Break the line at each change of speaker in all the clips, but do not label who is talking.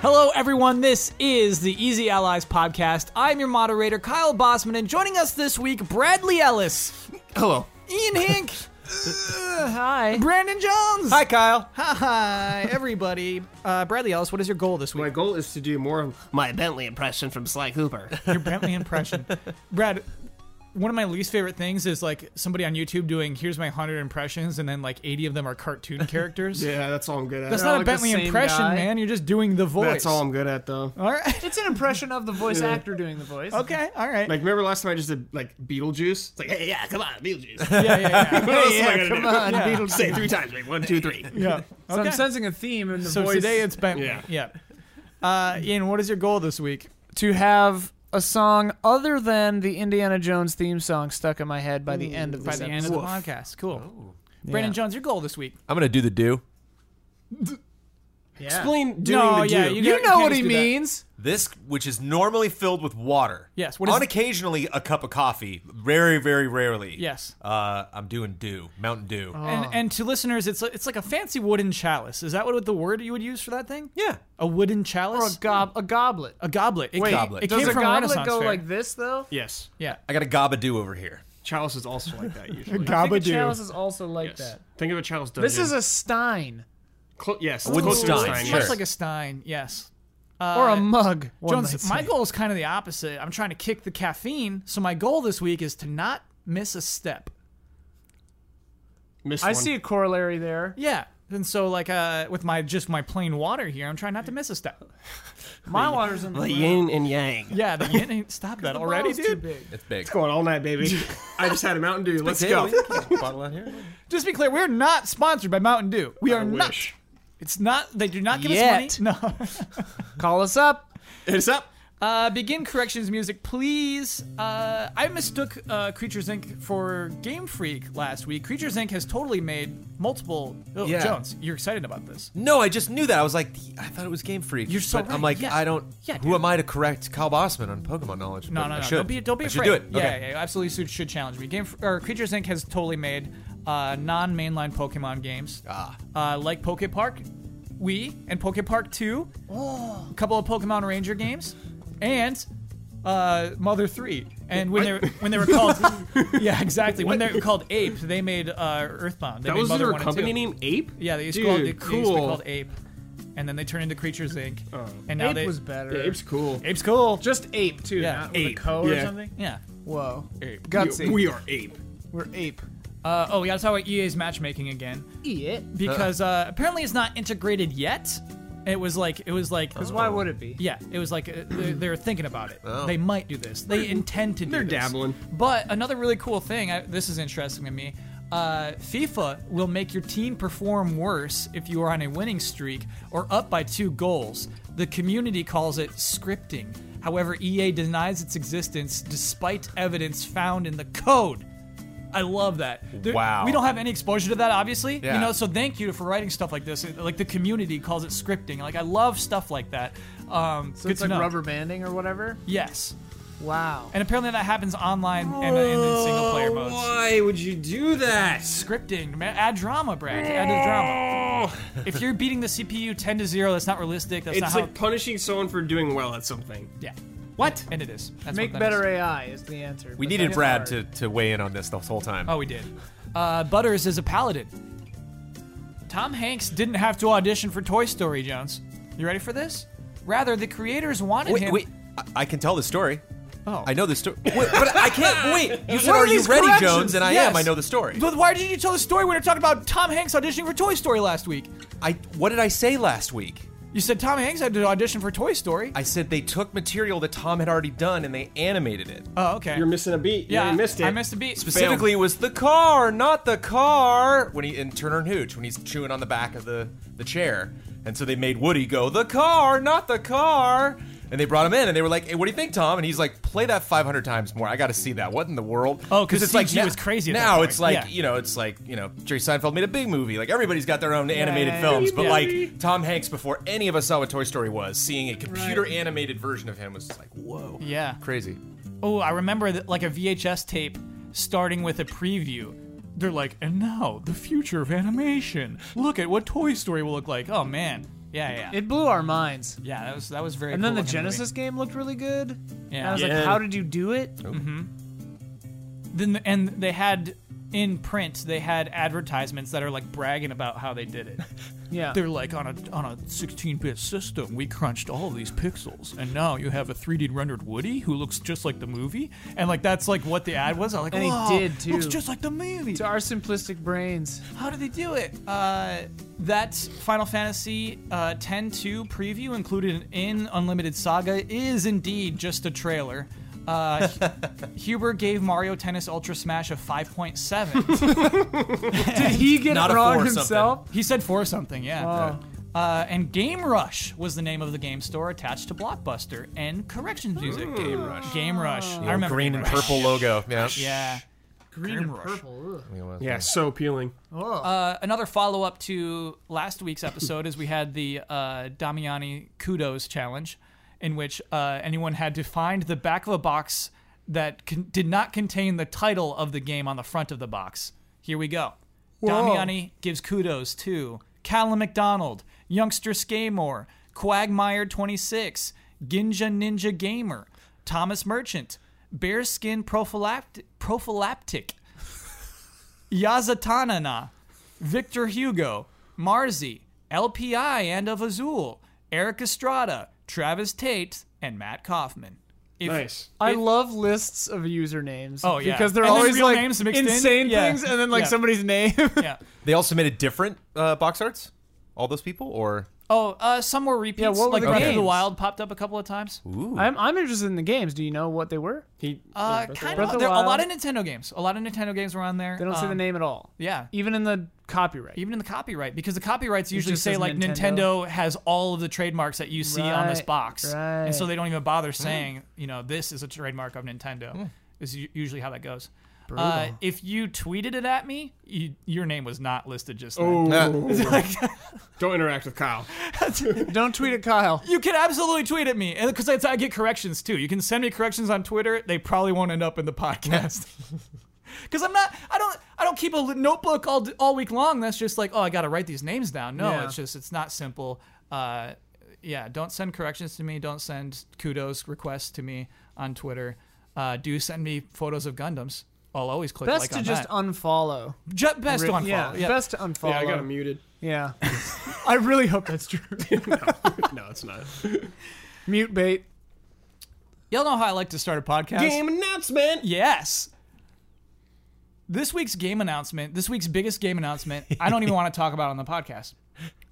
Hello, everyone. This is the Easy Allies podcast. I'm your moderator, Kyle Bossman, and joining us this week, Bradley Ellis,
Hello.
Ian Hink,
Hi.
Brandon Jones.
Hi, Kyle.
Hi, everybody. Uh, Bradley Ellis, what is your goal this
My
week?
goal is to do more of my Bentley impression from Sly Cooper.
Your Brantley impression. Brad, one of my least favorite things is like somebody on YouTube doing, here's my 100 impressions, and then like 80 of them are cartoon characters.
yeah, that's all I'm good at.
That's
They're
not a
all like the
Bentley
same
impression,
guy.
man. You're just doing the voice.
That's all I'm good at, though.
All right.
It's an impression of the voice actor doing the voice.
Okay. All right.
Like, remember last time I just did, like, Beetlejuice? It's like, hey, yeah, come on, Beetlejuice.
yeah, yeah, yeah.
what else am I gonna
come
do?
on,
Yeah.
Beetlejuice.
Say it three times, like, one, two, three.
yeah.
So
Okay.
I'm sensing a theme in the
So
voice.
today it's Bentley. Yeah.
Yeah.
Uh, Ian, what is your goal this week?
to have a song other than the Indiana Jones theme song stuck in my head by the end of
By
this
the
episode.
end of the podcast. Cool.
Oh.
Brandon Jones, your goal this week.
I'm gonna do the do.
Yeah.
Explain doing
no,
the do.
yeah, you,
You
got-
know
can't
what
just
he
do that.
means.
This, which is normally filled with water.
Yes, what is-
on occasionally a cup of coffee. Very, very rarely.
Yes. Oh.
Uh, I'm doing dew, Mountain Dew.
Oh.
And, and to listeners, it's like, it's like a fancy wooden chalice. Is that what the word you would use for that thing?
Yeah.
A wooden
Or a,
chalice,
gob- a goblet.
a goblet. It
Wait,
came,
goblet.
It
Does
came
a
from
goblet
Renaissance
go
fair.
like this though?
Yes.
Yeah.
I got a gob a do over here.
Chalice is also like that, usually.
I think a chalice is also like
Yes.
that.
Think of a chalice dungeon.
This is a stein
Cl- yes,
wooden
close to a
stein,
stein,
sure.
Much
yes.
like a stein. Yes. Uh,
or a mug. one might
Jones, my
say.
goal is kind of the opposite. I'm trying to kick the caffeine, so my goal this week is to not miss a step.
Missed
I
one.
see a corollary there.
Yeah. And so, like, uh, with my just my plain water here, I'm trying not to miss a step.
My water's in the
The
ground.
yin and yang.
Yeah, the yin ain't stop that
The
already,
bottle's too
dude.
big.
It's big.
Going all night, baby. I just had a Mountain Dew. Let's go.
Bottle out here.
Just be clear, we're not sponsored by Mountain Dew. We are
I
not.
wish.
It's not. They do not give us
Yet.
money. No.
Call us up.
It's up.
Uh, begin corrections music, please. Uh, I mistook uh, Creatures Inc. for Game Freak last week. Creatures Inc. has totally made multiple. Oh,
Yeah.
Jones, you're excited about this.
No, I just knew that. I was like, I thought it was Game Freak.
You're so
But I'm
right,
like,
yes.
I don't.
Yeah,
who
dude.
am I to correct Kyle Bossman on Pokemon knowledge?
No,
But
no,
I
no.
should.
Don't be, don't be
I should
afraid.
do it.
Yeah,
okay.
yeah, yeah, absolutely. Should, should challenge me. Game or Creatures Inc. has totally made uh, non-mainline Pokemon games,
Ah.
uh, like Poke Park, Wii, and Poke Park Two. A couple of Pokemon Ranger games, and uh, Mother Three. And when they were- when they were called, yeah, exactly. When they were called Ape, they made uh, Earthbound. They
That
made
was
Mother
their
One
company
and Two.
name, Ape?
Yeah, they used, to
Dude,
call, they, they used to be
cool.
called Ape, and then they turned into Creatures Inc. and now
ape
they
was better.
Yeah, Ape's cool.
Ape's cool.
Just ape too.
Yeah.
not with a
Ape.
co or
Yeah.
something.
yeah.
Whoa.
Ape.
Gutsy.
We, we are Ape.
We're ape.
Uh, oh, we gotta talk about EA's matchmaking again.
Eat it.
because uh, apparently it's not integrated yet. It was like it was like
Because why would it be?
yeah, it was like uh, they they were thinking about it.
Oh.
They might do this. They intend to do
They're
this.
dabbling.
But another really cool thing. I, this is interesting to me. Uh, FIFA will make your team perform worse if you are on a winning streak or up by two goals. The community calls it scripting. However, EA denies its existence despite evidence found in the code. I love that. There-
Wow.
We don't have any exposure to that, obviously. You
Yeah.
know, so thank you for writing stuff like this. It- Like the community calls it scripting. Like I love stuff like that. Um,
So
good
it's
to
like
know.
rubber banding or whatever.
Yes,
Wow.
and apparently that happens online and, and in single player
Oh.
modes.
Why would you do that?
Scripting, man. Add drama, Brad. Add the drama.
Oh.
If you're beating the CPU ten to zero, that's not realistic. That's
It's
not
like punishing someone for doing well at something.
how. Yeah. What? And it is. That's
Make
what that is.
better AI is the answer.
We
but
needed
that's
Brad
hard.
to, to weigh in on this the whole time.
Oh, we did. Uh, Butters is a paladin. Tom Hanks didn't have to audition for Toy Story, Jones. You ready for this? Rather, the creators wanted
wait,
him.
wait. I, I can tell the story.
Oh.
I know the story. Wait, but I can't wait. You
What
said,
are
"Are you
these
ready,
corrections?"
Jones?" And I
Yes.
am. I know the story.
But why did you tell the story when you talking about Tom Hanks auditioning for Toy Story last week?
I what did I say last week?
You said Tom Hanks had to audition for Toy Story.
I said they took material that Tom had already done and they animated it.
oh, okay.
You're missing a beat.
yeah,
you missed it.
I missed the beat.
Specifically, it was the car, not the car. When he in Turner and Hooch, when he's chewing on the back of the the chair, and so they made Woody go the car, not the car. And they brought him in, and they were like, "Hey, what do you think, Tom?" And he's like, "Play that 500 times more. I got to see that. What in the world?"
Oh, 'cause
it's like
CG
na-
was crazy at that
Now
point.
it's like
Yeah.
you know, it's like you know, Jerry Seinfeld made a big movie. Like everybody's got their own animated
yeah,
films, but
yeah.
like Tom Hanks, before any of us saw what Toy Story was, seeing a computer animated version of him was just like, "Whoa,
Yeah.
crazy."
Oh, I remember that, like a VHS tape starting with a preview. They're like, and now the future of animation. Look at what Toy Story will look like. Oh man, Yeah, yeah.
It blew our minds.
yeah, that was that was very.
And then
cool
the
looking movie.
Genesis game looked really good. And I
Yeah.
was
Yeah.
like, how did you do it?
then the, and they had in print they had advertisements that are like bragging about how they did it.
Yeah.
They're like on a on a 16-bit system, we crunched all these pixels, and now you have a 3D rendered Woody who looks just like the movie, and like that's like what the ad was. I was like,
And he
"Whoa,
did, too.
Looks just like the movie.
To our simplistic brains.
How did they do it? Uh, that Final Fantasy uh, 10-2 preview included in Unlimited Saga is indeed just a trailer. Uh, Huber gave Mario Tennis Ultra Smash a 5.7.
Did he get
Not
it
a
wrong
four something.
himself?
he said four something, yeah. Uh, and Game Rush was the name of the game store attached to Blockbuster and corrections music. Game Rush. Game Rush. I remember
green
Game
and
Rush.
purple logo. Yeah.
Yeah.
Green
Grim
and
Rush.
purple. ugh.
Yeah.
Yeah, so appealing.
Uh, another follow up to last week's episode is we had the uh, Damiani Kudos challenge, in which uh, anyone had to find the back of a box that con- did not contain the title of the game on the front of the box. Here we go. Damiani gives kudos to Callum McDonald, Youngster Skamore, Quagmire26, Ginja Ninja Gamer, Thomas Merchant, Bearskin Prophylact- Prophylactic, Yazatanana, Victor Hugo, Marzi, LPI and of Azul, Eric Estrada, Travis Tate, and Matt Kaufman. If-
Nice.
I love lists of usernames.
Oh, yeah.
Because they're
And then
always
real
like
names mixed in?
insane
Yeah.
things and then like
Yeah.
somebody's name.
Yeah.
They all submitted different uh, box arts. All those people, or
Oh, uh, some were repeats.
Yeah, what were
like
the
Breath of the
games?
Wild popped up a couple of times.
ooh,
I'm, I'm interested in the games. Do you know what they were?
He
Uh,
Breath of the
kind
Wild.
of. There, a lot of Nintendo games. A lot of Nintendo games were on there.
They don't say the
Um,
name at all.
Yeah.
Even in the copyright.
Even in the copyright, because the copyrights usually
just
say
says
like Nintendo.
Nintendo.
has all of the trademarks that you see on this
Right,
box, and so
right.
they don't even bother saying, you know, this is a trademark of Nintendo. Is u- usually how that goes. Uh,
Brutal.
if you tweeted it at me, you, your name was not listed just then.
Oh,
Yeah.
don't interact with Kyle.
Don't tweet at Kyle.
You can absolutely tweet at me because I get corrections too. You can send me corrections on Twitter. They probably won't end up in the podcast because I'm not. I don't. I don't keep a li- notebook all d- all week long. That's just like, oh, I got to write these names down. No,
Yeah.
it's just it's not simple. Uh, yeah, don't send corrections to me. Don't send kudos requests to me on Twitter. Uh, do send me photos of Gundams. I'll always click
Best
like
to
on
just
that.
unfollow.
Ju- best to unfollow.
Yeah,
Yeah,
best to unfollow.
Yeah, I got him muted.
Yeah. I really hope that's true.
No, it's not.
Mute bait.
Y'all know how I like to start a podcast.
Game announcement.
Yes. This week's game announcement, this week's biggest game announcement, I don't even want to talk about on the podcast.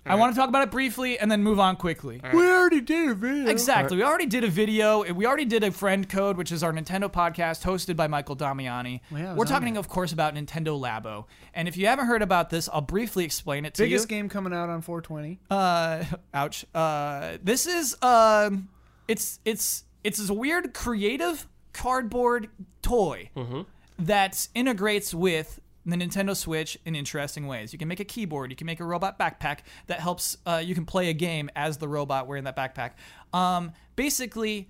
I want to talk about it briefly and then move on quickly.
We already did a video.
Exactly. We already did a video. We already did a friend code, which is our Nintendo podcast hosted by Michael Damiani.
yeah, it was
We're
on
talking, of course, about Nintendo Labo. And if you haven't heard about this, I'll briefly explain it to you.
Biggest game coming out on 420.
Uh, ouch. Uh, this is um, it's it's it's this weird creative cardboard toy
Mm-hmm.
that integrates with the Nintendo Switch in interesting ways. You can make a keyboard. You can make a robot backpack that helps. Uh, you can play a game as the robot wearing that backpack. Um, basically.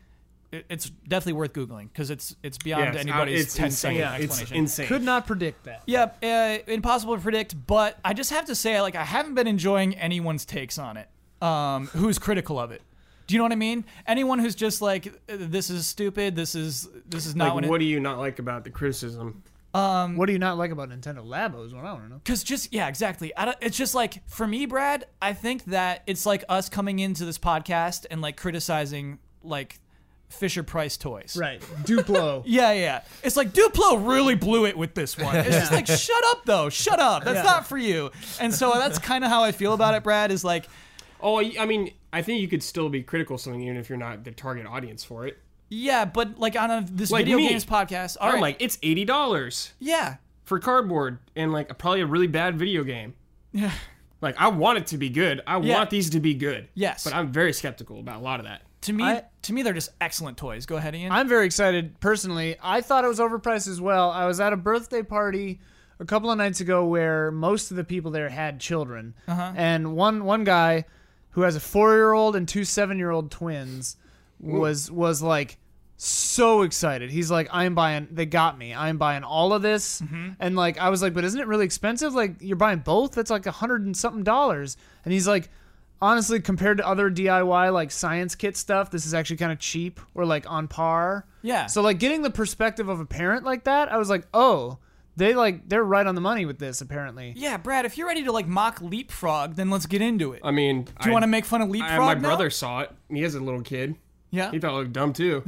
it- It's definitely worth googling because it's it's beyond
Yeah, it's-
anybody's
uh, it's
10
insane.
second
Yeah, it's
explanation.
insane.
Could not predict that.
Yeah, uh, impossible to predict, but I just have to say, like, I haven't been enjoying anyone's takes on it um, who's critical of it. Do you know what I mean? Anyone who's just like, this is stupid, this is this is not
like,
what
what do you not like about the criticism?
What do you not like about Nintendo Labo is what I want to know.
Because just, yeah, exactly. I don't, it's just like, for me, Brad, I think that it's like us coming into this podcast and like criticizing like Fisher Price toys.
Right. Duplo.
Yeah, yeah. It's like Duplo really blew it with this one. It's just like, shut up, though. Shut up. That's not for you. And so that's kind of how I feel about it, Brad, is like,
Oh, I I mean, I think you could still be critical of something even if you're not the target audience for it.
Yeah, but like on a, this
Like
video
me.
games podcast, all
I'm
right,
like, it's eighty dollars
yeah,
for cardboard and like probably a really bad video game.
yeah,
Like, I want it to be good. I
Yeah.
want these to be good.
Yes.
but I'm very skeptical about a lot of that.
to me,
I-
to me, they're just excellent toys. Go ahead, Ian.
I'm very excited personally. I thought it was overpriced as well. I was at a birthday party a couple of nights ago where most of the people there had children, and one one guy who has a four year old and two seven year old twins was was like so excited. He's like, I'm buying. They got me. I'm buying all of this. And like, I was like, but isn't it really expensive? Like, you're buying both. That's like a hundred and something dollars. And he's like. honestly, compared to other DIY like science kit stuff, this is actually kind of cheap or like on par.
Yeah.
So like getting the perspective of a parent like that, I was like, oh, they like they're right on the money with this apparently.
Yeah, Brad, if you're ready to like mock leapfrog, then let's get into it.
I mean,
Do you want to make fun of
I,
leapfrog?
my
now?
brother saw it. He has a little kid.
Yeah.
He thought it looked dumb too.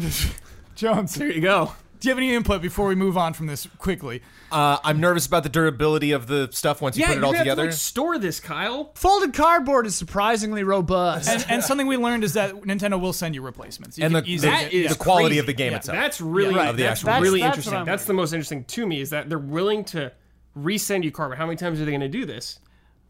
Jones, do
there you go.
you have any input before we move on from this quickly?
Uh, I'm nervous about the durability of the stuff once you
Yeah,
put
you're
it all
gonna have to,
together.
like, store this, Kyle.
Folded cardboard is surprisingly robust.
And, and something we learned is that Nintendo will send you replacements. You
and the,
can easily
That
get-
is
the quality
crazy.
of the game
Yeah,
itself.
That's really
Right,
Of the
that's,
actual game.
really
That's- that's what
interesting.
I'm
That's the most interesting to me is that they're willing to resend you carbon. How many times are they going to do this?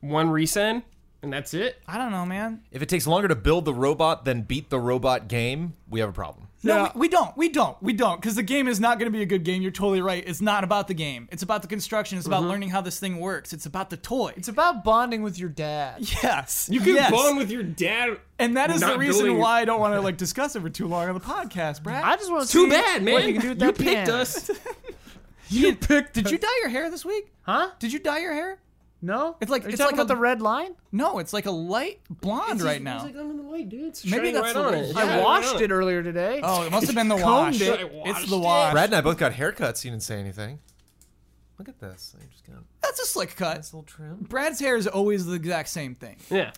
One resend and that's it.
I don't know, man.
if it takes longer to build the robot than beat the robot game, we have a problem.
No, we, we don't. We don't. We don't. Because the game is not going to be a good game. You're totally right. It's not about the game. It's about the construction. It's
Mm-hmm.
about learning how this thing works. It's about the toy.
it's about bonding with your dad.
yes.
You can
yes.
bond with your dad.
And that is the
not
reason
building-
why I don't want to like discuss it for too long on the podcast, Brad.
I just want to
Too bad, man.
What you can do with that
picked
piano.
us.
you picked. Did you dye your hair this week?
Huh?
Did you dye your hair?
No.
It's like-
Are you
it's
talking
like
about
a-
the red line.
No, it's like a light blonde right now.
It's like under the light, dude. It's
Maybe
shining
that's
right
the
on
way-
it.
I
Yeah,
I
right
washed
on
it earlier today.
oh, it must have been the
Combed
wash.
it.
I
It's
washed
the
it.
wash.
Brad and I both got haircuts. You didn't say anything. Look at this. I just got a
That's a slick cut.
nice little trim.
Brad's hair is always the exact same thing.
Yeah.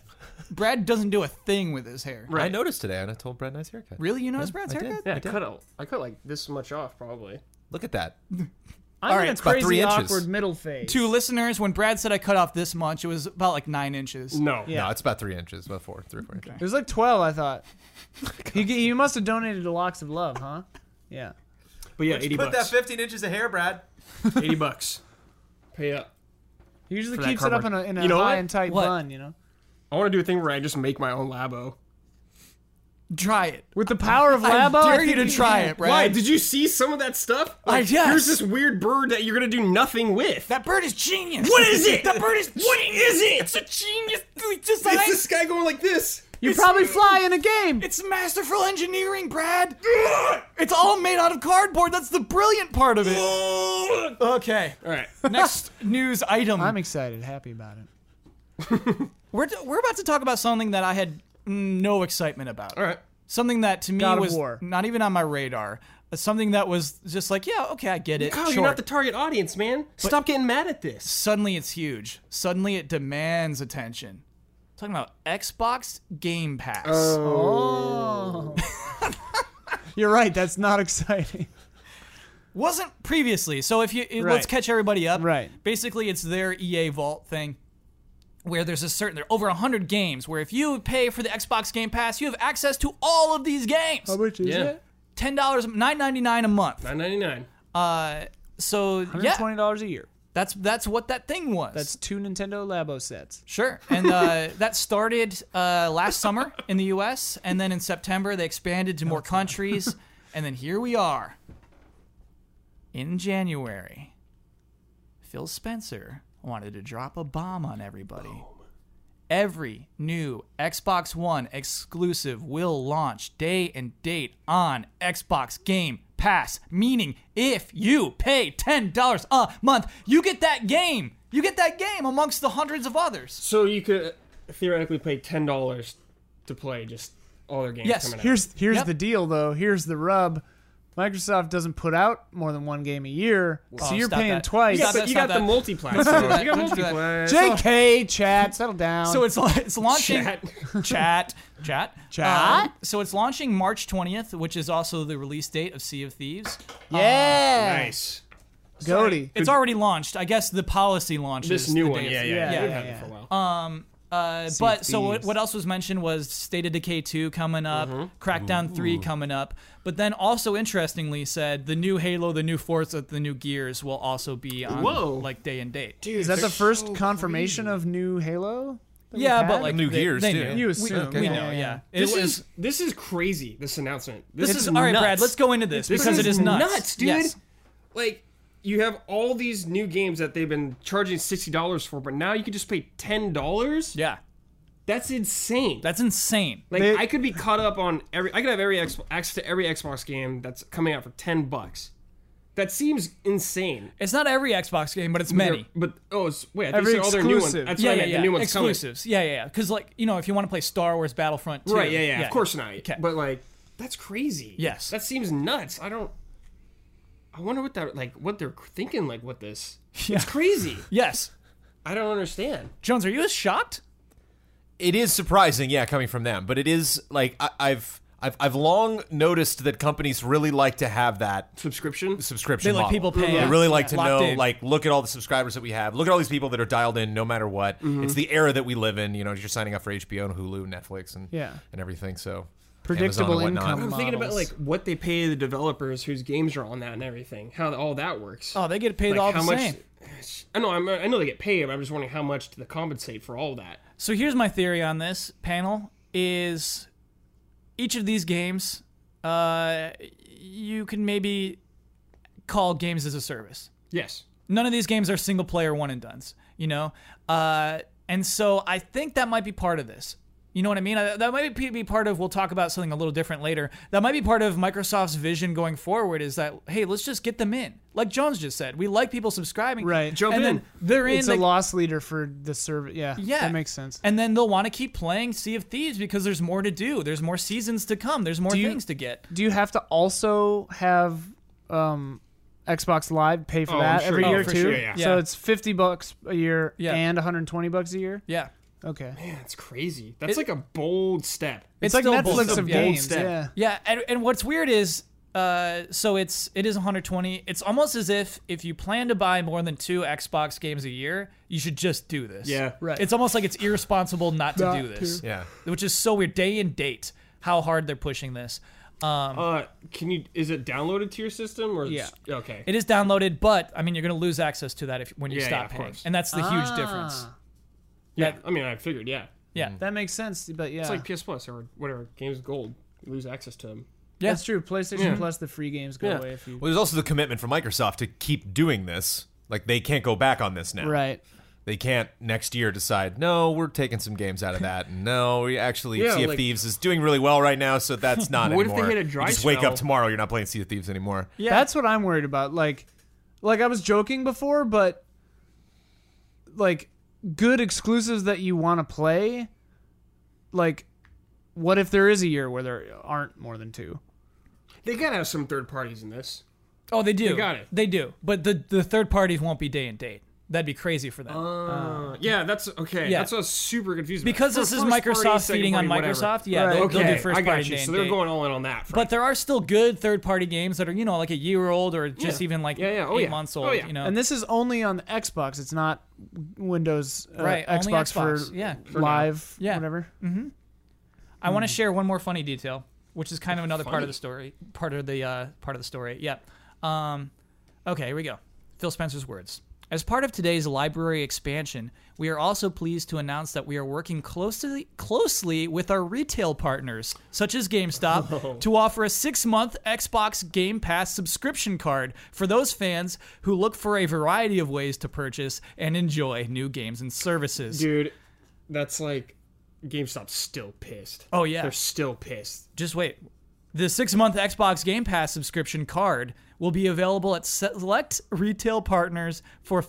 Brad doesn't do a thing with his hair.
I noticed today, and I told Brad nice haircut.
Really? You notice Brad's
I did.
haircut?
Yeah, I cut a, I cut like this much off probably.
Look at that.
I'm
right,
in a
it's
about
crazy
three inches.
awkward middle phase.
To listeners, when Brad said I cut off this much, it was about like nine inches.
No.
Yeah.
No, it's about three inches, about four, three or four inches.
It was like 12, I thought. you, you must have donated to Locks of Love, huh? Yeah.
But yeah, 80 bucks.
15 inches of hair, Brad.
80 bucks. Pay up.
He usually
For that
keeps it up in a,
cardboard.
in a
You know
high
what?
and tight
What?
bun, you know?
I want to do a thing where I just make my own labo.
Try it.
With the power of Labo.
I
I
dare you
think
to try it, Brad.
Why? Did you see some of that stuff?
I guess.
Here's this weird bird that you're gonna do nothing with.
That bird is genius.
What is it?
That bird is genius.
What is it?
It's a genius design.
it's this guy going like this.
You probably fly in a game.
It's masterful engineering, Brad. it's all made out of cardboard. That's the brilliant part of it.
All
Okay.
right.
Next news item.
I'm excited, happy about it.
we're, we're about to talk about something that I had no excitement about.
All right.
Something that to me
God of
was
War.
not even on my radar. Uh, Something that was just like, yeah, okay, I get it.
Kyle,
sure.
you're not the target audience, man. Stop getting mad at this.
Suddenly it's huge. Suddenly it demands attention. talking about Xbox Game Pass.
Uh, Oh. You're right, that's not exciting.
wasn't previously. So if you it- let's
Right.
catch everybody up.
Right.
Basically, it's their EA Vault thing, where there's a certain there are over hundred games. Where if you pay for the Xbox Game Pass, you have access to all of these games.
much is
Yeah. it?
Ten dollars, nine ninety nine a month.
9.99.
Uh, so yeah,
$120 a year.
that's that's what that thing was.
That's two Nintendo Labo sets.
Sure. And uh, that started uh, last summer in the US. And then in September, they expanded to more countries. and then here we are in January. Phil Spencer wanted to drop a bomb on everybody. Every new Xbox One exclusive will launch day and date on Xbox Game Pass, meaning if you pay $10 a month, you get that game. You get that game amongst the hundreds of others.
So you could theoretically pay ten dollars to play just all their games
Yes,
coming out.
Here's here's
Yep.
the deal though. Here's the rub. Microsoft doesn't put out more than one game a year, so
Oh,
you're
stop
paying
that.
twice.
yeah,
Stop
but
that,
you
stop
got the
that.
multiplex.
Don't do that,
you got
don't do that.
multiplex.
JK chat, settle down.
So it's la- it's launching
Chat.
chat chat
Chat?
Um, so it's launching March 20th, which is also the release date of Sea of Thieves.
Ah, yeah,
Nice.
Goaty.
It's already launched. I guess the policy launches
This new
the
one.
day of-
Yeah, yeah,
yeah,
yeah.
yeah,
We've
yeah,
had it
yeah.
for a while.
Uh,
Sea of
but so what,
Thieves.
what else was mentioned was State of Decay 2 coming up,
Mm-hmm.
Crackdown 3 coming up, but then also interestingly said the new Halo, the new Forza, the new Gears will also be on
Whoa.
like day and date.
Is that the first confirmation of new Halo? that we've
yeah,
had?
but like
New
they-
Gears,
they
too.
knew.
you
We-
assume.
okay.
We
Yeah,
know, yeah. It
This
was-
is this is crazy. This announcement.
this
It's
is all right, Brad.
nuts.
Let's go into this, because it is nuts,
dude.
Yes.
Like you have all these new games that they've been charging sixty dollars for, but now you could just pay ten dollars.
Yeah,
That's insane.
that's insane.
like
They-
I could be caught up on every. I could have every X, access to every Xbox game that's coming out for ten bucks. That seems insane.
It's not every Xbox game, but it's many.
But oh, it's, wait, I think
Every
it's all their new ones.
exclusive.
That's
yeah,
what I
yeah,
meant.
yeah.
The new one's
Exclusives. Yeah, yeah, yeah. Because like you know, if you want to play Star Wars Battlefront, 2,
coming. Right? Yeah, yeah. Of course not.
Okay.
But like, that's crazy.
Yes.
That seems nuts. I don't. I wonder what that like what they're thinking like with this. It's crazy.
yes,
I don't understand.
Jones, are you as shocked?
it is surprising, yeah, coming from them. But it is like I, I've I've I've long noticed that companies really like to have that
Subscription.
subscription.
They like
model.
people paying.
They really like
Yeah.
to
Locked
know,
in.
like, look at all the subscribers that we have. Look at all these people that are dialed in, no matter what.
Mm-hmm.
It's the era that we live in. You know, you're signing up for HBO and Hulu, Netflix, and
Yeah.
and everything. So
Predictable
Amazon and whatnot.
income.
I'm thinking about like
models.
what they pay the developers whose games are on that and everything. How all that works.
Oh, they get paid
Like,
all
how
the
much?
same.
I know. I'm, I know they get paid. But I'm just wondering how much do they compensate for all that.
So here's my theory on this panel: is each of these games, uh, you can maybe call games as a service.
Yes.
none of these games are single player one and duns, you know? Uh, and so I think that might be part of this. You know what I mean? Uh, That might be be part of, we'll talk about something a little different later. That might be part of Microsoft's vision going forward is that, hey, let's just get them in. Like Jones just said, we like people subscribing.
Right.
Jump
and
in.
then they're in.
it's
they-
a loss leader for the service. Yeah,
yeah.
that makes sense.
And then they'll want to keep playing Sea of Thieves because there's more to do. There's more seasons to come. There's more
you-
things to get.
Do you have to also have um, Xbox Live pay
Oh,
for
I'm
that
sure-
every
oh,
year
for
too?
sure, yeah.
Yeah.
So it's fifty bucks a year
Yeah.
and one hundred twenty bucks a year.
Yeah.
Okay, it's,
Man, it's crazy. That's like a bold step.
like
still
Netflix
bold.
of
Yeah.
games.
step.
Yeah,
Yeah, and, and what's weird is, uh, so it's it is 120. It's almost as if if you plan to buy more than two Xbox games a year, you should just do this.
Yeah.
Right.
It's almost like it's irresponsible not to
Not
do this.
to.
Yeah.
which is so weird. Day and date, how hard they're pushing this. Um,
Uh, can you? Is it downloaded to your system or? it's- Okay.
it is downloaded, but I mean, you're gonna lose access to that if when you
Yeah, yeah,
stop
of
paying,
course.
and that's the huge difference.
Ah,
yeah. I mean, I figured. Yeah.
Yeah,
That makes sense, but yeah,
It's
Uh.
like PS Plus or whatever. Games Gold. You lose access to them.
yeah.
that's true. PlayStation Plus, the free games go
Yeah.
away if you.
Well, there's also the commitment from Microsoft to keep doing this. Like they can't go back on this now.
Right.
They can't next year decide. No, we're taking some games out of that. And no, we actually
Yeah,
Sea of
like-
Thieves is doing really well right now, so that's not
What if they
anymore.
hit a dry
You just wake
spell?
up tomorrow, you're not playing Sea of Thieves anymore.
Yeah. That's what I'm worried about. Like like I was joking before, but like good exclusives that you want to play like what if there is a year where there aren't more than two?
They gotta have some third parties in this.
Oh, they do. They
got it.
They do, but the the third parties won't be day and date. That'd be crazy for them.
Uh, yeah, that's okay.
yeah.
That's what I was super confused. about.
because
For
this is
first party,
Microsoft
second
feeding on
party, whatever.
Microsoft, yeah,
Right.
they'll,
Okay,
they'll do first
I
party
got
day
you. So
and
they're
date.
going all in on that. front.
But there are still good third party games that are, you know, like a year old or just
Yeah.
even like
Yeah, yeah. Oh,
eight
yeah.
months
Oh,
old,
yeah.
you know.
And this is only on the Xbox. It's not Windows uh,
Right,
Xbox,
only Xbox,
for
yeah.
now.
live
Yeah.
whatever.
I want to share one more funny detail, which is kind of another part of the story, part of the uh, part of the story. Yeah. Um, okay, here we go. Phil Spencer's words. As part of today's library expansion, we are also pleased to announce that we are working closely closely with our retail partners, such as GameStop, to offer a six-month Xbox Game Pass subscription card for those fans who look for a variety of ways to purchase and enjoy new games and services.
dude, that's like GameStop's still pissed.
Oh, yeah.
they're still pissed.
just wait. The six month Xbox Game Pass subscription card will be available at select retail partners for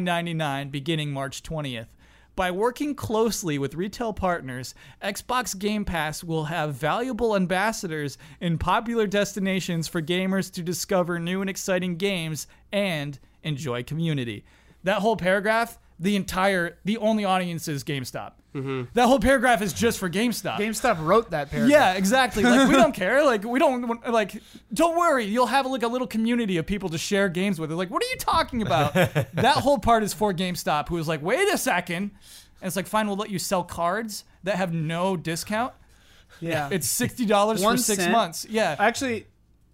$59.99 beginning March 20th. By working closely with retail partners, Xbox Game Pass will have valuable ambassadors in popular destinations for gamers to discover new and exciting games and enjoy community. That whole paragraph, the entire, the only audience is GameStop. That whole paragraph is just for GameStop.
GameStop wrote that paragraph.
Yeah, exactly. Like we don't care. Like we don't want- like. Don't worry. You'll have like a little community of people to share games with. They're like, what are you talking about? that whole part is for GameStop, who is like, wait a second. And it's like, fine, we'll let you sell cards that have no discount.
Yeah.
It's sixty dollars for
One
six
cent.
months. Yeah,
Actually,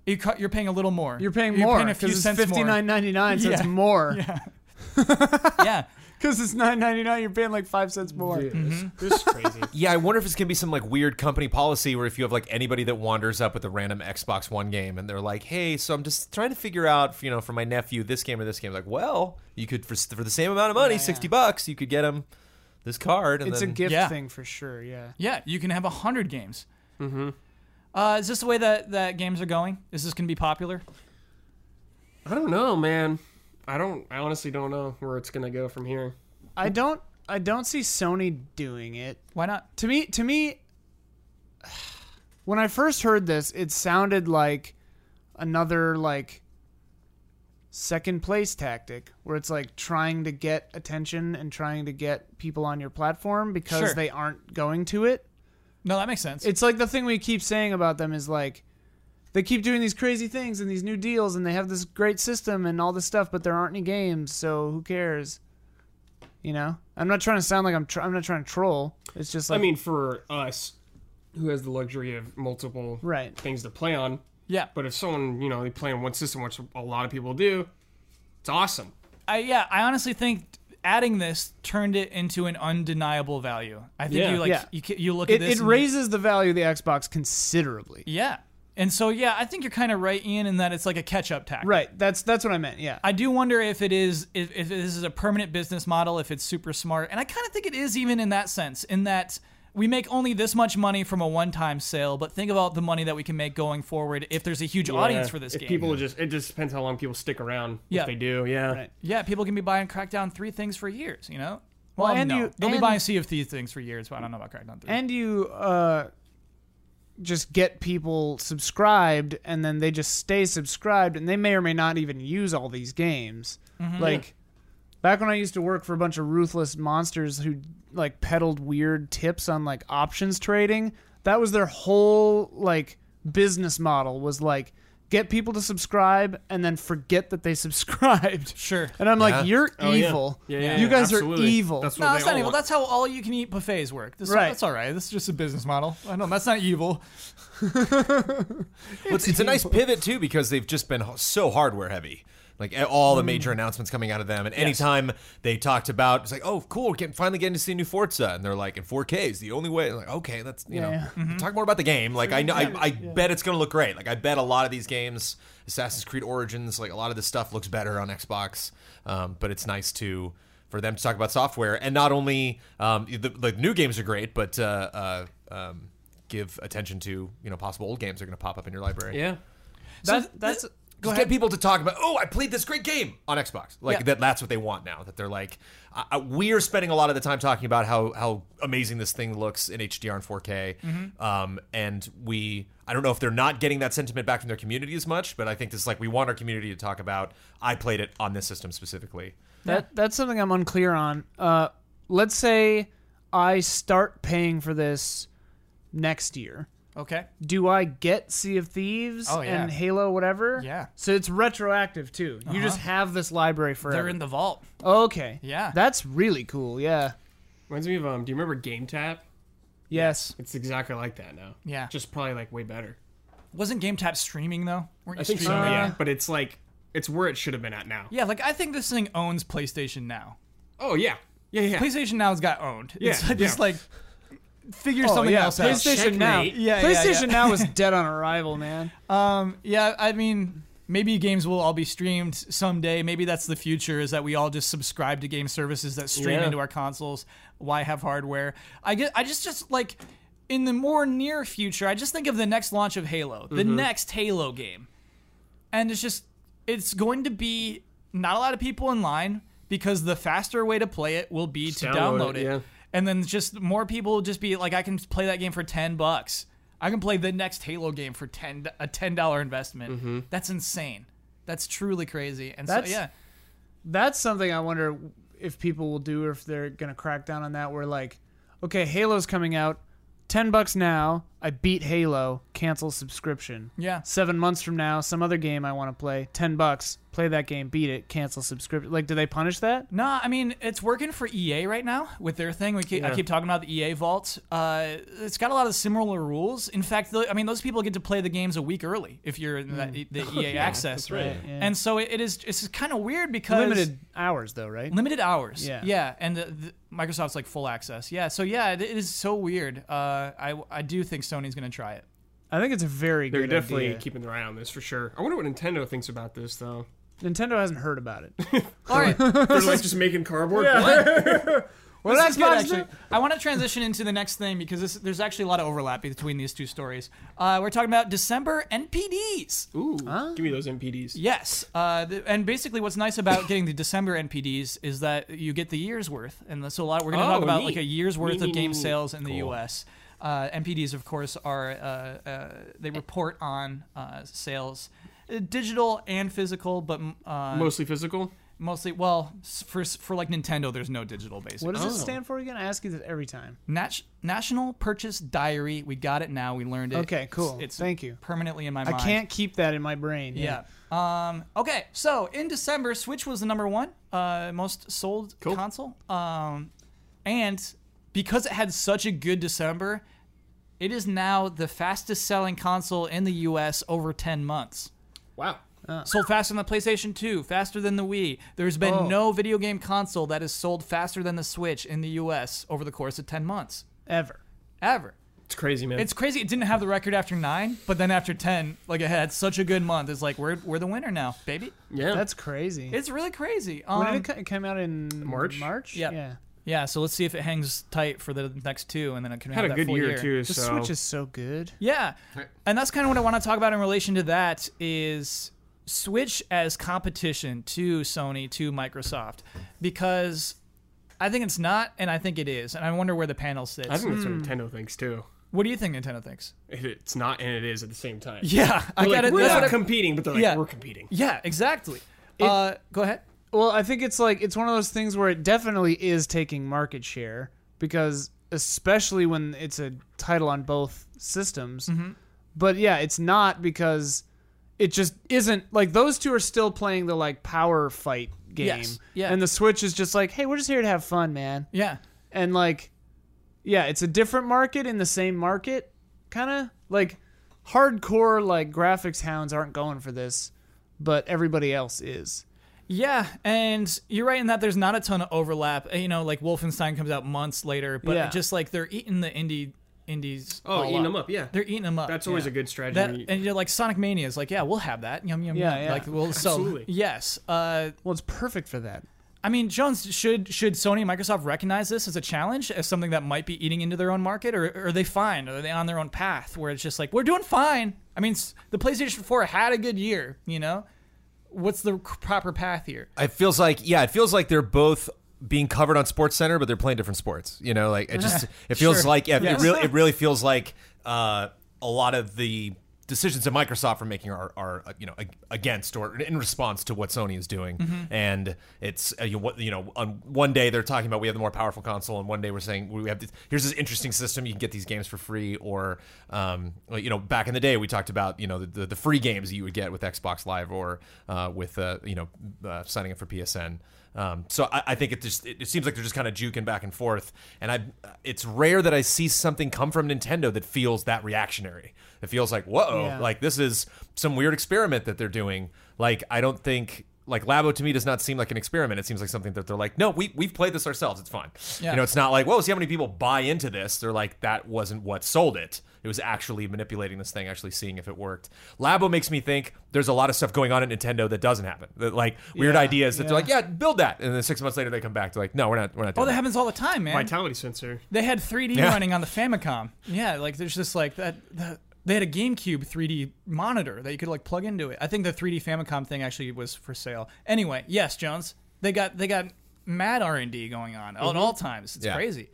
you cut, you're paying a little more.
you're paying more
paying a few
because it's
cents
fifty nine ninety nine, so
Yeah.
it's more.
more. Yeah,
Because it's nine ninety nine, you're paying like five cents more.
Mm-hmm.
This is crazy.
Yeah, I wonder if it's gonna be some like weird company policy where if you have like anybody that wanders up with a random Xbox One game and they're like, "Hey, so I'm just trying to figure out, you know, for my nephew this game or this game." Like, well, you could for, s- for the same amount of money, sixty bucks, you could get him this card. And
It's a
then,
gift
Yeah.
thing for sure. Yeah.
yeah. You can have hundred games. Mm-hmm. Uh, is this the way that that games are going? Is this going to be popular?
I don't know, man. I don't. I honestly don't know where it's gonna go from here.
I don't I don't see Sony doing it.
Why not?
To me to me when I first heard this, it sounded like another like second place tactic where it's like trying to get attention and trying to get people on your platform because
Sure.
they aren't going to it.
No, that makes sense.
It's like the thing we keep saying about them is like they keep doing these crazy things and these new deals and they have this great system and all this stuff, but there aren't any games, so who cares? You know, I'm not trying to sound like I'm. Tr- I'm not trying to troll. It's just
I
like
mean, for us, who has the luxury of multiple
Right.
things to play on,
yeah,
but if someone you know they play on one system, which a lot of people do, it's awesome.
I yeah, I honestly think adding this turned it into an undeniable value. I think
Yeah.
you like
Yeah.
you ca- you look at
it,
this.
it
and-
raises the value of the Xbox considerably.
yeah, and so yeah, I think you're kind of right, Ian, in that it's like a catch-up tactic.
Right. That's that's what I meant. Yeah.
I do wonder if it is if, if this is a permanent business model, if it's super smart, and I kind of think it is even in that sense, in that we make only this much money from a one-time sale, but think about the money that we can make going forward if there's a huge audience
Yeah.
for this
if
game.
People just it just depends how long people stick around.
Yeah.
If they do, yeah.
Right.
yeah, people can be buying Crackdown three things for years, you know. Well,
and
no.
you-
they'll be
and-
buying Sea of Thieves things for years, but I don't know about Crackdown three.
and you uh, just get people subscribed, and then they just stay subscribed, and they may or may not even use all these games. Like back when I used to work for a bunch of ruthless monsters who like peddled weird tips on like options trading. That was their whole like business model was like get people to subscribe and then forget that they subscribed.
sure.
And I'm
Yeah.
like, you're
Oh, yeah.
evil.
Yeah, yeah,
you
yeah,
guys
absolutely.
are evil.
That's what
No,
they
that's not
all
evil.
want.
That's how all you can eat buffets work. This,
Right.
That's all right. This is just a business model. I know that's not evil.
Well, it's, it's a nice pivot too because they've just been h- so hardware heavy. Like a- all the
Mm.
major announcements coming out of them, and anytime they talked about, it's like, oh, cool, getting finally getting to see new Forza, and they're like, in 4K is the only way. Like, okay, that's you know,
Yeah,
talk more about the game. Like, I know, I, I bet it's gonna look great. Like, I bet a lot of these games, Assassin's Creed Origins, like a lot of this stuff looks better on Xbox. Um, but it's nice to for them to talk about software, and not only um, the, the new games are great, but uh, uh, um, give attention to you know possible old games that are gonna pop up in your library.
Yeah.
So
That- that's
th-
Just get people to talk about, oh, I played this great game on Xbox. Like
Yeah.
that, that's what they want now. That they're like, I, I, we're spending a lot of the time talking about how how amazing this thing looks in HDR and 4K. Um, and we, I don't know if they're not getting that sentiment back from their community as much, but I think this is like we want our community to talk about. I played it on this system specifically.
That that's something I'm unclear on. Uh, let's say I start paying for this next year.
okay.
Do I get Sea of Thieves
Oh, yeah.
and Halo whatever?
Yeah. Uh-huh.
So it's retroactive too. You just have this library forever.
They're in the vault.
okay.
Yeah.
That's really cool. Yeah.
Reminds me of um. Do you remember Game Tap?
Yes.
It's exactly like that now.
Yeah.
Just probably like way better.
Wasn't GameTap streaming though? Weren't you
I think so.
streaming?
Uh,
yeah. But it's like it's where it should have been at now.
Yeah, like I think this thing owns PlayStation Now.
Oh yeah. Yeah yeah.
PlayStation Now's got owned.
Yeah,
It's just
yeah. Oh,
like figure something
Oh, yeah.
else out.
PlayStation Now.
Checkmate.
Yeah, yeah,
PlayStation
yeah.
Now is dead on arrival, man.
Um, yeah, I mean, maybe games will all be streamed someday. Maybe that's the future is that we all just subscribe to game services that stream
Yeah.
into our consoles. Why have hardware? I get I just just like in the more near future, I just think of the next launch of Halo, the
Mm-hmm.
next Halo game. And it's just it's going to be not a lot of people in line because the faster way to play it will be to
download
download it.
it, yeah.
And then just more people will just be like, I can play that game for ten bucks. I can play the next Halo game for ten a ten dollar investment. That's insane. That's truly crazy. And
That's-
so yeah,
that's something I wonder if people will do or if they're gonna crack down on that. Where like, okay, Halo's coming out, ten bucks now. I beat Halo, cancel subscription.
yeah,
Seven months from now, some other game I want to play, ten bucks, play that game, beat it, cancel subscription. Like, do they punish that?
Nah, I mean it's working for EA right now with their thing. We keep, I
Yeah.
keep talking about the EA Vault. Uh, it's got a lot of similar rules. In fact, the, I mean those people get to play the games a week early if you're in that, E, the EA access, right?
Yeah.
And so it, it is. It's kind of weird because
Limited hours though, right?
limited hours.
Yeah.
yeah, and the, the, Microsoft's like full access. Yeah, so yeah, it, it is so weird. Uh, I I do think Sony's gonna try it.
I think it's a very
They're
good
definitely
idea.
keeping their eye on this for sure. I wonder what Nintendo thinks about this though.
Nintendo hasn't heard about it.
All right.
They're like just making cardboard.
Yeah.
What?
What
This
did
is
Xbox
good,
do?
actually. I want to transition into the next thing because this, there's actually a lot of overlap between these two stories. Uh, we're talking about December NPDs.
Ooh, give me those MPDs.
Yes, uh, th- and basically, what's nice about getting the December NPDs is that you get the year's worth, and so a lot we're going to
Oh,
talk about
neat.
like a year's worth
Neat,
of
neat,
game
neat, neat.
sales in the U.S. Uh, NPDs, of course, are uh, uh, they report on uh, sales, uh, digital and physical, but m- uh,
Mostly physical.
mostly well s- for s- for like Nintendo, there's no digital basically.
What does
Oh.
it stand for again? I ask you this every time.
Nat- National Purchase Diary. We got it now. We learned it.
Okay, cool.
It's, it's
Thank you.
Permanently in my
I
mind.
can't keep that in my brain.
Yeah. Um, okay, so in December, Switch was the number one uh, most sold
Cool.
console, um, and because it had such a good December, it is now the fastest selling console in the U.S. over ten months.
Wow.
Sold faster than the PlayStation 2, faster than the Wii. There's been no video game console that is sold faster than the Switch in the U.S. over the course of ten months
Ever.
ever.
It's crazy, man.
It's crazy. It didn't have the record after nine, but then after ten, like it had such a good month. It's like we're we're the winner now, baby.
yeah.
That's crazy.
It's really crazy.
when did
Um,
it co- it came out in
March?
March.
Yeah.
Yeah.
yeah, so let's see if it hangs tight for the next two, and then it can have
had a
that
good
full
year, too.
The
so
Switch is so good.
Yeah, and that's kind of what I want to talk about in relation to that is Switch as competition to Sony to Microsoft because I think it's not, and I think it is, and I wonder where the panel sits.
I think that's what Nintendo thinks too.
what do you think Nintendo thinks?
It, it's not and it is at the same time.
Yeah, I
They're
got
like,
it.
We're
That's
not
what I-
competing, but they're like,
Yeah.
we're competing.
yeah, exactly. uh, go ahead.
Well, I think it's like it's one of those things where it definitely is taking market share because especially when it's a title on both systems.
Mm-hmm.
But yeah, it's not because it just isn't like those two are still playing the like power fight game.
Yes, yeah.
And the Switch is just like, "Hey, we're just here to have fun, man."
Yeah,
and like yeah it's a different market in the same market kind of like hardcore like graphics hounds aren't going for this but everybody else is
Yeah, and you're right in that there's not a ton of overlap. Uh, You know, like Wolfenstein comes out months later, but
Yeah.
just like they're eating the indie indies.
Oh,
all
eating them up. Yeah.
They're eating them up.
That's always
yeah.
a good strategy.
That, and you're like Sonic Mania is like, yeah, we'll have that. Yum yum
Yeah,
yum.
yeah.
Like we'll so
Absolutely.
yes. Uh,
well it's perfect for that
I mean, Jones, should should Sony and Microsoft recognize this as a challenge, as something that might be eating into their own market, or, or are they fine? Are they on their own path where it's just like we're doing fine? I mean, s- the PlayStation 4 had a good year. You know, what's the proper path here?
It feels like yeah, it feels like they're both being covered on Sports Center, but they're playing different sports. You know, like it just it feels
Sure.
like yeah,
Yeah.
it really it really feels like uh, a lot of the decisions that Microsoft are making are, are uh, you know ag- against or in response to what Sony is doing, and it's uh, you, what you know on one day they're talking about we have the more powerful console, and one day we're saying we have this, here's this interesting system you can get these games for free, or um, like, you know back in the day we talked about you know the, the, the free games that you would get with Xbox Live or uh, with uh, you know uh, signing up for PSN. Um, so I, I think it just it, it seems like they're just kind of juking back and forth, and I it's rare that I see something come from Nintendo that feels that reactionary. It feels like whoa,
Yeah.
like this is some weird experiment that they're doing. Like I don't think like Labo to me does not seem like an experiment. It seems like something that they're like, no, we we've played this ourselves. It's fine.
Yeah.
You know, it's not like whoa, see how many people buy into this. They're like that wasn't what sold it. It was actually manipulating this thing, actually seeing if it worked. Labo makes me think there's a lot of stuff going on at Nintendo that doesn't happen. That, like weird
Yeah,
ideas that
yeah.
they're like, yeah, build that, and then six months later they come back to like, no, we're not, we're not. Doing
Oh, that
that.
happens all the time, man.
Vitality sensor.
They had 3D
Yeah.
running on the Famicom. Yeah, like there's just like that. that they had a GameCube 3D monitor that you could like plug into it. I think the 3D Famicom thing actually was for sale. Anyway, yes, Jones, they got they got mad R and D going on at all times. It's
Mm-hmm. Yeah.
crazy.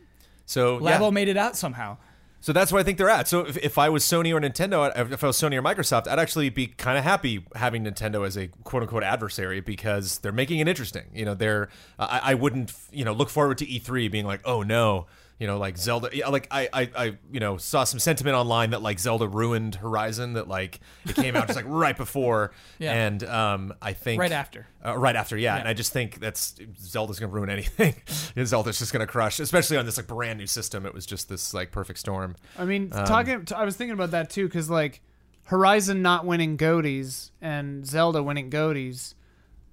so yeah.
Labo made it out somehow.
So that's where I think they're at. So if, if I was Sony or Nintendo, I'd- if I was Sony or Microsoft, I'd actually be kind of happy having Nintendo as a quote unquote adversary because they're making it interesting. You know, they're I, I wouldn't you know look forward to E3 being like, oh no, you know, like Zelda. yeah, Like I, I I you know saw some sentiment online that like Zelda ruined Horizon. That like it came out just like right before,
Yeah.
and um I think
Right after.
uh, right after, yeah. And I just think that's Zelda's gonna ruin anything. Zelda's just gonna crush, especially on this like brand new system. It was just this like perfect storm.
i mean talking t- i was thinking about that too because like horizon not winning goaties and zelda winning goaties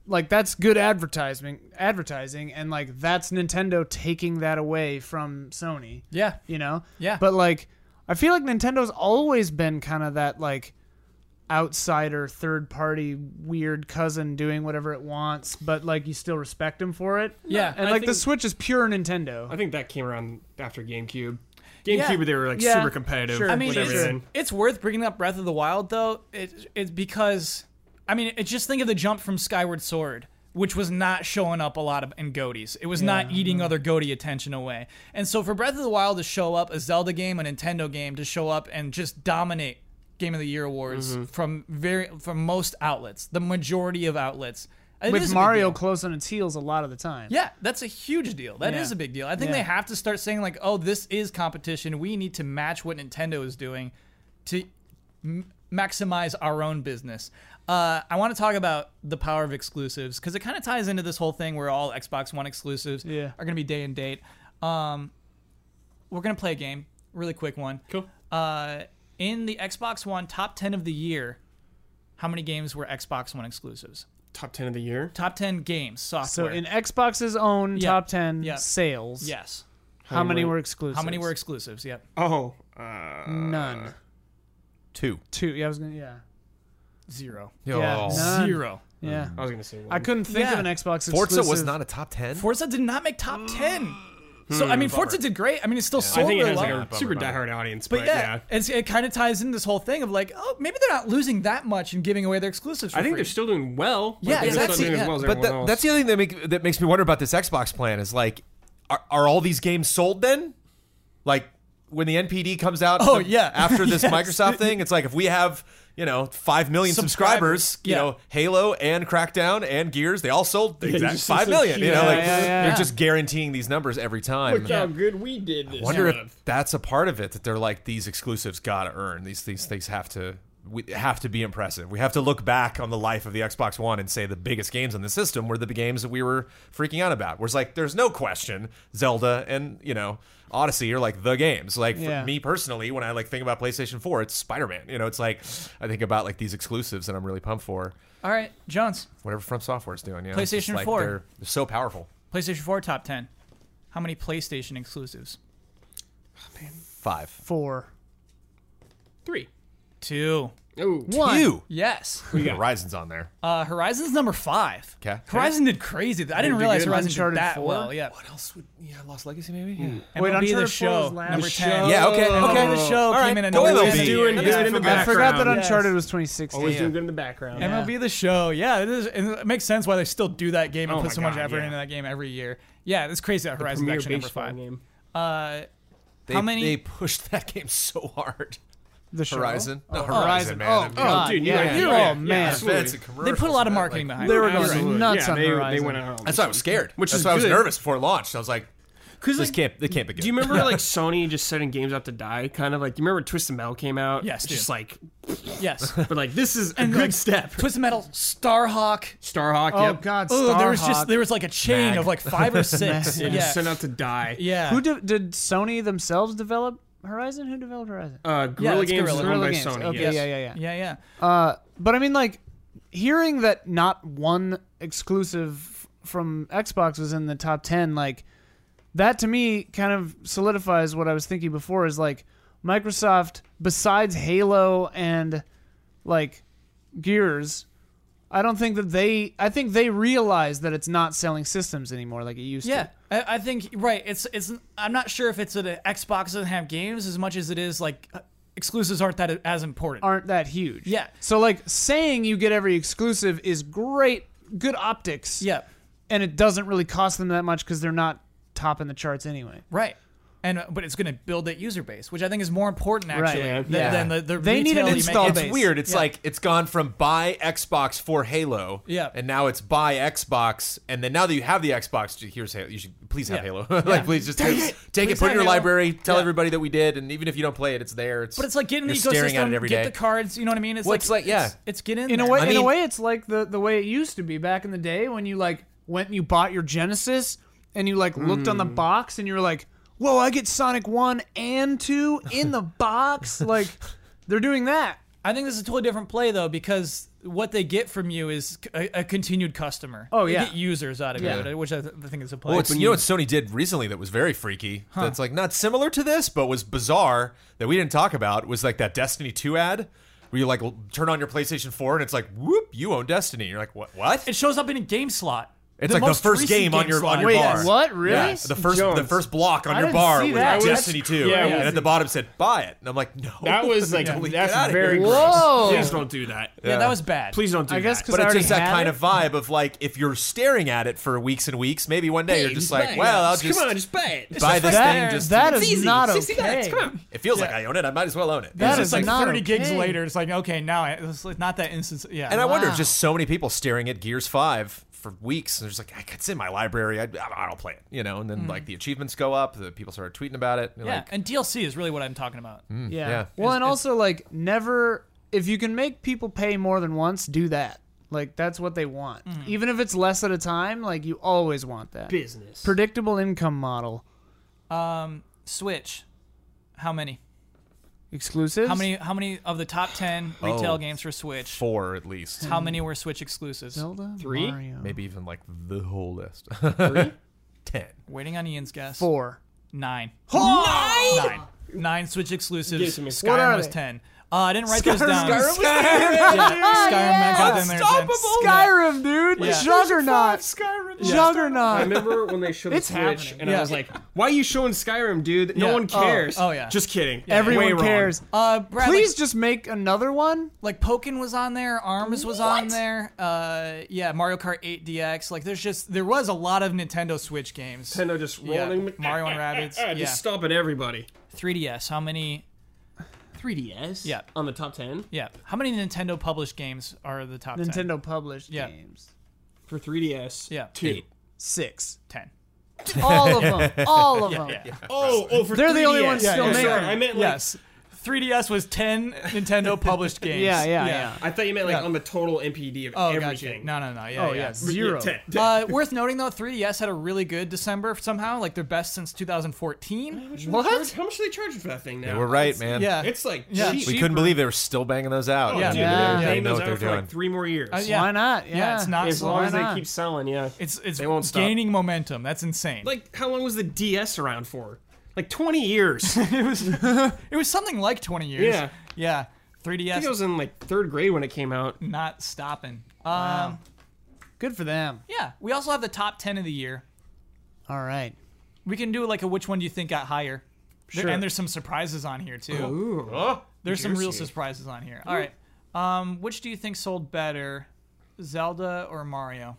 like that's good advertising advertising and like that's nintendo taking that away from sony
Yeah,
you know
Yeah.
but like i feel like nintendo's always been kind of that like outsider, third party, weird cousin doing whatever it wants, but like you still respect him for it.
Yeah,
and
I
like the
think-
Switch is pure Nintendo.
I think that came around after GameCube. GameCube,
Yeah.
they were like
Yeah.
super competitive.
Sure.
I mean,
with
Sure.
it's,
everything.
it's worth bringing up Breath of the Wild though. It, it's because I mean, it, just think of the jump from Skyward Sword, which was not showing up a lot of in Goaties. It was not eating other Goaty attention away. And so for Breath of the Wild to show up, a Zelda game, a Nintendo game to show up and just dominate Game of the Year awards
Mm-hmm.
from very from most outlets, the majority of outlets. It is a
With
big
Mario
deal.
close on its heels a lot of the time.
Yeah, that's a huge deal. That is
Yeah.
a big deal. I think
Yeah.
they have to start saying like, "Oh, this is competition. We need to match what Nintendo is doing to m- maximize our own business." Uh, I want to talk about the power of exclusives because it kind of ties into this whole thing where all Xbox One exclusives
Yeah.
are going to be day and date. Um, we're going to play a game, really quick one.
Cool.
Uh, in the Xbox One top ten of the year, how many games were Xbox One exclusives?
Top 10 of the year.
Top ten games
So
software.
in Xbox's own
Yeah.
top ten
Yeah.
sales,
yes.
how many
many-
were exclusive?
How many were exclusives? Yep.
Oh, uh,
none?
Two.
Two. Yeah, I was gonna. Yeah.
Zero.
Yeah,
Oh.
none.
Zero.
Yeah.
I was going to say one.
I couldn't think
Yeah.
of an Xbox exclusive.
Forza was not a top ten.
Forza did not make top 10. So, I mean, Forza did great. I mean, it still
Hmm, I
sold
think it
really
has like
well.
a
bummer,
super
bummer.
diehard audience, but,
but
yeah.
yeah, it's, it kind of ties in this whole thing of like, oh, maybe they're not losing that much and giving away their exclusives. For
I think
free.
they're still doing well. but
Yeah,
they're just not
exactly,
doing
yeah.
as well as
But
everyone
that,
else.
that's the other thing that make, that makes me wonder about this Xbox plan is like, are, are all these games sold then? Like when the NPD comes out,
Oh,
the-
yeah.
after this
Yes.
Microsoft thing, it's like if we have you know five million subscribers,
Subscribers,
you
yeah.
know Halo and Crackdown and Gears, they all sold the
you
exact
just-
five
it's a
million. You know,
huge-
like
Yeah, yeah, yeah.
they're just guaranteeing these numbers every time.
how good we did this
Wonder if that's a part of it that they're like these exclusives gotta earn these these things have to we have to be impressive. We have to look back on the life of the Xbox One and say the biggest games on the system were the games that we were freaking out about. Whereas like there's no question Zelda and you know Odyssey are like the games. Like
Yeah.
for me personally, when I like think about PlayStation 4, it's Spider Man. You know, it's like I think about like these exclusives and I'm really pumped for
All right, Jones,
whatever From Software's doing. You know, It's just,
PlayStation
like,
4.
they're, they're so powerful.
PlayStation 4 top 10. How many PlayStation exclusives?
Five.
four.
three.
Two.
Oh,
One.
You.
Yes.
got?
Horizon's on there.
Uh, Horizon's number five.
'Kay.
Horizon did crazy. I didn't realize
good.
Horizon
Uncharted
did that
4?
well. Yeah.
What else would yeah, Lost Legacy maybe? Yeah.
MLB
Wait,
the
Uncharted 4
show
was last.
number
The
ten.
show.
Yeah, okay,
MLB
okay.
the show
All right,
came in at
go
number
MLB.
ten.
doing
Yeah.
good in the
I forgot that
background.
Uncharted was 2016.
Always
Yeah.
doing good in the background.
Yeah.
MLB the Show, yeah, it, is, and it makes sense why they still do that game and
Oh
put
my
so much
God,
effort
yeah.
into that game every year. Yeah, it's crazy that Horizon's
Premier
actually number
baseball
five.
game.
Uh,
They,
How many-
They pushed that game so hard.
The show?
Horizon. No,
Horizon.
Horizon, man.
Oh,
I mean,
God,
dude, you
yeah.
got-
You're
yeah, yeah,
all man.
absolutely.
that's a commercial.
they put a lot of marketing behind
They
it.
were going
Absolutely.
nuts
yeah,
on
they,
Horizon.
They went out.
That's why I was scared.
Which
That's
is
why I was
good.
nervous before launch. I was like,
Because
this can't, they can't be good.
Do you remember like Sony just setting games out to die? Kind of like you remember Twisted Metal came out.
Yes,
just
dude.
like
Yes,
but like this is a good
like,
step.
Twisted Metal, Starhawk.
Starhawk.
Oh
yep.
God,
Oh, there was just
Starhawk.
there was like a chain of like five or six.
They just
yeah,
sent out to die.
yeah.
Who de- did Sony themselves develop Horizon? Who developed Horizon?
Uh, Guerrilla
it's
Games is
Guerrilla.
owned by
Guerrilla Games.
Sony.
Okay,
yes.
yeah, yeah, yeah.
yeah, yeah.
Uh, but I mean, like, hearing that not one exclusive from Xbox was in the top ten, like, that to me kind of solidifies what I was thinking before. Is like Microsoft, besides Halo and like Gears, I don't think that they. I think they realize that it's not selling systems anymore like it used
Yeah,
to.
I, I think right. It's it's. I'm not sure if it's that uh, Xbox doesn't have games as much as it is like uh, exclusives aren't that as important.
aren't that huge.
Yeah.
So like saying you get every exclusive is great, good optics.
yeah,
And it doesn't really cost them that much because they're not topping the charts anyway.
Right. And uh, but it's going to build that user base, which I think is more important actually
yeah.
than,
Yeah.
than the, the
They need
retail you
an
make-
install
it's-
base.
it's weird. It's
Yeah.
like it's gone from buy Xbox for Halo,
Yeah.
and now it's buy Xbox, and then now that you have the Xbox, ju- here's Halo. You should please have
Yeah.
Halo.
Yeah.
like please just take it, take
Please
it, put
have
it in your
Halo.
library, tell
Yeah.
everybody that we did, and even if you don't play it, it's there. It's
But it's like get in the
you're staring at it
ecosystem,
every
get
day.
the cards. You know what I mean? It's
Well,
like
it's like- yeah.
it's, it's get in
In a
there.
way,
I
in a
mean-
way, it's like the the way it used to be back in the day when you like went and you bought your Genesis and you like looked on the box and you were like, "Whoa, I get Sonic One and Two in the box!" Like they're doing that.
I think this is a totally different play though because what they get from you is c- a, a continued customer.
Oh,
They
yeah.
get users out of
Yeah.
it, uh, which I, th- I think is a play.
Well, it's, you know what Sony did recently that was very freaky. That's like not similar to this, but was bizarre that we didn't talk about was like that Destiny 2 ad where you like l- turn on your PlayStation 4 and it's like, whoop, you own Destiny. You're like, what? What?
It shows up in a game slot.
It's like the
most
first
recent
game on your
slot.
on your
Wait,
bar.
what? Really?
Yeah, the first the
Jones.
first block on
I
your
didn't
bar
see
was
that.
like
That's-
Destiny 2.
yeah,
and at
that's-
the bottom said buy it. And I'm like, no.
That was like
Delete, get out
that's
of
very
here.
gross.
Whoa.
Please don't do that.
Yeah, that was bad.
Please don't do
I
that.
guess 'cause-
But it's
already
just that
had
kind
it.
of vibe of like if you're staring at it for weeks and weeks, maybe one day you're just like, well, I'll just
come on, just buy it.
buy this
That-
thing. Just
that is
It's easy.
not
60 bucks,
okay.
come on.
it feels like I own it. I might as well own it.
It's
That is
just like
not
30 gigs
okay.
later. It's like, okay, now it's like not that instance. Yeah.
And I wonder if
Wow.
just so many people staring at Gears Five for weeks. And they're just like, I it's in my library. I, I don't play it, you know. And then like the achievements go up. The people started tweeting about it. and
yeah.
like,
and DLC is really what I'm talking about.
Yeah.
Yeah.
Well, and also like never if you can make people pay more than once, do that. Like that's what they want.
Mm-hmm.
Even if it's less at a time, like you always want that.
business.
Predictable income model.
Switch. How many?
Exclusives?
How many? How many of the top ten retail
Oh.
games for Switch?
four at least,
How many were Switch exclusives?
Zelda?
Three?
Mario.
maybe even like the whole list. Ten.
Waiting on Ian's guess.
four.
Nine. Nine. Nine. Switch
Give it
exclusives.
to me.
Skyrim
What are
was
they?
ten. Uh, I didn't write those down.
Skyrim.
Yeah, Skyrim. I got them there. at 10.
Skyrim, dude.
Yeah.
Juggernaut.
Skyrim. I
Juggernaut.
remember when they showed
It's
the Switch,
happening.
and
Yeah.
I was like, "Why are you showing Skyrim, dude? No
Yeah.
one cares."
Oh, yeah.
Just kidding. Way
Everyone
wrong.
cares.
Uh, Brad, like-
Please just make another one.
like Pokin was on there, Arms was on there. Uh, yeah, Mario Kart 8 DX. Like, there's just there was a lot of Nintendo Switch games.
Nintendo just
Yeah,
rolling
Mario and Rabbids.
Ah,
yeah,
Just stomping everybody.
3DS. How many?
3DS.
Yeah.
On the top ten
Yeah, how many Nintendo published games are the top? 10?
Nintendo published
Yeah.
games.
for 3DS.
Yeah.
Two.
Eight.
Six.
ten.
All of them. All of them.
Oh, oh, for
They're the only ones
still
yeah,
making
sorry,
them.
I meant like.
yes, 3DS was ten Nintendo published games.
Yeah, yeah, yeah.
I thought you meant like
Yeah.
on the total MPD of
Oh, gotcha.
everything.
No, no, no. Yeah,
Oh,
yeah.
yeah. Zero.
Yeah, ten.
Uh, worth noting though, 3DS had a really good December somehow, like their best since 2014.
Oh,
What?
How much are they charging for that thing now?
They were right, man.
Yeah,
It's like
Yeah.
cheap. Oh,
We couldn't believe they were still banging those out.
Yeah.
Dude,
Yeah.
They're,
Yeah.
they
They know
those
what
out
they're
for
doing.
like three more years.
Uh, yeah.
Why not? Yeah.
yeah. It's not
As
slow.
long
why
as they
not?
keep selling, yeah.
It's it's
They won't stop.
gaining momentum. That's insane.
like how long was the DS around for? Like 20 years. I
it was it was something like 20 years.
Yeah.
Yeah.
think
3DS
I was in like third grade when it came out.
not stopping. Um
Good for them.
yeah, we also have the top 10 of the year.
All right.
We can do like a which one do you think got higher? There- and there's some surprises on here too.
Ooh.
there's some real
Oh, juicy.
surprises on here. All right. Um which do you think sold better? Zelda or Mario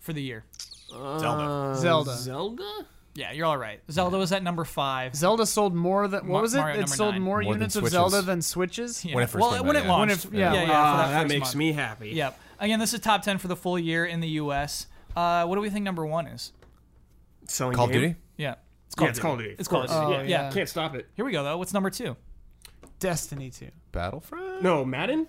for the year?
Zelda.
Zelda.
Zelda?
Yeah, you're all right. Zelda was at number 5.
Zelda sold more than what
Ma-
was it?
Mario
it
number
sold
nine.
more,
More than
units of
Switches.
Zelda than Switches.
Yeah.
When it first
well,
came
when
out,
it
yeah.
launched.
When it- yeah.
yeah,
Ah,
for that,
that
first
makes
month.
me happy.
Yep. Again, this is top 10 for the full year in the US. Uh, what do we think number 1 is?
Selling
Call of
game?
Duty.
Yeah. It's
Yeah, it's Call of Duty.
It's Call of Duty.
Oh,
yeah. yeah.
yeah.
Can't stop it.
Here we go though. What's number two?
Destiny 2.
Battlefront.
No, Madden?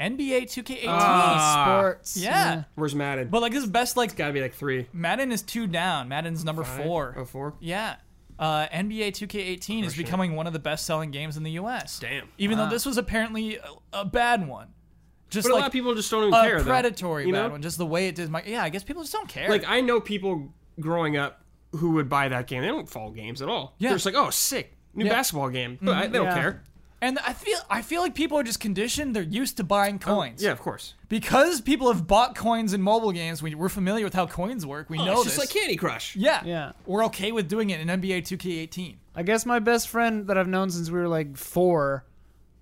NBA 2K18.
Ah.
Sports.
yeah.
Where's Madden?
But like this is best like
Gotta be like three.
Madden is two down. Madden's number four.
Oh, four?
Yeah. Uh, NBA 2K18 is becoming one of the best-selling games in the U.S.
Damn.
Even though this was apparently a, a bad one, just
But a
like
lot of people just don't even
a
care. though.
predatory
You
bad
know?
one, just the way it did. My yeah, I guess people just don't care.
Like, I know people growing up who would buy that game. They don't follow games at all.
Yeah.
They're just like, oh, sick. New basketball game. I- they don't
Yeah.
care.
and I feel I feel like people are just conditioned. They're used to buying coins.
Oh, Yeah, of course.
Because people have bought coins in mobile games. We, we're familiar with how coins work. We know
Oh, it's
this.
just like Candy Crush.
Yeah.
Yeah.
We're okay with doing it in NBA 2K18.
I guess my best friend that I've known since we were like four,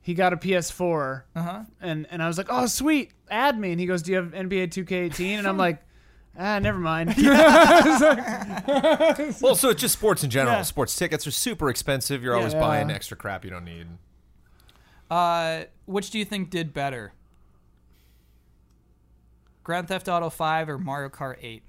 he got a PS4. Uh-huh. And, and I was like, oh, sweet. Add me. And he goes, do you have NBA 2K18? And I'm like, ah, never mind.
Well, so it's just sports in general.
Yeah.
Sports tickets are super expensive. You're always
Yeah.
buying extra crap you don't need.
Uh, which do you think did better? Grand Theft Auto 5 or Mario Kart 8?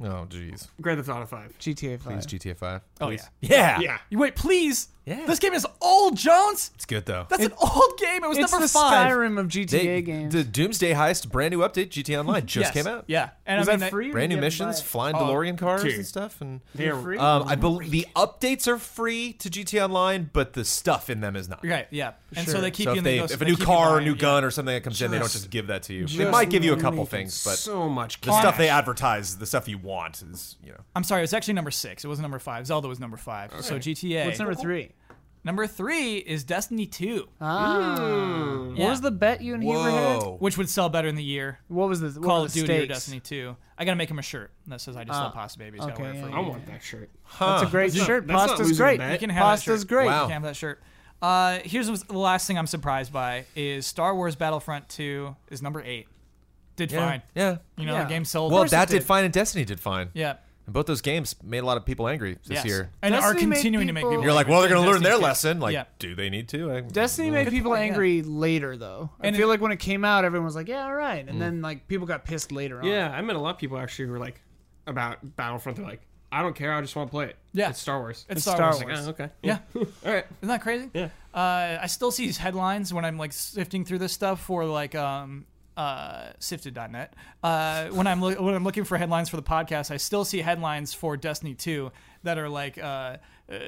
Oh, jeez.
Grand Theft Auto 5.
GTA 5.
It's GTA 5.
Oh, yeah.
Yeah.
Yeah.
You wait, please.
Yeah.
This game is old, Jones.
It's good though.
That's an old game. It was
It's
number
the
five.
Skyrim of GTA
They-
games.
the Doomsday Heist, brand new update, GTA Online
Yes.
just came out.
Yeah. Oh, And
was
I mean,
that free? or
Brand
did
new
you have to buy
missions,
it?
flying DeLorean cars
dude.
and stuff, and
They're
Free?
um, I believe the updates are free to GTA Online, but the stuff in them is not.
Right. Yeah. And so
Sure.
they keep
So
you
if,
in
they,
the
if a new car or new gun or something that comes in, they don't
Just-
just give that to you. They might give you a couple
making
things, but
so much
the stuff they advertise, the stuff you want, is you know.
I'm sorry. It was actually number six. It wasn't number five. Zelda was number five. So GTA.
What's number three? Uh,
Number three is Destiny 2, Yeah.
What was the bet you and Heber had?
Whoa.
which would sell better in the year.
What was the what
Call
were
of
the
Duty or
stakes? Ah,
Destiny 2. I gotta make him a shirt that says I just love pasta babies. gotta
okay,
wear it for
yeah,
a
I
year.
want that shirt.
That's a great
That's not-
shirt.
that's not
Pasta's
losing a
great.
bet.
You can have that
Pasta's
shirt.
great.
Wow.
You can have that shirt. Uh, here's what's- the last thing I'm surprised by is Star Wars Battlefront 2 is number eight. Did
Yeah,
fine.
Yeah.
You know,
Yeah.
the game sold. Of
Well,
course it
that did fine, and Destiny did fine.
Yeah.
And both those games made a lot of people angry this
Yes.
year.
And
Destiny
are
made
continuing to make
people-
people.
You're like, well, they're going to learn
Destiny
their
too.
lesson. Like,
Yeah.
do they need to? I,
Destiny made people
point, yeah.
angry later though. I
And
feel
it-
like when it came out, everyone was like, "Yeah, all right," and then like people got pissed later on.
Yeah, I met a lot of people actually who were like about Battlefront. They're like, I don't care. I just want to play it.
Yeah.
it's Star Wars.
It's
It's,
Star,
Star
Wars.
like,
Wars.
oh, okay.
Yeah.
All right.
Isn't that crazy?
Yeah.
Uh, I still see these headlines when I'm like sifting through this stuff for like um, uh, sifted.net. Uh, when I'm loo- when I'm looking for headlines for the podcast, I still see headlines for Destiny 2 that are like. Uh, uh,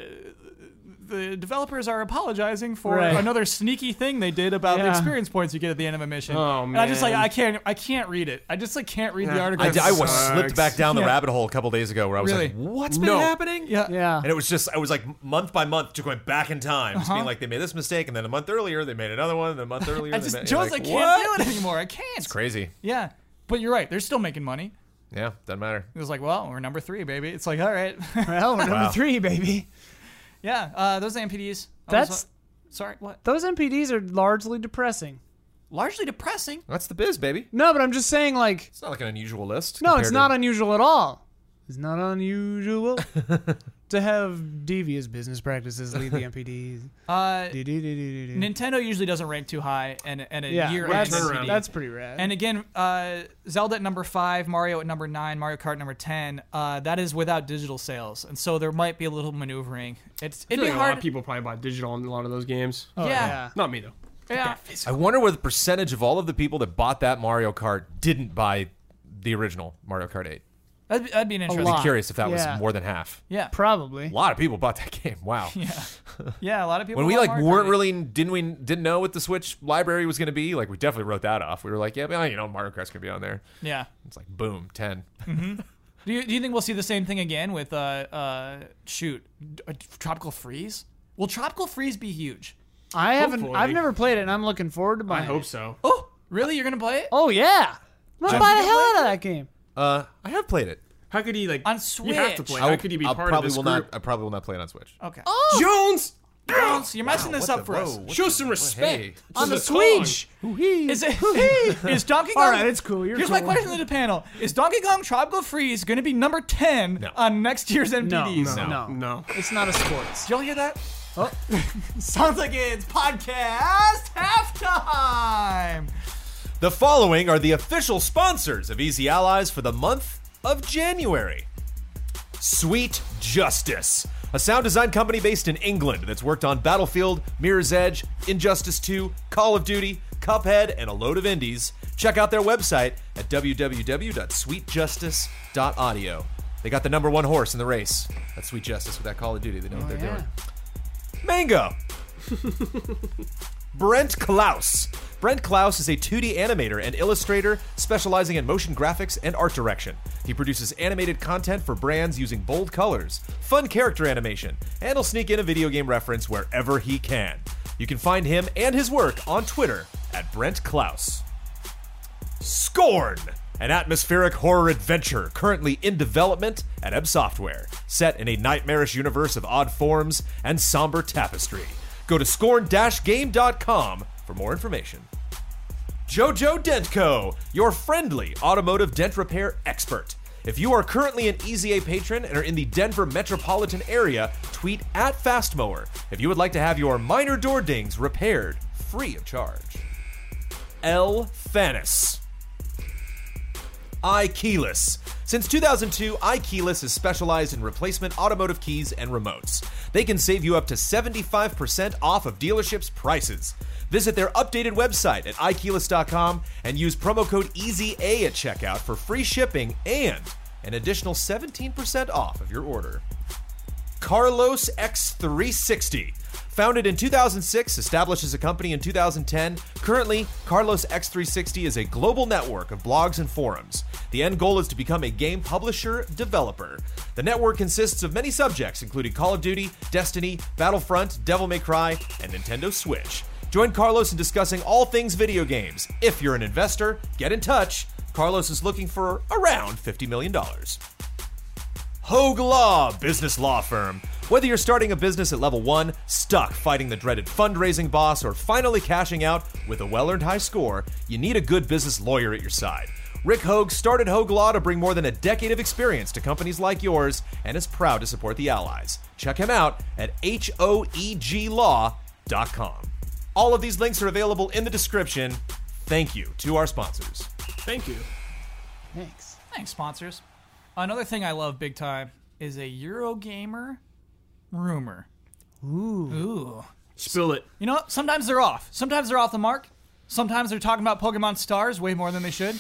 the developers are apologizing for
Right.
another sneaky thing they did about the
Yeah.
experience points you get at the end of a mission.
Oh,
And I just like
man.
I can't I can't read it. I just like can't read the
Yeah.
article.
I, I was
Sucks.
slipped back down the rabbit hole a couple days ago where I was
Really?
like, what's been
No.
happening?
yeah.
yeah.
And it was just, I was like month by month, just going back in time, just being like, they made this mistake, and then a month earlier, they made another one, and then a month earlier.
I
they
just
made,
Joe's
like,
like, I
what?
can't do it anymore. I can't. It's
Crazy.
Yeah. But you're right. They're still making money.
Yeah, doesn't matter.
It was like, well, we're number three, baby. It's like, all right.
Well, we're number
Wow.
three, baby.
yeah, uh, those MPDs. I
That's-
was- sorry, what?
Those MPDs are largely depressing.
Largely depressing.
That's the biz, baby.
No, but I'm just saying, like,
It's not like an unusual list.
no, it's
compared
not
to-
unusual at all. It's not unusual to have devious business practices lead the MPDs.
Uh,
Do-do-do-do-do-do.
Nintendo usually doesn't rank too high, and and a
yeah,
year
that's,
ends
turnaround.
MPD.
that's pretty rad.
and again, uh, Zelda at number five, Mario at number nine, Mario Kart number ten. Uh, that is without digital sales, and so there might be a little maneuvering. It's
I
it'd be
feel like a lot of
hard.
people probably buy digital on a lot of those games.
Oh,
yeah,
Not me though.
yeah.
I wonder what the percentage of all of the people that bought that Mario Kart didn't buy the original Mario Kart 8.
That'd, be, that'd be an interesting.
lot.
Curious if that
Yeah.
was more than half.
Yeah,
Probably.
A lot of people bought that game. Wow.
yeah. A lot of people.
When we
love
like
Mario Kart.
weren't really didn't we didn't know what the Switch library was going to be, like we definitely wrote that off. We were like, yeah, well, you know, Mario Kart's going to be on there.
Yeah.
It's like boom, 10.
Do you, do you think we'll see the same thing again with uh uh shoot d- uh, tropical freeze? Will tropical freeze be huge?
I haven't.
Hopefully.
I've never played it, and I'm looking forward to
I
buying.
hope
It.
so.
Oh, really? You're gonna play it
Oh yeah, I'm gonna buy the
you
hell out of that game.
Uh, I have played it.
How could he like?
On
You have to
Switch.
play.
I
How could he be
I'll
part
probably
of this
will
group?
not I probably will not play it on Switch.
Oh.
Okay.
Jones,
Jones, you're messing this up for
whoa,
us.
what
show
the-
some
what- hey.
respect
On
to
the
song.
Switch.
Is it is Donkey Kong?
All right, it's cool. You're
Here's my
cool.
question to the panel: Is Donkey Kong Tropical Freeze gonna be number ten on next year's MPDs?
No. Oh.
No, no.
It's not a sports.
Did y'all hear that? Sounds like it's podcast halftime.
The following are the official sponsors of Easy Allies for the month of January. Sweet Justice, a sound design company based in England that's worked on Battlefield, Mirror's Edge, Injustice 2, Call of Duty, Cuphead, and a load of indies. Check out their website at www.sweetjustice.audio. They got the number one horse in the race. That's Sweet Justice with that Call of Duty. They know what they're
yeah.
doing. Mango. Brent Klaus. Brent Klaus is a 2D animator and illustrator specializing in motion graphics and art direction. He produces animated content for brands using bold colors, fun character animation, and will sneak in a video game reference wherever he can. You can find him and his work on Twitter at Brent Klaus. Scorn, an atmospheric horror adventure currently in development at Ebb Software, set in a nightmarish universe of odd forms and somber tapestry. Go to scorn-game.com for more information. JoJo Dentco, your friendly automotive dent repair expert. If you are currently an EZA patron and are in the Denver metropolitan area, tweet at Fastmower if you would like to have your minor door dings repaired free of charge. L. Fanis. iKeyless. Since 2002, iKeyless has specialized in replacement automotive keys and remotes. They can save you up to 75% off of dealerships' prices. Visit their updated website at iKeyless.com and use promo code EZA at checkout for free shipping and an additional 17% off of your order. Carlos X360. Founded in 2006, established as a company in 2010, currently, Carlos X360 is a global network of blogs and forums. The end goal is to become a game publisher developer. The network consists of many subjects, including Call of Duty, Destiny, Battlefront, Devil May Cry, and Nintendo Switch. Join Carlos in discussing all things video games. If you're an investor, get in touch. Carlos is looking for around $50 million. Hogue Law, business law firm. Whether you're starting a business at level one, stuck fighting the dreaded fundraising boss, or finally cashing out with a well earned high score, you need a good business lawyer at your side. Rick Hogue started Hogue Law to bring more than a decade of experience to companies like yours and is proud to support the allies. Check him out at E hoeglaw.com. All of these links are available in the description. Thank you to our sponsors.
Thank you.
Thanks.
Thanks, sponsors. Another thing I love big time is a Eurogamer rumor. Ooh. Ooh.
Spill it.
You know, what? sometimes they're off. Sometimes they're off the mark. Sometimes they're talking about Pokemon Stars way more than they should.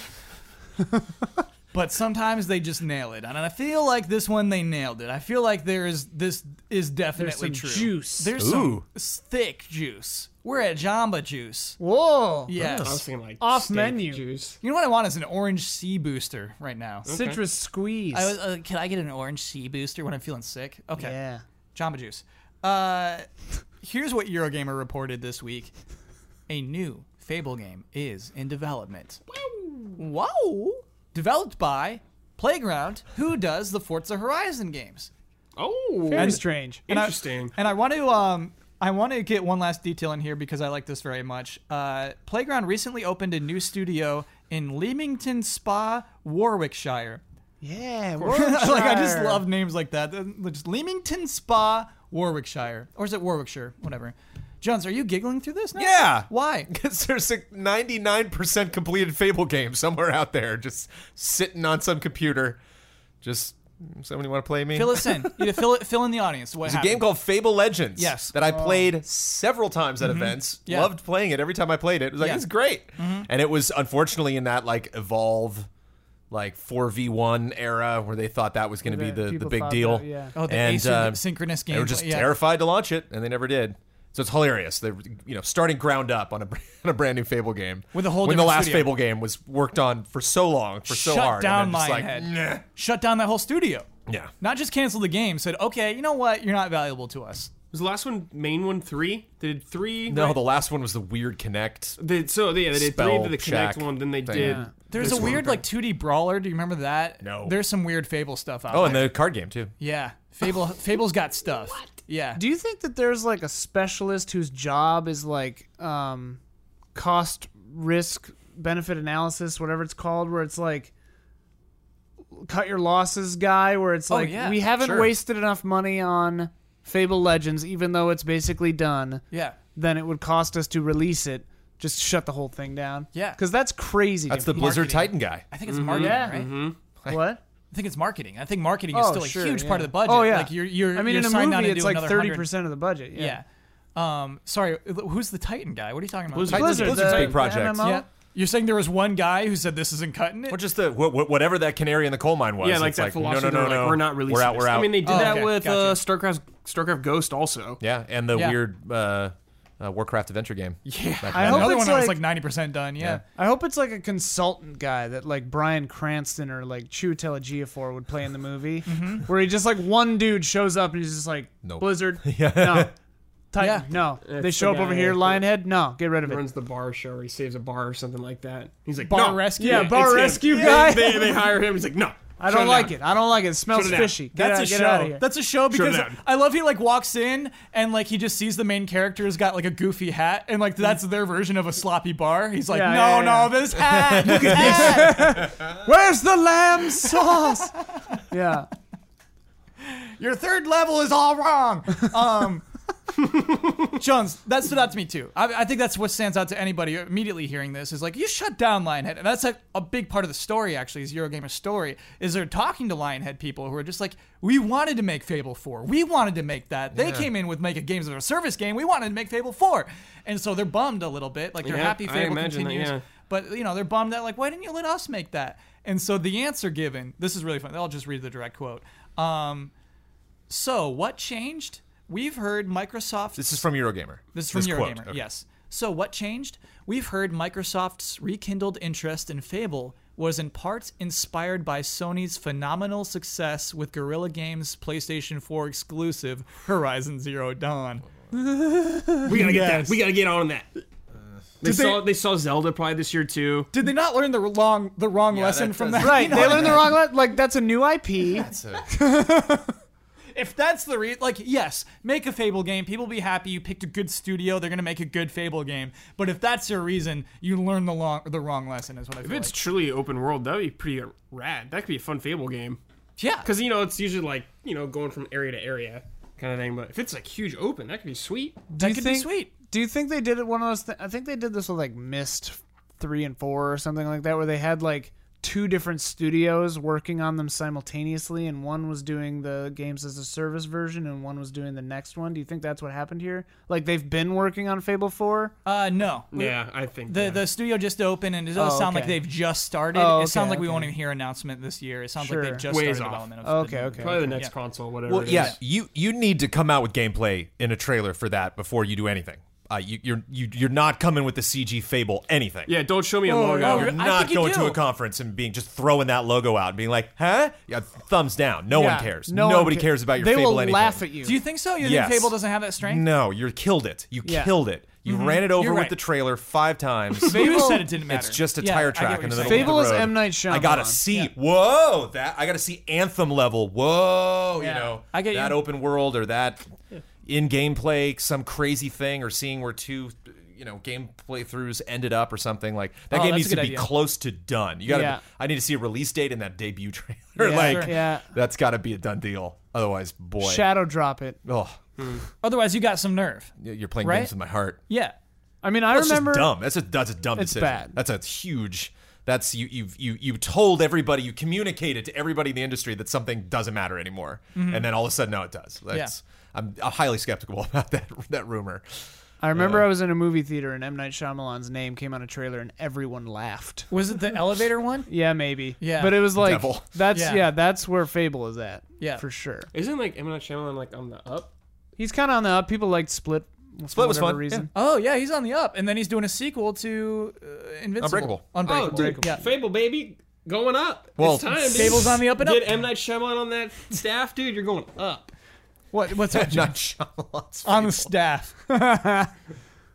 but sometimes they just nail it. And I feel like this one they nailed it. I feel like there is this is
There's
definitely
some
true.
juice.
There's
Ooh.
some s- thick juice. We're at Jamba Juice.
Whoa.
Yes.
I was thinking like
Off
steak
menu.
juice.
You know what I want is an orange sea booster right now.
Citrus squeeze.
I was, uh, can I get an orange sea booster when I'm feeling sick? Okay.
yeah.
Jamba Juice. Uh, here's what Eurogamer reported this week: a new Fable game is in development. Wow! Developed by Playground, who does the Forza Horizon games.
Oh,
Very strange.
And I-
interesting.
And I want to um I want to get one last detail in here because I like this very much. Uh, Playground recently opened a new studio in Leamington Spa, Warwickshire.
Yeah.
like I just
Worcestershire.
love names like that. Uh, Just Leamington Spa, Warwickshire, or is it Warwickshire? Whatever. Jones, are you giggling through this now?
Yeah.
Why?
Because there's a 99% completed Fable game somewhere out there, just sitting on some computer. Just somebody want to play me?
fill us in. You fill it, fill in the audience. What
There's a
happened?
game called Fable Legends.
Yes. Mm-hmm.
That I
Oh.
played several times at events.
Yeah.
Loved playing it every time I played it. It was like,
Yeah. Mm-hmm.
it's great. And it was unfortunately in that like evolve like 4v1 era where they thought that was going to be
The
the, the
people
big
thought
deal.
that, yeah.
Oh, the
and, uh,
asynchronous game.
They were just
yeah.
terrified to launch it and they never did. So it's hilarious. They're you know starting ground up on a, br- on a brand new Fable game
With a whole
when the
different
last
studio.
Fable game was worked on for so long for so
Shut
hard.
down
and then just like,
Lionhead.
"Nah."
Shut down that whole studio.
Yeah.
Not just cancel the game. Said, okay, you know what? You're not valuable to us.
Was the last one main one three? They did three.
No,
right?
the last one was the weird Connect.
They, so yeah, they did three
Spell
to the Connect
Shack
one. Then they
thing.
did.
Yeah.
There's
this
a
one.
weird like 2D brawler. Do you remember that?
No.
There's some weird Fable stuff out
Oh,
there.
and the card game too.
yeah. Fable. Fable's got stuff. Yeah.
Do you think that there's like a specialist whose job is like um, cost risk benefit analysis, whatever it's called, where it's like cut your losses guy, where it's like
Oh, yeah,
we haven't
sure.
wasted enough money on Fable Legends, even though it's basically done,
yeah.
then it would cost us to release it. Just shut the whole thing down.
Yeah.
because that's crazy.
That's
to
the Blizzard
marketing.
Titan guy.
I think it's marketing,
Yeah.
Mm-hmm.
right?
me. what?
I think it's marketing. I think marketing is
Oh,
still a
sure,
huge
yeah.
part of the budget.
Oh, yeah.
Like you're, you're,
I mean,
you're
in a
signed on
movie,
to
it's
do
like
another
thirty
100
percent of the budget. Yeah,
Yeah. Um, sorry, who's the Titan guy? What are you talking about?
Blizzard.
Blizzard's
the-
big
the
project.
MMO?
Yeah. You're saying there was one guy who said this isn't cutting it?
Or just the wh- wh- whatever that canary in the coal mine was.
Yeah, like
It's
that
no,
philosophy.
no, no,
they're
no.
Like, we're not releasing.
We're out.
this.
We're out.
I mean, they did
Oh,
that
okay.
with uh,
Gotcha.
Starcraft, Starcraft Ghost also.
yeah, and the
Yeah.
weird uh, uh, Warcraft adventure game. Yeah,
I hope
Another
it's
one that was
like-
like 90% done, yeah.
I hope it's like a consultant guy that like Brian Cranston or like Chu Telegiafor would play in the movie,
Mm-hmm.
where he just like one dude shows up and he's just like,
Nope.
Blizzard, no, Titan,
Yeah.
no. they
It's
show
the
up over
guy
here,
that-
Lionhead, no, get rid of it.
Runs the bar show, or he saves a bar or something like that. He's like
Bar
no.
rescue?
Yeah,
Yeah,
bar
it's him.
rescue
Yeah.
guy. they, they hire him. He's like, no,
I don't like it. I don't like it. It smells
Shut it down.
fishy. Get
That's
out,
a
get
show.
out of here.
That's a show because
down.
I love he like walks in and like he just sees the main character's got like a goofy hat and like that's their version of a sloppy bar. He's like,
Yeah,
no,
yeah,
no,
yeah.
this hat. Look at this.
Where's the lamb sauce? yeah.
Your third level is all wrong. Um, Jones, that stood out to me too. I, I think that's what stands out to anybody immediately hearing this is like you shut down Lionhead, and that's like a big part of the story actually. Is Eurogamer's story is they're talking to Lionhead people who are just like, we wanted to make Fable Four, we wanted to make that. They came in with make a games as a service game, we wanted to make Fable Four, and so they're bummed a little bit. Like they're
Yeah,
happy
I
Fable
imagine that,
continues,
yeah.
but you know they're bummed that like why didn't you let us make that? And so the answer given, this is really fun. I'll just read the direct quote. Um, so what changed? We've heard Microsoft
This is from Eurogamer.
this is from
quote.
Eurogamer.
Okay.
Yes. So what changed? We've heard Microsoft's rekindled interest in Fable was in part inspired by Sony's phenomenal success with Guerrilla Games' PlayStation 4 exclusive Horizon Zero Dawn.
We gotta get
Yes.
that. We gotta get on that. Uh, They saw they saw Zelda probably this year too.
Did they not learn the wrong the wrong lesson
that
from
does-
that?
Right, they learned the wrong le- like that's a new IP.
That's a-
If that's the reason, like, yes, make a Fable game. People be happy you picked a good studio. They're gonna make a good Fable game. But if that's your reason, you learn the long the wrong lesson. Is what I
If
feel
it's
like.
truly open world, that'd be pretty rad. That could be a fun Fable game.
Yeah,
Because you know it's usually like you know going from area to area kind of thing. But if it's like huge open, that could be sweet.
Do you
could be
think,
sweet.
Do you think they did it one of those? Th- I think they did this with like Mist three and four or something like that, where they had like two different studios working on them simultaneously, and one was doing the games as a service version, and one was doing the next one. Do you think that's what happened here? Like they've been working on Fable four.
uh, no.
Yeah, I think
The,
yeah.
the studio just opened and it doesn't
Oh,
sound like
okay.
they've just started.
Oh,
it sounds
okay,
like we
okay.
won't even hear an announcement this year. It sounds
Sure.
like they've just
Ways
started
off.
development of the
Okay,
new-
okay.
probably the next
yeah.
console, whatever.
Well,
it
yeah,
is.
you you need to come out with gameplay in a trailer for that before you do anything. Uh, you, you're you, you're not coming with the CG Fable anything.
yeah. Don't show me a
Oh,
logo.
oh,
You're
I
not
think you
going to
do.
a conference and being just throwing that logo out and being like, "Huh?" Yeah, thumbs down. No
Yeah,
one cares.
no one
Nobody
ca-
cares about your
They
Fable
will
anything.
laugh at you.
Do you think so? You
Yes.
think Fable doesn't have that strength?
No, you killed it. You
Yeah.
killed it. You ran it over
Mm-hmm. You're
with
right.
the trailer five times.
You said it didn't matter.
It's just a
Yeah, I
tire
get what
track in
you're
the
saying.
middle
Fable
of
is
the road.
M Night Shyamalan.
I gotta see. Whoa, that I gotta see Anthem level. Whoa,
Yeah.
you know
I get
that
you.
open world or that in gameplay some crazy thing or seeing where two you know game playthroughs ended up or something like that
Oh,
game
that's
needs
a
to
good
be
idea.
close to done. You gotta.
Yeah.
I need to see a release date in that debut trailer.
Yeah,
like
sure. Yeah.
that's gotta be a done deal. Otherwise, boy,
shadow drop it.
oh,
Otherwise, you got some nerve.
you're playing
Right?
games with my heart.
Yeah.
I mean, I
That's
remember.
just dumb. That's a that's a dumb
It's
decision.
bad.
That's a huge. That's you you you you told everybody you communicated to everybody in the industry that something doesn't matter anymore,
Mm-hmm.
and then all of a sudden, no, it does. That's I'm, I'm highly skeptical about that that rumor.
I remember I was in a movie theater and M Night Shyamalan's name came on a trailer and everyone laughed.
Was it the elevator one?
Yeah, maybe.
Yeah.
but it was like
Devil.
that's
Yeah.
yeah. that's where Fable is at.
Yeah.
for sure.
Isn't like M Night Shyamalan like on the up?
He's kind of on the up. People like Split. for
was
whatever
fun,
Reason.
Oh yeah, he's on the up, and then he's doing a sequel to uh, Invincible.
Unbreakable.
Unbreakable.
Oh, dude,
Yeah.
Fable baby, going up.
Well,
it's time. dude.
Fable's on the up and up.
Get M Night Shyamalan on that staff, dude. You're going up.
What? What's up? Jim?
Not Shyamalan's
on the
Fable.
staff.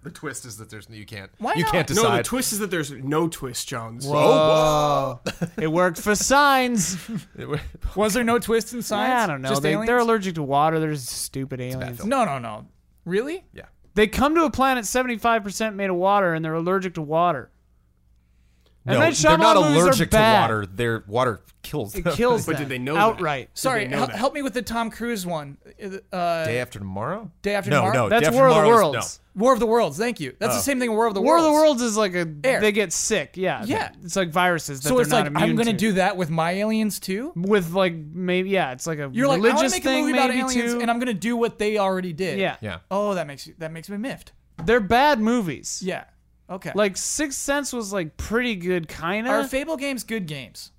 the twist is that there's you can't
Why
you
not?
can't
No,
decide.
No, the twist is that there's no twist, Jones.
Oh,
it worked for Signs.
whoa.
Was there no twist in science?
I don't know.
Just
They,
aliens?
they're allergic to water. They're just stupid aliens.
film.
No, no, no. Really?
yeah.
They come to a planet seventy five percent made of water and they're allergic to water.
No,
Night
they're not
Shyamalan movies are
allergic to
bad.
water. Their water kills.
It
them.
kills
But
them
did they know that?
outright?
Sorry,
know
hel-
that?
help me with the Tom Cruise one. Uh,
Day after tomorrow.
Day After
no,
Tomorrow?
No,
That's
Day After
War of the
Tomorrow is-
Worlds.
War of the Worlds. Thank you. That's the same thing. War of the
Oh. War of
Worlds.
the Worlds is like a
Air.
they get sick. Yeah,
Yeah.
It's like viruses that
So
they're
it's
not
like
immune
I'm gonna
to.
do that with my aliens too.
with like maybe yeah, it's like a
You're like I want to
religious
make
thing
a movie about
maybe
aliens,
too.
and I'm gonna do what they already did.
yeah.
No. Yeah.
Oh, that makes you, that makes me miffed.
they're bad movies.
Yeah. Okay.
Like uh, Sixth Sense was like pretty good, kind
are
of.
Fable games good games?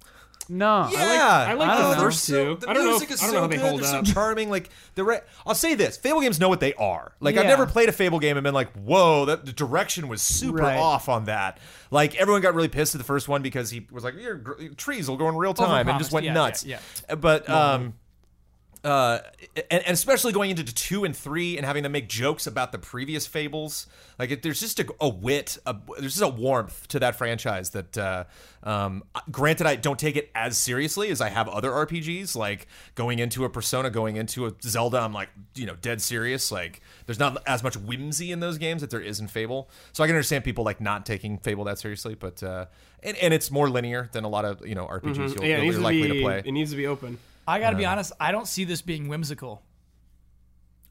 no,
Yeah,
I like the
don't know.
first
They're
two. I don't know
music
if-
is
I don't know how they
good.
hold
They're
up.
So charming. Like the re- I'll say this: Fable games know what they are. Like I've
Yeah.
never played a Fable game and been like, "Whoa, that the direction was super
Right.
off on that." Like everyone got really pissed at the first one because he was like, "Your gr- trees will grow in real time," and just
Overpromised.
went
Yeah,
nuts.
yeah,
But um. Uh, and, and especially going into two and three and having them make jokes about the previous fables, like it, there's just a, a wit, a, there's just a warmth to that franchise that, uh, um, granted, I don't take it as seriously as I have other RPGs. Like going into a Persona, going into a Zelda, I'm like, you know, dead serious. Like there's not as much whimsy in those games that there is in Fable, so I can understand people like not taking Fable that seriously. But uh, and and it's more linear than a lot of you know RPGs you'll,
Mm-hmm. Yeah, it needs
you're
to
likely
be.
to play.
It needs to be open.
I gotta be honest. I don't see this being whimsical.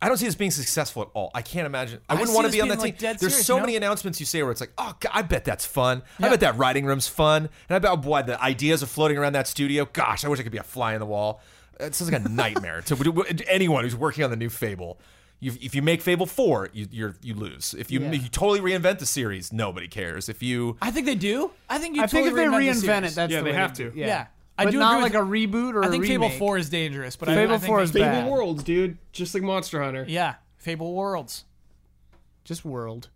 I don't see this being successful at all. I can't imagine. I wouldn't
see
want to
this
be on
being,
that
like,
team.
dead
There's
serious,
so
you know?
many announcements you say where it's like, oh, God, I bet that's fun. I bet that writing room's fun. And I bet, oh, boy, the ideas are floating around that studio. Gosh, I wish I could be a fly in the wall. It sounds like a nightmare to anyone who's working on the new Fable. you if you make Fable four, you you're, you lose. If you,
Yeah.
you totally reinvent the series, nobody cares. If you
I think they do. I think you.
I think if
totally
they
reinvent the
reinvent
series.
it, that's
Yeah,
the
they
way
have
do it.
to.
Yeah,
Yeah. I
but
do
not
agree
like
with-
a reboot or
I think
a
Fable
remake.
Four is dangerous, but I,
Fable
I think
4
they-
is
Fable
Bad.
Worlds, dude. Just like Monster Hunter.
Yeah, Fable Worlds.
just world.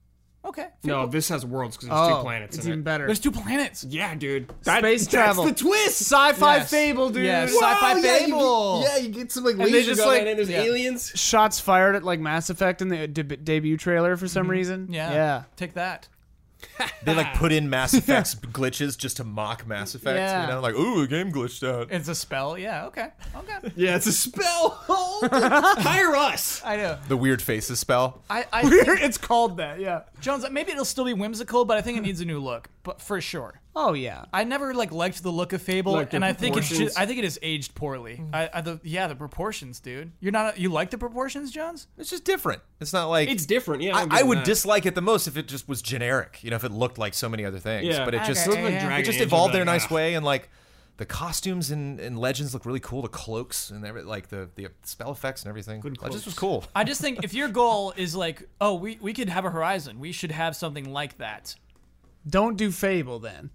Okay.
No, this has worlds because there's
Oh,
two planets
it's
in
even
it.
better.
There's two planets.
Yeah, dude.
Space travel.
That's the twist.
Sci-fi
Yes.
fable, dude.
Yes. Sci-fi
Wow, yeah, you
fable.
get- Yeah, you get some like
they
laser
just,
gun
like-
and there's
yeah.
aliens.
Shots fired at like Mass Effect in the deb debut trailer for some reason.
Mm-hmm. Yeah.
Yeah.
Take that.
They like put in Mass Effect's glitches just to mock Mass Effect.
Yeah.
You know, like ooh, a game glitched out.
It's a spell. Yeah. Okay. Okay.
Yeah, it's a spell. Hire us.
I know.
The weird faces spell.
I, I think,
it's called that. Yeah.
Jones. Maybe it'll still be whimsical, but I think it needs a new look. But for sure.
Oh yeah.
I never like liked the look of Fable,
Like the
and I think it's
proportions.
just, I think it is aged poorly. I, I the, yeah, the proportions, dude. You're not you like the proportions, Jones?
It's just different. It's not like
It's different. Yeah,
I, I would dislike it the most if it just was generic. You know, if it looked like so many other things.
Yeah.
But it just
Okay, yeah.
it just evolved in a nice way and like. The costumes in, in Legends look really cool. The cloaks and every, like the, the spell effects and everything. Good Legends was cool.
I just think if your goal is like, oh, we we could have a Horizon, we should have something like that.
Don't do Fable then,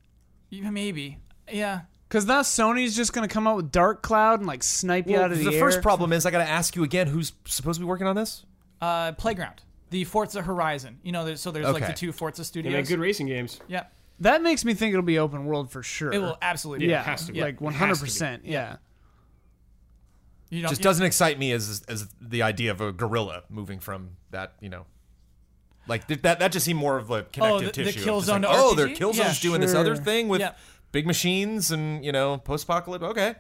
Yeah, maybe, yeah.
because now Sony's just gonna come out with Dark Cloud and like snipe you out of the, air.
first problem is I got to ask you again. Who's supposed to be working on this?
Uh, Playground, the Forza Horizon. You know, there's, so there's like
Okay.
the two Forza
They make
studios.
good racing games.
yeah,
That makes me think it'll be open world for sure.
it will absolutely.
Yeah.
be.
it has to be.
Like
It has to be.
100. percent Yeah.
You don't,
Just
you-
doesn't excite me as as the idea of a gorilla moving from that. You know, like th- that that just seemed more of a connective
the- Oh, the
tissue. of
kill
just
zone
like,
to
oh, they're
RPG?
kill
Yeah,
zones doing this other
sure.
thing with
Yeah.
big machines and you know post apocalypse. Okay.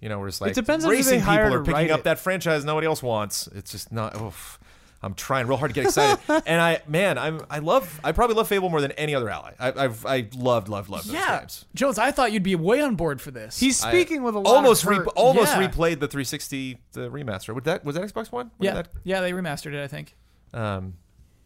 You know, we're just like
depends on who
racing
they hire
people
to
are picking
write
up
it.
that franchise nobody else wants. It's just not. Oof. I'm trying real hard to get excited, and I, man, I'm, I love, I probably love Fable more than any other ally. I, I've, I loved, loved, loved those
yeah,
games.
Jones. I thought you'd be way on board for this.
He's
I
speaking with a lot
almost
of hurt.
re- almost
Yeah.
replayed the 360 the remaster. Would that was that Xbox One? When
yeah,
did
yeah. They remastered it, I think.
That, um,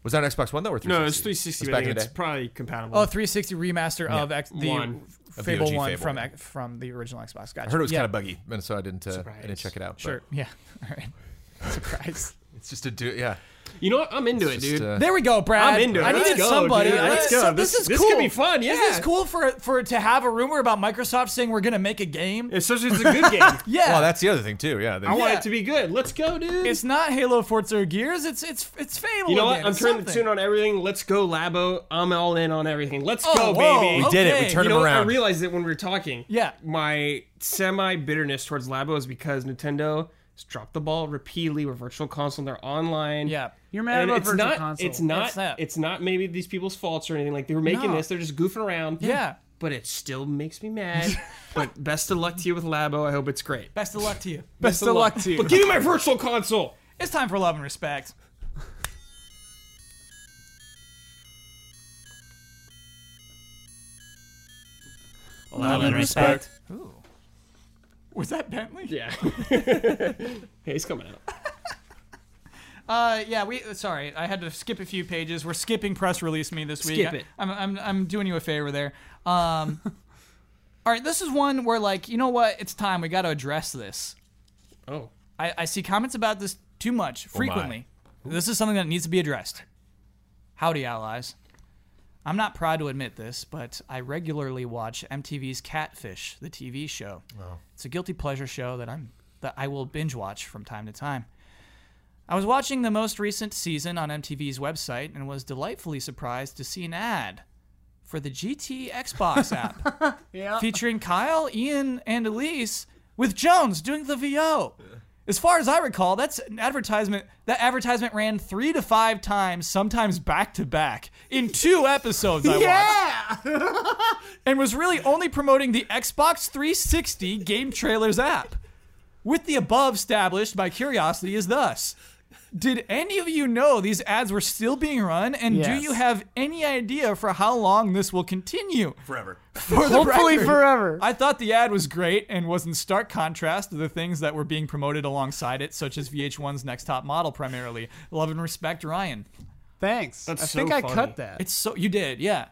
was that an Xbox One though or 360?
No, it's 360.
It was
but I
back
think
in the
it's
day.
probably compatible.
Oh, 360 remaster of X, the
Hmm. One.
Of the
Fable
OG
one
Fable,
from
yeah.
X- from the original Xbox. Gotcha.
I heard it was
Yeah.
kind of buggy, and so I didn't. Uh, I didn't
Surprise.
check it out. but
Sure. Yeah. All right. Surprise.
It's just a do. Yeah.
You know what? I'm into it,
Just,
dude.
uh,
there we go, Brad.
I'm into it.
I
Let's
needed
go,
somebody.
dude.
I needed
Let's go.
some-
This-
This, is
this
cool.
could be fun,
Is
yeah.
this cool for for to have a rumor about Microsoft saying we're gonna make a game?
Especially it's a good game.
yeah.
Well, that's the other thing too. Yeah. They,
I want
Yeah.
it to be good. Let's go, dude.
it's not Halo, Forza, or Gears. It's it's it's Fable.
you know what?
again.
I'm
It's
turning the
something.
tune on everything. Let's go, Labo. I'm all in on everything. Let's
Oh,
go,
whoa.
baby.
we did it. We
Okay.
turned
you
them
know what? I
around.
realized it when we were talking.
Yeah.
My semi bitterness towards Labo is because Nintendo has dropped the ball repeatedly with Virtual Console. and They're online.
Yeah.
You're mad
And
about
it's
Virtual
not,
Console.
it's not.
It's that.
It's not maybe these people's faults or anything. Like they were making
No.
this. They're just goofing around.
Yeah.
But it still makes me mad. but best of luck to you with Labo. I hope it's great.
Best of luck to you.
Best of luck to you.
But give me my Virtual Console.
It's time for love and respect.
Love
and respect. Was that Bentley?
Yeah. hey, he's coming out.
Uh, yeah, we. Sorry, I had to skip a few pages. We're skipping press release me this week.
Skip it.
I, am I'm, I'm doing you a favor there. Um, all right, this is one where like you know what? It's time we got to address this.
Oh.
I, I see comments about this too much frequently. this is something that needs to be addressed. Howdy, allies. I'm not proud to admit this, but I regularly watch MTV's Catfish, the TV show. It's a guilty pleasure show that I'm that I will binge watch from time to time. I was watching the most recent season on MTV's website and was delightfully surprised to see an ad for the GT Xbox app
Yeah.
featuring Kyle, Ian, and Elise with Jones doing the VO. As far as I recall, that's an advertisement. That advertisement ran three to five times, sometimes back to back, in two episodes. I watched,
Yeah.
and was really only promoting the Xbox 360 game trailers app. With the above established, my curiosity is thus: Did any of you know these ads were still being run, and do
Yes.
you have any idea for how long this will continue?
forever.
For the
Hopefully
record.
forever.
I thought the ad was great and was in stark contrast to the things that were being promoted alongside it, such as VH1's Next Top Model, primarily. Love and respect, Ryan.
Thanks.
That's
I
so
think I
funny.
cut that.
It's so you did, yeah.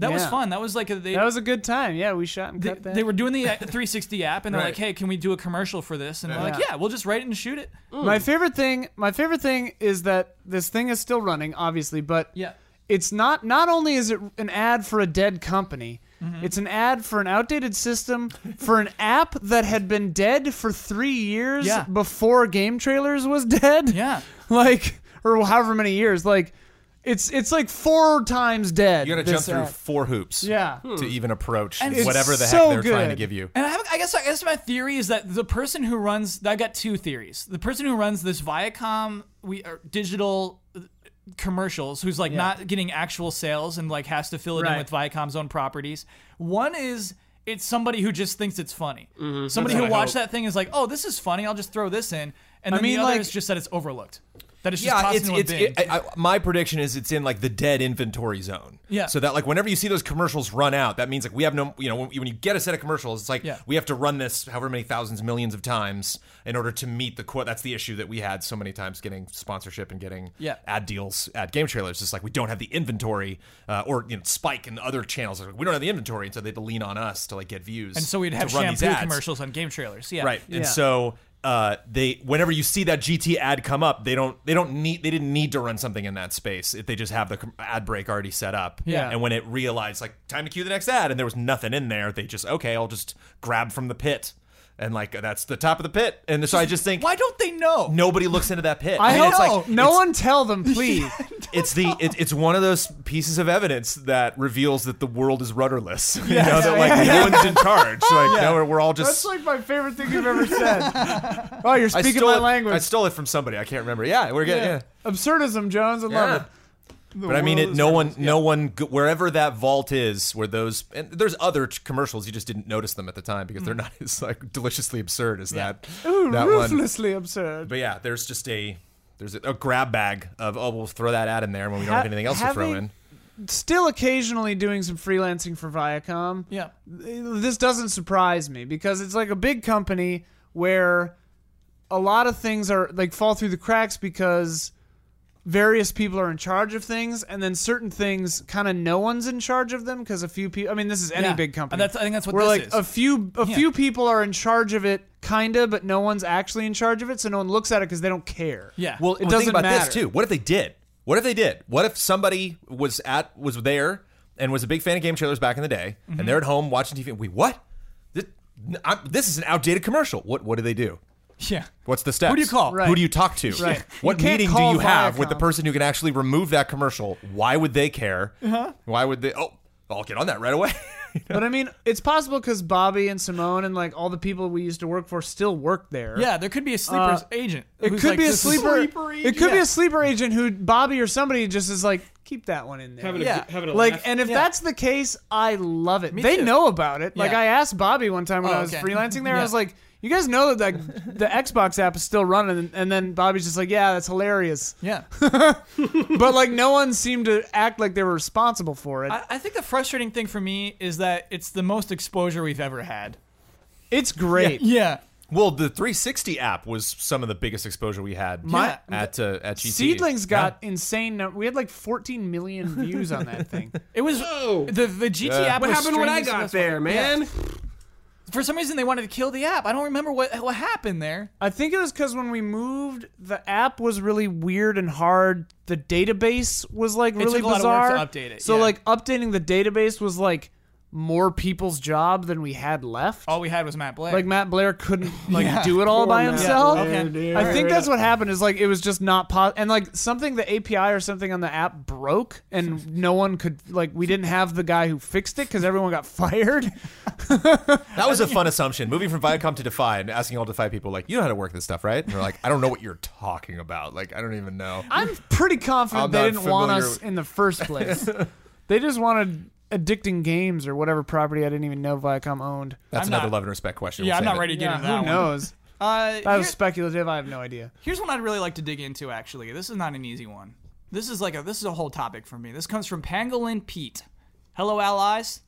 That was
Yeah.
fun. That was like a, they,
that was a good time. Yeah, we shot and
they,
cut that.
they were doing the uh, 360 app, and they're
Right.
like, "Hey, can we do a commercial for this?" And we're like,
Yeah.
"Yeah, we'll just write it and shoot it."
My favorite thing, my favorite thing is that this thing is still running, obviously, but
Yeah.
it's not. Not only is it an ad for a dead company, it's an ad for an outdated system for an app that had been dead for three years
Yeah.
before game trailers was dead.
Yeah.
like or however many years. Like It's it's like four times dead.
You got to jump
this
through
act.
four hoops.
Yeah.
To even approach
And it's
whatever the
so
heck they're trying to
good.
give you.
And I, have, I guess I guess my theory is that the person who runs I've got two theories. The person who runs this Viacom we are digital uh, commercials who's like not getting actual sales and like has to fill it in
Right.
with Viacom's own properties. One is it's somebody who just thinks it's funny. Somebody who
what I
watched
hope.
that thing is like, "Oh, this is funny. I'll just throw this in." And then
mean,
the other
like-
is just that it's overlooked. That it's just
Yeah,
tossed
it's
into a
it's
bin.
it, I, I, my prediction is it's in like the dead inventory zone.
Yeah.
So that like whenever you see those commercials run out, that means like we have no you know when, when you get a set of commercials, it's like
Yeah.
we have to run this however many thousands millions of times in order to meet the quote. That's the issue that we had so many times getting sponsorship and getting
Yeah.
ad deals at game trailers. It's like we don't have the inventory uh, or you know Spike and other channels. Like, we don't have the inventory, and so they had to lean on us to like get views.
and so we'd
to
have
run these
shampoo
ads.
commercials on game trailers. Yeah.
Right.
Yeah.
And so uh, they whenever you see that GT ad come up, they don't they don't need they didn't need to run something in that space if they just have the com- ad break already set up.
Yeah.
And when it realized like time to cue the next ad and there was nothing in there, they just okay, I'll just grab from the pit. And like that's the top of the pit. And so I just think
Why don't they know?
nobody looks into that pit.
I,
mean,
hope
it's like
no one tell them, please.
it's the it, it's one of those pieces of evidence that reveals that the world is rudderless. you know that like no one's in charge. Like no, we're all just
That's like my favorite thing you've ever said. oh, you're
I
speaking
stole
my
it- I
language.
stole it from somebody. I can't remember. Yeah, we're getting yeah.
Absurdism, Jones. I
Yeah.
love it.
But I mean, it, no one, no one, g- wherever that vault is, where those, and there's other t- commercials you just didn't notice them at the time because they're not as like deliciously absurd as that
Mm. Ooh,
that one.
ruthlessly absurd.
But yeah, there's just a there's a, a grab bag of oh we'll throw that ad in there when we don't
Ha-
have anything else to
have
throw
they-
in.
Still occasionally doing some freelancing for Viacom.
Yeah.
This doesn't surprise me because it's like a big company where a lot of things are like fall through the cracks because various people are in charge of things and then certain things kind of no one's in charge of them because a few people I mean this is any
Yeah.
big company.
And that's I think that's what
We're
this
like
is.
a few a
Yeah.
few people are in charge of it kinda but no one's actually in charge of it so no one looks at it cuz they don't care.
yeah.
Well,
It
well,
doesn't
think about
matter.
this too. What if they did? What if they did? What if somebody was at was there and was a big fan of game trailers back in the day, and they're at home watching TV? and Wait, what? This, i this is an outdated commercial. What what do they do?
yeah.
What's the steps?
Who do you call?
Right.
Who do you talk to?
Right.
What
You can't
meeting do
call
you have
Viacom.
with the person who can actually remove that commercial? Why would they care? Uh-huh. Why would they? Oh, I'll get on that right away.
But I mean, it's possible because Bobby and Simone and like all the people we used to work for still work there.
Yeah, there could be a sleeper
Uh,
agent.
It
who's
could
like,
be a
this is-
sleeper. it could be
Yeah.
a sleeper agent who Bobby or somebody just is like, keep that one in there.
Having a,
Yeah.
having a
like,
laugh.
and if
Yeah.
that's the case, I love it. they
too.
know about it. Like,
Yeah.
I asked Bobby one time when
Oh,
I was
okay.
freelancing there.
Yeah.
I was like, you guys know that like, the Xbox app is still running, and, and then Bobby's just like, yeah, that's hilarious.
Yeah.
but like, no one seemed to act like they were responsible for it.
I, I think the frustrating thing for me is that it's the most exposure we've ever had.
it's great.
Yeah.
well, the 360 app was some of the biggest exposure we had
My-
at uh, at GT.
Seedlings got insane. num- We had like 14 million views on that thing.
It was
Oh.
the the GT
Yeah.
app.
what
was
happened when I
streamed as the
got
best
there,
one.
man?
Yeah. For some reason, they wanted to kill the app. I don't remember what what happened there.
I think it was because when we moved, the app was really weird and hard. The database was like really
took a lot of work
bizarre.
to update it,
So
yeah.
like updating the database was like more people's job than we had left.
All we had was Matt Blair.
Like Matt Blair couldn't like
Yeah.
do it all
Poor
by
Matt
himself.
Blair,
Okay.
dude.
I think that's what happened. Is like it was just not pos- and like something the API or something on the app broke, and no one could like we didn't have the guy who fixed it because everyone got fired.
That was a fun assumption. Moving from Viacom to Defy and asking all Defy people like, "You know how to work this stuff, right?" And they're like, "I don't know what you're talking about. Like, I don't even know."
I'm pretty confident
I'm
they
not
didn't want
familiar
us
with-
in the first place. they just wanted addicting games or whatever property I didn't even know Viacom owned.
That's
I'm
another
not-
love and respect question.
yeah,
We'll
I'm
save
not
it.
ready to get into
who
that one.
knows?
Uh,
That was
here-
speculative. I have no idea.
here's one I'd really like to dig into. Actually, this is not an easy one. This is like a this is a whole topic for me. This comes from Pangolin Pete. Hello, allies.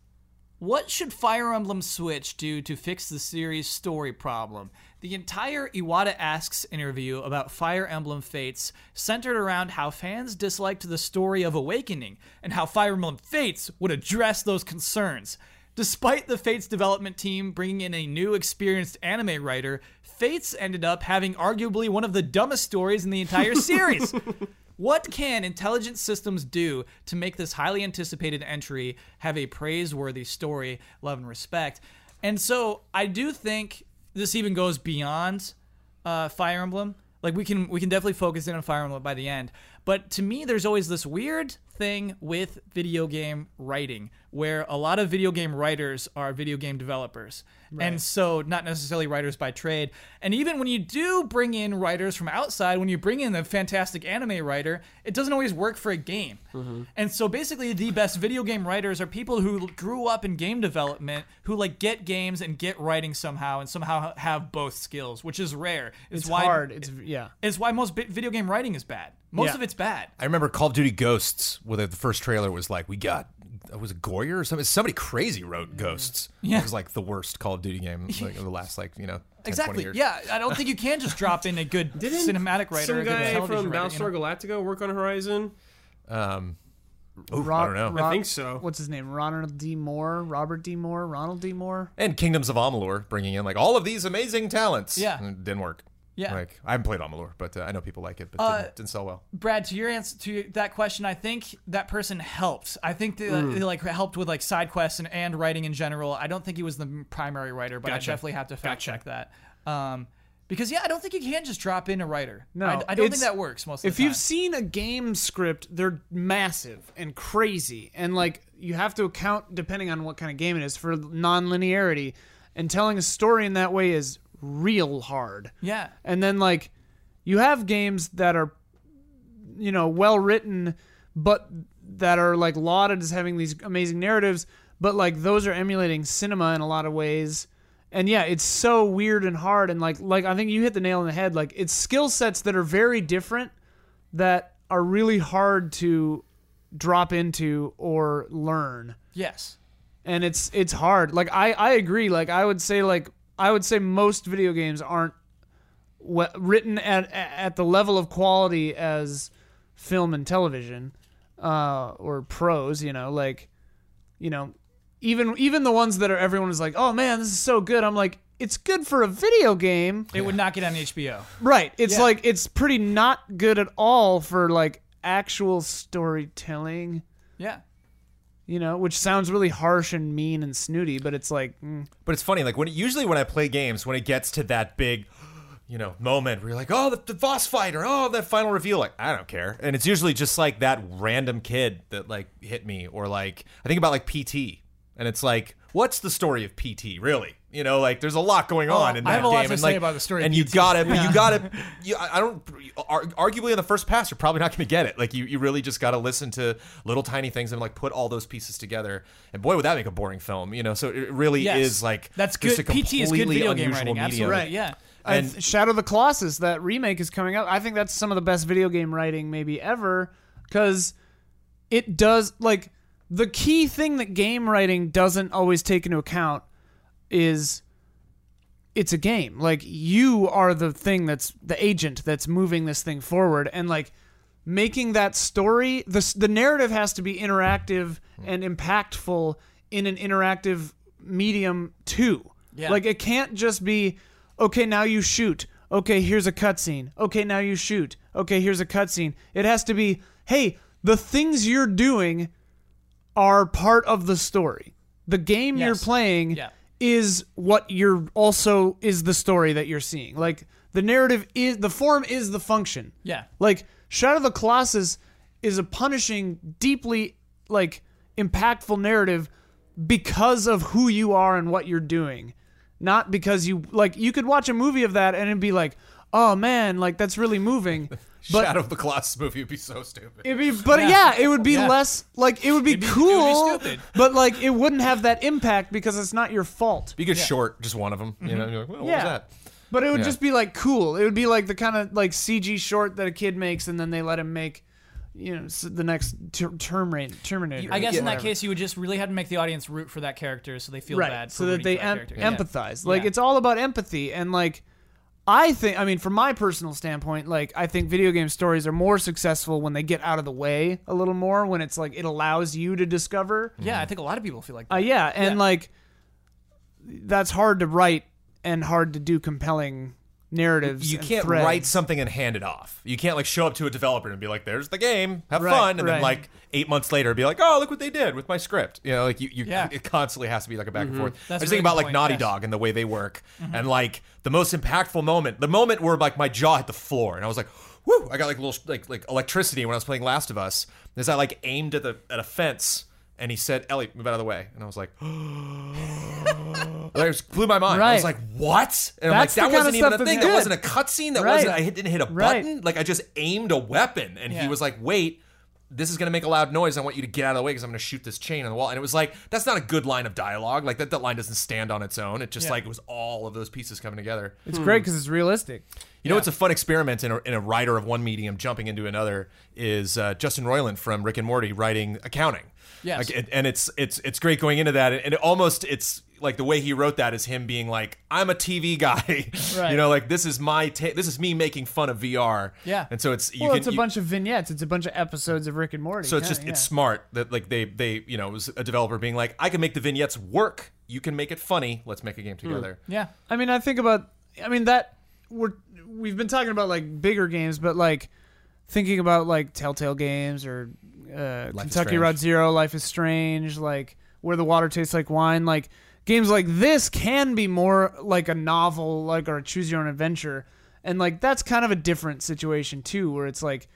What should Fire Emblem Switch do to fix the series' story problem? The entire Iwata Asks interview about Fire Emblem Fates centered around how fans disliked the story of Awakening and how Fire Emblem Fates would address those concerns. Despite the Fates development team bringing in a new experienced anime writer, Fates ended up having arguably one of the dumbest stories in the entire series. What can intelligent systems do to make this highly anticipated entry have a praiseworthy story, love, and respect? And so I do think this even goes beyond uh, Fire Emblem. Like we can we can definitely focus in on Fire Emblem by the end. But to me, there's always this weird thing with video game writing where a lot of video game writers are video game developers. And so, not necessarily writers by trade. And even when you do bring in writers from outside, when you bring in a fantastic anime writer, it doesn't always work for a game. And so, basically, the best video game writers are people who grew up in game development, who like get games and get writing somehow, and somehow have both skills, which is rare. It's,
It's
why
hard. It's yeah.
is why most bi- video game writing is bad. Most
Yeah.
of it's bad.
I remember Call of Duty Ghosts, where the the first trailer was like, we got. Was it Goyer or something? Somebody crazy wrote Ghosts.
Yeah.
It was like the worst Call of Duty game like, in the last, like, you know, 10, 20
Exactly.
years.
Yeah, I don't think you can just drop in a good cinematic writer. or
Some
a good
guy
television
from
writer, you know?
Battlestar Galactica work on Horizon.
Um, ooh,
Ro-
I don't know.
Ro-
think so.
What's his name? Ronald D. Moore, Robert D. Moore, Ronald D. Moore.
and Kingdoms of Amalur, bringing in like all of these amazing talents.
Yeah.
And it didn't work.
Yeah.
Like I haven't played Amalur, but uh, I know people like it, but
Uh,
didn't, didn't sell well.
Brad, to your answer to that question, I think that person helped. I think they, they
Mm.
like helped with like side quests and, and writing in general. I don't think he was the primary writer, but
Gotcha.
I definitely have to fact check that. Um, because yeah, I don't think you can just drop in a writer. No, I, I don't think
it's-
that works most of
If
the time.
you've seen a game script, they're massive and crazy, and like you have to account depending on what kind of game it is for non-linearity, and telling a story in that way is real hard.
yeah,
And then like you have games that are you know well written but that are like lauded as having these amazing narratives, but like those are emulating cinema in a lot of ways. And yeah, it's so weird and hard and like like I think you hit the nail on the head like it's skill sets that are very different that are really hard to drop into or learn
yes,
and it's it's hard like i i agree like i would say like i would say most video games aren't we- written at at the level of quality as film and television uh or prose you know like you know even even the ones that are everyone is like oh man this is so good i'm like it's good for a video game
it would not get on HBO.
right it's
Yeah.
like it's pretty not good at all for like actual storytelling
Yeah,
you know which sounds really harsh and mean and snooty but it's like mm,
But it's funny, like when usually when I play games, when it gets to that big, you know, moment where you're like, oh, the, the boss fight or oh, that final reveal, like I don't care, and it's usually just like that random kid that like hit me, or like I think about like PT, and it's like, what's the story of PT really? You know, like there's a lot going on in that
Oh, I have a lot
game,
to
and
say
like,
about the story of
and you
PT.
gotta, but you gotta, you, I I don't, ar- arguably on the first pass, you're probably not gonna get it. Like you, you really just gotta listen to little tiny things and like put all those pieces together, and boy, would that make a boring film, you know? So it really
Yes.
is like
that's
just
good.
a
PT is good
completely
video game
unusual
writing.
medium.
Absolutely, right? Yeah.
I
And-
th- Shadow of the Colossus, that remake is coming up. I think that's some of the best video game writing maybe ever because it does like the key thing that game writing doesn't always take into account is it's a game. Like you are the thing that's the agent that's moving this thing forward and like making that story the s- the narrative has to be interactive and impactful in an interactive medium too.
Yeah.
Like it can't just be okay, now you shoot. Okay, here's a cutscene. Okay, now you shoot. Okay, here's a cutscene. It has to be, hey, the things you're doing are part of the story. The game you're
Yes.
playing
Yeah.
is what you're also is the story that you're seeing. Like the narrative is the form is the function.
Yeah.
Like Shadow of the Colossus is a punishing, deeply like impactful narrative because of who you are and what you're doing. Not because you like you could watch a movie of that and it'd be like, oh man, like that's really moving. But
Shadow of the Colossus movie would be so stupid.
It'd be, but yeah, it would be less like it would be cool,
stupid.
but like it wouldn't have that impact because it's not your fault.
Because short, just one of them. You
Mm-hmm.
know, you're like, well, what
Yeah.
was that?
But it would
Yeah.
just be like cool. It would be like the kind of like CG short that a kid makes, and then they let him make, you know, s- the next ter- Terminator. Terminator.
I guess
or
in that
whatever.
case, you would just really have to make the audience root for that character so they feel
right,
bad. For
so that
rooting
they
for that
em-
character. Yeah.
empathize. Like
Yeah.
it's all about empathy, and like I think, I mean, from my personal standpoint, like I think video game stories are more successful when they get out of the way a little more, when it's like it allows you to discover.
Yeah, I think a lot of people feel like that.
Uh, yeah, and
Yeah.
like that's hard to write and hard to do compelling narratives.
You
and
can't
threads.
write something and hand it off. You can't like show up to a developer and be like, "There's the game, have
Right,
fun," and
right.
then like eight months later, be like, "Oh, look what they did with my script." You know, like you, you
Yeah.
it constantly has to be like a back
Mm-hmm.
and forth.
That's a
I was
really
thinking about
good
like
point,
Naughty
yes.
Dog and the way they work, and like the most impactful moment, the moment where like my jaw hit the floor, and I was like. woo, I got like little like like electricity when I was playing Last of Us. Is I like aimed at the at a fence and he said, Ellie, move out of the way. And I was like, like, it just blew my mind. I was
Right.
like, what?
That's the
And I'm like, that
kind of
wasn't even
stuff
a
that's
thing.
good.
That wasn't a cutscene. That
Right.
wasn't, I hit- didn't hit a
Right.
button. Like, I just aimed a weapon. And
Yeah.
he was like, wait, this is going to make a loud noise. I want you to get out of the way because I'm going to shoot this chain on the wall. And it was like, that's not a good line of dialogue. Like, that, that line doesn't stand on its own. It just,
Yeah.
like, it was all of those pieces coming together.
It's great because it's realistic.
You know, it's a fun experiment in a, in a writer of one medium jumping into another is uh, Justin Roiland from Rick and Morty writing accounting.
Yes.
Like, and- and it's it's it's great going into that, and it almost it's like the way he wrote that is him being like, I'm a TV guy,
Right.
you know, like this is my ta- this is me making fun of VR.
Yeah.
And so it's you
Well,
can
it's a
you-
bunch of vignettes. It's a bunch of episodes of Rick and Morty.
so it's
kinda,
just
yeah.
it's smart that like they they you know it was a developer being like, I can make the vignettes work. You can make it funny. Let's make a game
Hmm.
together.
Yeah.
I mean, I think about. I mean that we're we've been talking about like bigger games, but like thinking about like Telltale games or uh, Kentucky
Strange.
Route Zero, Life is Strange, like Where the Water Tastes Like Wine, like games like this can be more like a novel, like or a choose your own adventure, and like that's kind of a different situation too, where it's like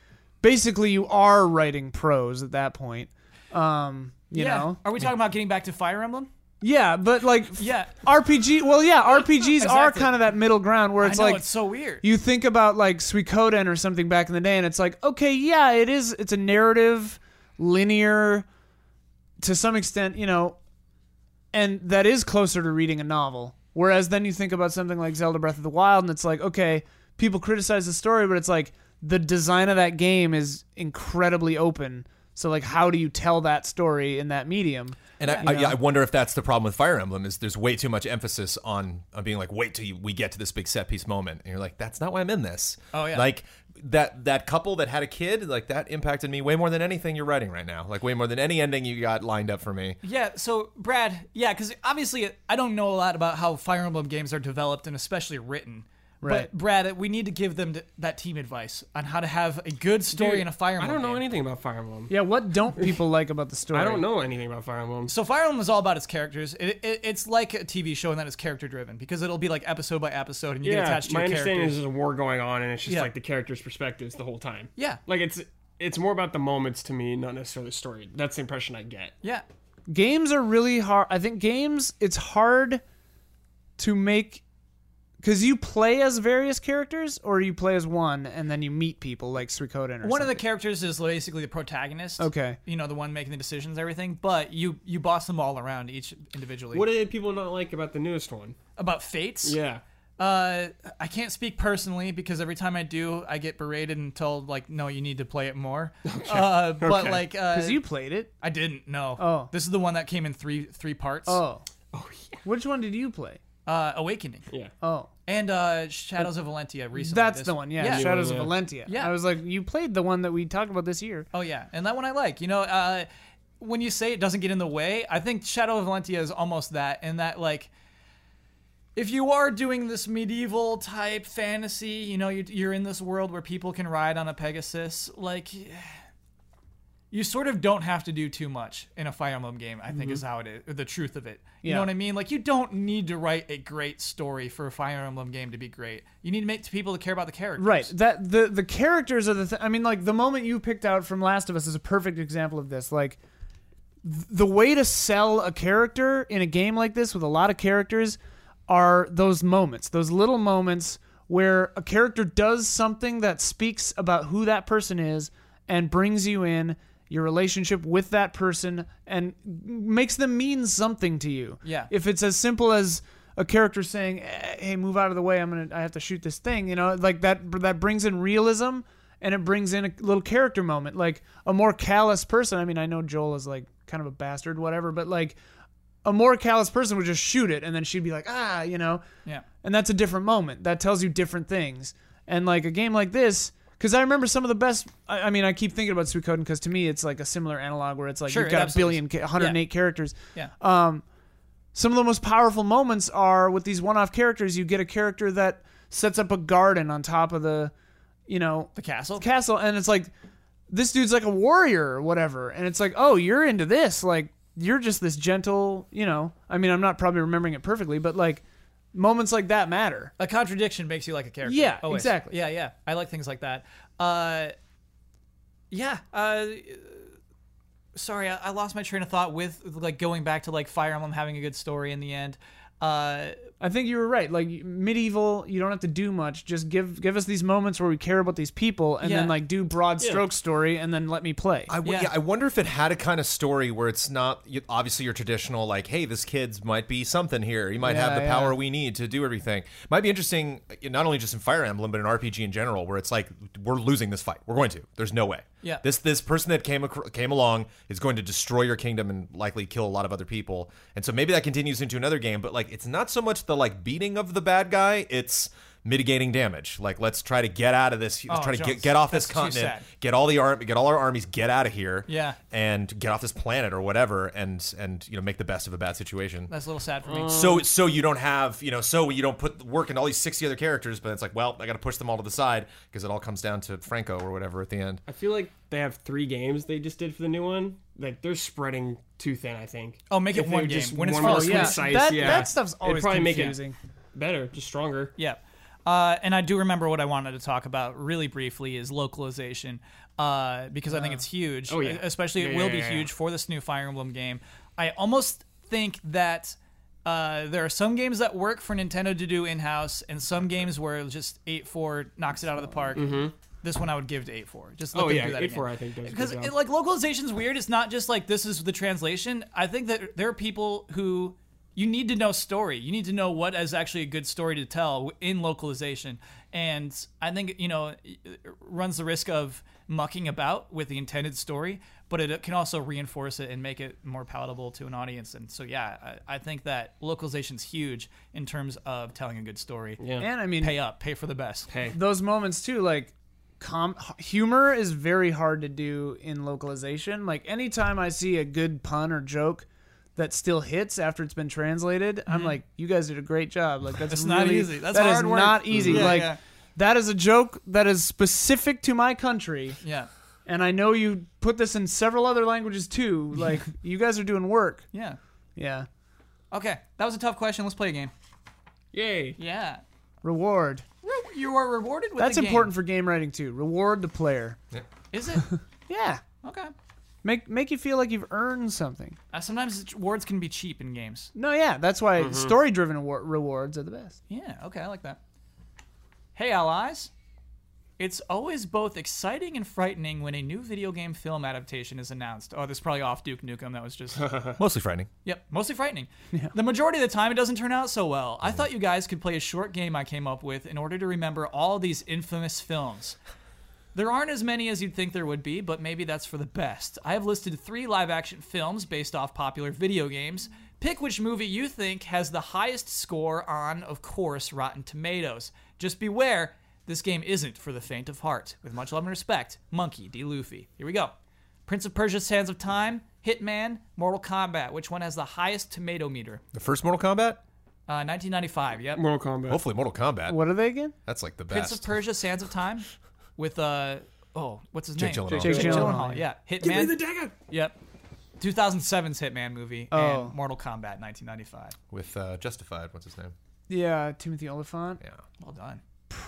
basically you are writing prose at that point. Um, you
yeah.
know,
Are we talking about getting back to Fire Emblem?
yeah, but like
Yeah.
RPG. Well, yeah, RPGs are
Exactly.
kind of that middle ground where
I
it's
know
like
it's so weird.
you think about like Suikoden or something back in the day, and it's like, okay, yeah, it is. It's a narrative, linear, to some extent, you know, and that is closer to reading a novel. Whereas then you think about something like Zelda Breath of the Wild, and it's like, okay, people criticize the story, but it's like the design of that game is incredibly open. So like, how do you tell that story in that medium?
And I, I, yeah, I wonder if that's the problem with Fire Emblem is there's way too much emphasis on, on being like, wait till you, we get to this big set piece moment, and you're like, that's not why I'm in this.
Oh, yeah.
like that that couple that had a kid, like that impacted me way more than anything you're writing right now, like way more than any ending you got lined up for me.
Yeah, so Brad, yeah, because obviously I don't know a lot about how Fire Emblem games are developed and especially written.
Right.
But Brad, we need to give them th- that team advice on how to have a good story in a Fire
I
Emblem.
don't know
game.
anything about Fire Emblem.
Yeah, what don't people like about the story?
I don't know anything about Fire Emblem.
So Fire Emblem is all about its characters. It, it, it's like a TV show in that it's character driven because it'll be like episode by episode and you get attached to
my
your
understanding
characters.
is there's a war going on, and it's just
Yeah.
like the characters' perspectives the whole time.
Yeah.
like it's it's more about the moments to me, not necessarily the story. That's the impression I get.
yeah,
games are really hard i think games it's hard to make because you play as various characters or you play as one and then you meet people like Suikoden or
one of the
something.
characters is basically the protagonist.
Okay.
you know the one making the decisions, everything. But you you boss them all around each individually.
What did people not like about the newest one?
about fates?
Yeah,
Uh, I can't speak personally because every time I do, I get berated and told like, "No, you need to play it more." Uh, but
Okay.
like, uh,
because you played it
I didn't know.
Oh.
this is the one that came in three three parts.
oh which one did you play
uh, Awakening
yeah.
oh
and uh, Shadows of Valentia recently.
that's
this-
the one yeah,
yeah.
shadows
Yeah.
of valentia
Yeah.
i was like you played the one that we talked about this year
Oh yeah, and that one I like. You know, uh, when you say it doesn't get in the way, I think Shadow of Valentia is almost that, in that like. If you are doing this medieval type fantasy, you know you're, you're in this world where people can ride on a Pegasus. Like, you sort of don't have to do too much in a Fire Emblem game. I think is how it is. The truth of it, you
Mm-hmm. Yeah.
know what I mean? Like, you don't need to write a great story for a Fire Emblem game to be great. You need to make people to care about the characters.
Right. That the the characters are the. Th- I mean, like the moment you picked out from Last of Us is a perfect example of this. Like th- the way to sell a character in a game like this with a lot of characters are those moments, those little moments where a character does something that speaks about who that person is and brings you in your relationship with that person and makes them mean something to you.
Yeah.
If it's as simple as a character saying, eh, "Hey, move out of the way. I'm gonna. I have to shoot this thing." You know, like that. That brings in realism, and it brings in a little character moment. Like a more callous person. I mean, I know Joel is like kind of a bastard, whatever. But like a more callous person would just shoot it, and then she'd be like, "Ah," you know
Yeah.
and that's a different moment that tells you different things and like a game like this because i remember some of the best i, I mean i keep thinking about suikoden because to me it's like a similar analog where it's like
Sure,
you've
it
got a
absolutely
billion ca- 108 characters
Yeah.
um some of the most powerful moments are with these one-off characters you get a character that sets up a garden on top of the you know
The castle.
castle and it's like this dude's like a warrior or whatever and it's like oh you're into this like you're just this gentle you know i mean i'm not probably remembering it perfectly but like moments like that matter.
A contradiction makes you like a character.
Yeah,
always.
exactly.
Yeah, yeah. I like things like that. Uh, yeah. Uh, sorry, I, I lost my train of thought with like going back to like Fire Emblem having a good story in the end. Uh,
I think you were right. Like medieval, you don't have to do much. Just give give us these moments where we care about these people, and
Yeah.
then like do broad stroke story, and then let me play.
I, w-
Yeah.
yeah. I wonder if it had a kind of story where it's not you- obviously your traditional like, hey, this kid's might be something here. He might
Yeah,
have the
yeah.
power we need to do everything. Might be interesting, uh, not only just in Fire Emblem, but in RPG in general, where it's like we're losing this fight. We're going to. There's no way.
Yeah.
This this person that came acro- came along is going to destroy your kingdom and likely kill a lot of other people. And so maybe that continues into another game, but like it's not so much the like beating of the bad guy. It's mitigating damage. Like let's try to get out of this. Let's
Oh,
try to
Jones,
get, get off this
that's too sad.
continent get all the arm, get all our armies, get out of here,
Yeah.
and get off this planet or whatever, and and you know make the best of a bad situation.
that's a little sad for me.
so so you don't have you know so you don't put the work into all these sixty other characters, but it's like well I got to push them all to the side because it all comes down to Franco or whatever at the end.
I feel like they have three games they just did for the new one. Like they're spreading too thin. I think.
Oh, make it
If they
one
were
game.
Just
When it's
one
full,
more
Oh,
yeah.
concise,
That-
yeah.
that stuff's
It'd
always
probably make it
confusing.
better, just stronger.
Yeah. Uh, and I do remember what I wanted to talk about really briefly is localization, uh, because I think it's huge.
oh,
e,
yeah.
Especially, it
Yeah,
will
yeah,
be
yeah, yeah.
huge for this new Fire Emblem game. I almost think that uh, there are some games that work for Nintendo to do in house, and some games where it's just 8 4 knocks it out of the park. This one I would give to 8 4. Just let
Mm-hmm. Oh,
them
yeah,
do that. again.
8-4 I think does a good
Because
job.
it- like localization's weird. It's not just like this is the translation. I think that there are people who you need to know story. You need to know what is actually a good story to tell in localization. And I think you know it runs the risk of mucking about with the intended story, but it can also reinforce it and make it more palatable to an audience. And so yeah, I, I think that localization's huge in terms of telling a good story.
Yeah.
and I mean,
Pay up, pay for the best.
Hey.
those moments too like com- humor is very hard to do in localization like anytime i see a good pun or joke that still hits after it's been translated i'm like you guys did a great job like that's
It's
really,
not easy. Mm-hmm. That's
that is
hard work. Mm-hmm.
not easy
Yeah,
like
yeah.
that is a joke that is specific to my country
Yeah.
and i know you put this in several other languages too like you guys are doing work
Yeah.
yeah
Okay, that was a tough question. Let's play a game.
Yay.
Yeah.
reward
You are rewarded with
that's
a game.
important for game writing too reward the player
Is it?
yeah
Okay.
make make you feel like you've earned something
Uh, sometimes it's- rewards can be cheap in games.
No, yeah, that's why story-driven awar- rewards are the best.
Yeah, okay, I like that. Hey, allies. It's always both exciting and frightening when a new video game film adaptation is announced. Oh, this is probably off Duke Nukem. That was just.
Mostly frightening.
yep, mostly frightening. The majority of the time, it doesn't turn out so well. I thought you guys could play a short game I came up with in order to remember all these infamous films. There aren't as many as you'd think there would be, but maybe that's for the best. I have listed three live action films based off popular video games. Pick which movie you think has the highest score on, of course, Rotten Tomatoes. Just beware, this game isn't for the faint of heart. With much love and respect, Monkey D. Luffy. Here we go Prince of Persia Sands of Time, Hitman, Mortal Kombat. Which one has the highest tomato meter?
The first Mortal Kombat,
Uh, 1995, yep.
Mortal Kombat.
hopefully Mortal Kombat.
What are they again?
That's like the
Prince of
best.
Persia Sands of Time with, uh, oh, what's his
Jake
name?
Jake
Gyllenhaal.
Jake
Gyllenhaal.
Gyllenhaal, yeah. Hitman.
Give me the dagger.
Yep. 2007's Hitman movie
Oh.
and Mortal Kombat 1995.
with uh, Justified. What's his name?
Yeah, Timothy Oliphant.
Yeah.
Well done.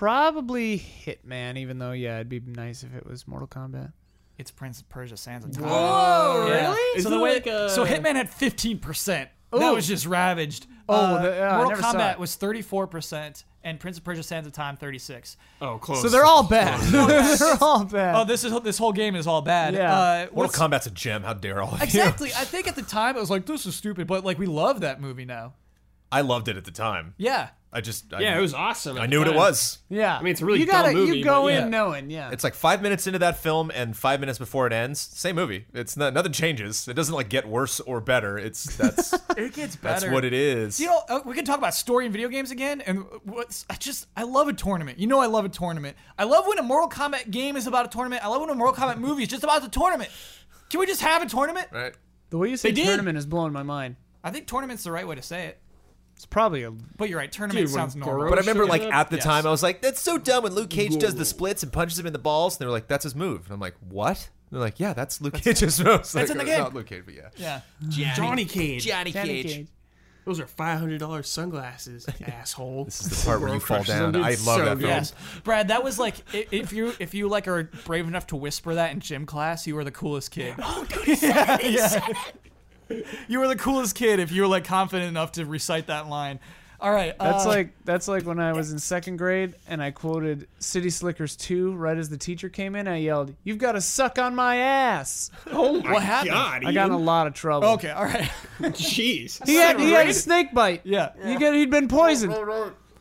Probably Hitman, even though yeah, it'd be nice if it was Mortal Kombat.
It's Prince of Persia Sands of Time.
Whoa,
Yeah.
Is
So the
it
way
like
uh,
a-
so Hitman had 15%. That
Ooh.
was just ravaged. Uh,
Oh, the- yeah, I
Mortal
never saw
Kombat
it.
was 34% and Prince of Persia Sands of Time 36.
Oh, close.
So they're all bad.
Oh,
they're all bad.
Oh, this is this whole game is all bad.
Yeah.
Uh, what's-
Mortal Kombat's a gem. How dare all of you?
exactly. I think at the time it was like this is stupid, but like we love that movie now.
I loved it at the time.
Yeah.
I just I,
Yeah, it was awesome. at
I
the
knew what it
time.
was.
yeah,
I mean, it's a really
you
dumb
gotta
movie,
you go
but
in
yeah.
knowing, yeah.
It's like five minutes into that film and five minutes before it ends. Same movie. It's not, nothing changes. It doesn't like get worse or better. It's that's
It gets better.
that's what it is.
You know, uh, we can talk about story in video games again. And what's I just I love a tournament. You know, I love a tournament. I love when a Mortal Kombat game is about a tournament. I love when a Mortal Kombat movie is just about the tournament. Can we just have a tournament?
right?
the way you say
They did.
tournament is blowing my mind.
I think tournament's the right way to say it.
It's probably a
But you're right, tournament
Dude, when
sounds normal.
Goro-
But I remember,
Shook
like
it up?
at the
Yes.
time, I was like, "That's so dumb." When Luke Cage does the splits and punches him in the balls, and they were like, "That's his move." And I'm like, "What?" And they're like, "Yeah, that's Luke Cage's move." That's
in the game.
Not Luke Cage, but yeah.
yeah.
Johnny Cage.
Johnny
Johnny Cage.
Those are five hundred dollars sunglasses, asshole. This
is the part where you fall down. I love that film.
Yes, Brad. That was like i- if you if you like are brave enough to whisper that in gym class, you were the coolest kid. Oh, yeah, yeah. You were the coolest kid if you were like confident enough to recite that line. All right,
That's
uh,
like that's like when I was in second grade and I quoted City Slickers 2 right as the teacher came in. I yelled, "You've got to suck on my ass!"
Oh my
What happened?
god!
I got in a
Ian.
lot of trouble.
okay. All right,
Jeez.
He had, he had a snake bite.
yeah,
He get, he'd been poisoned.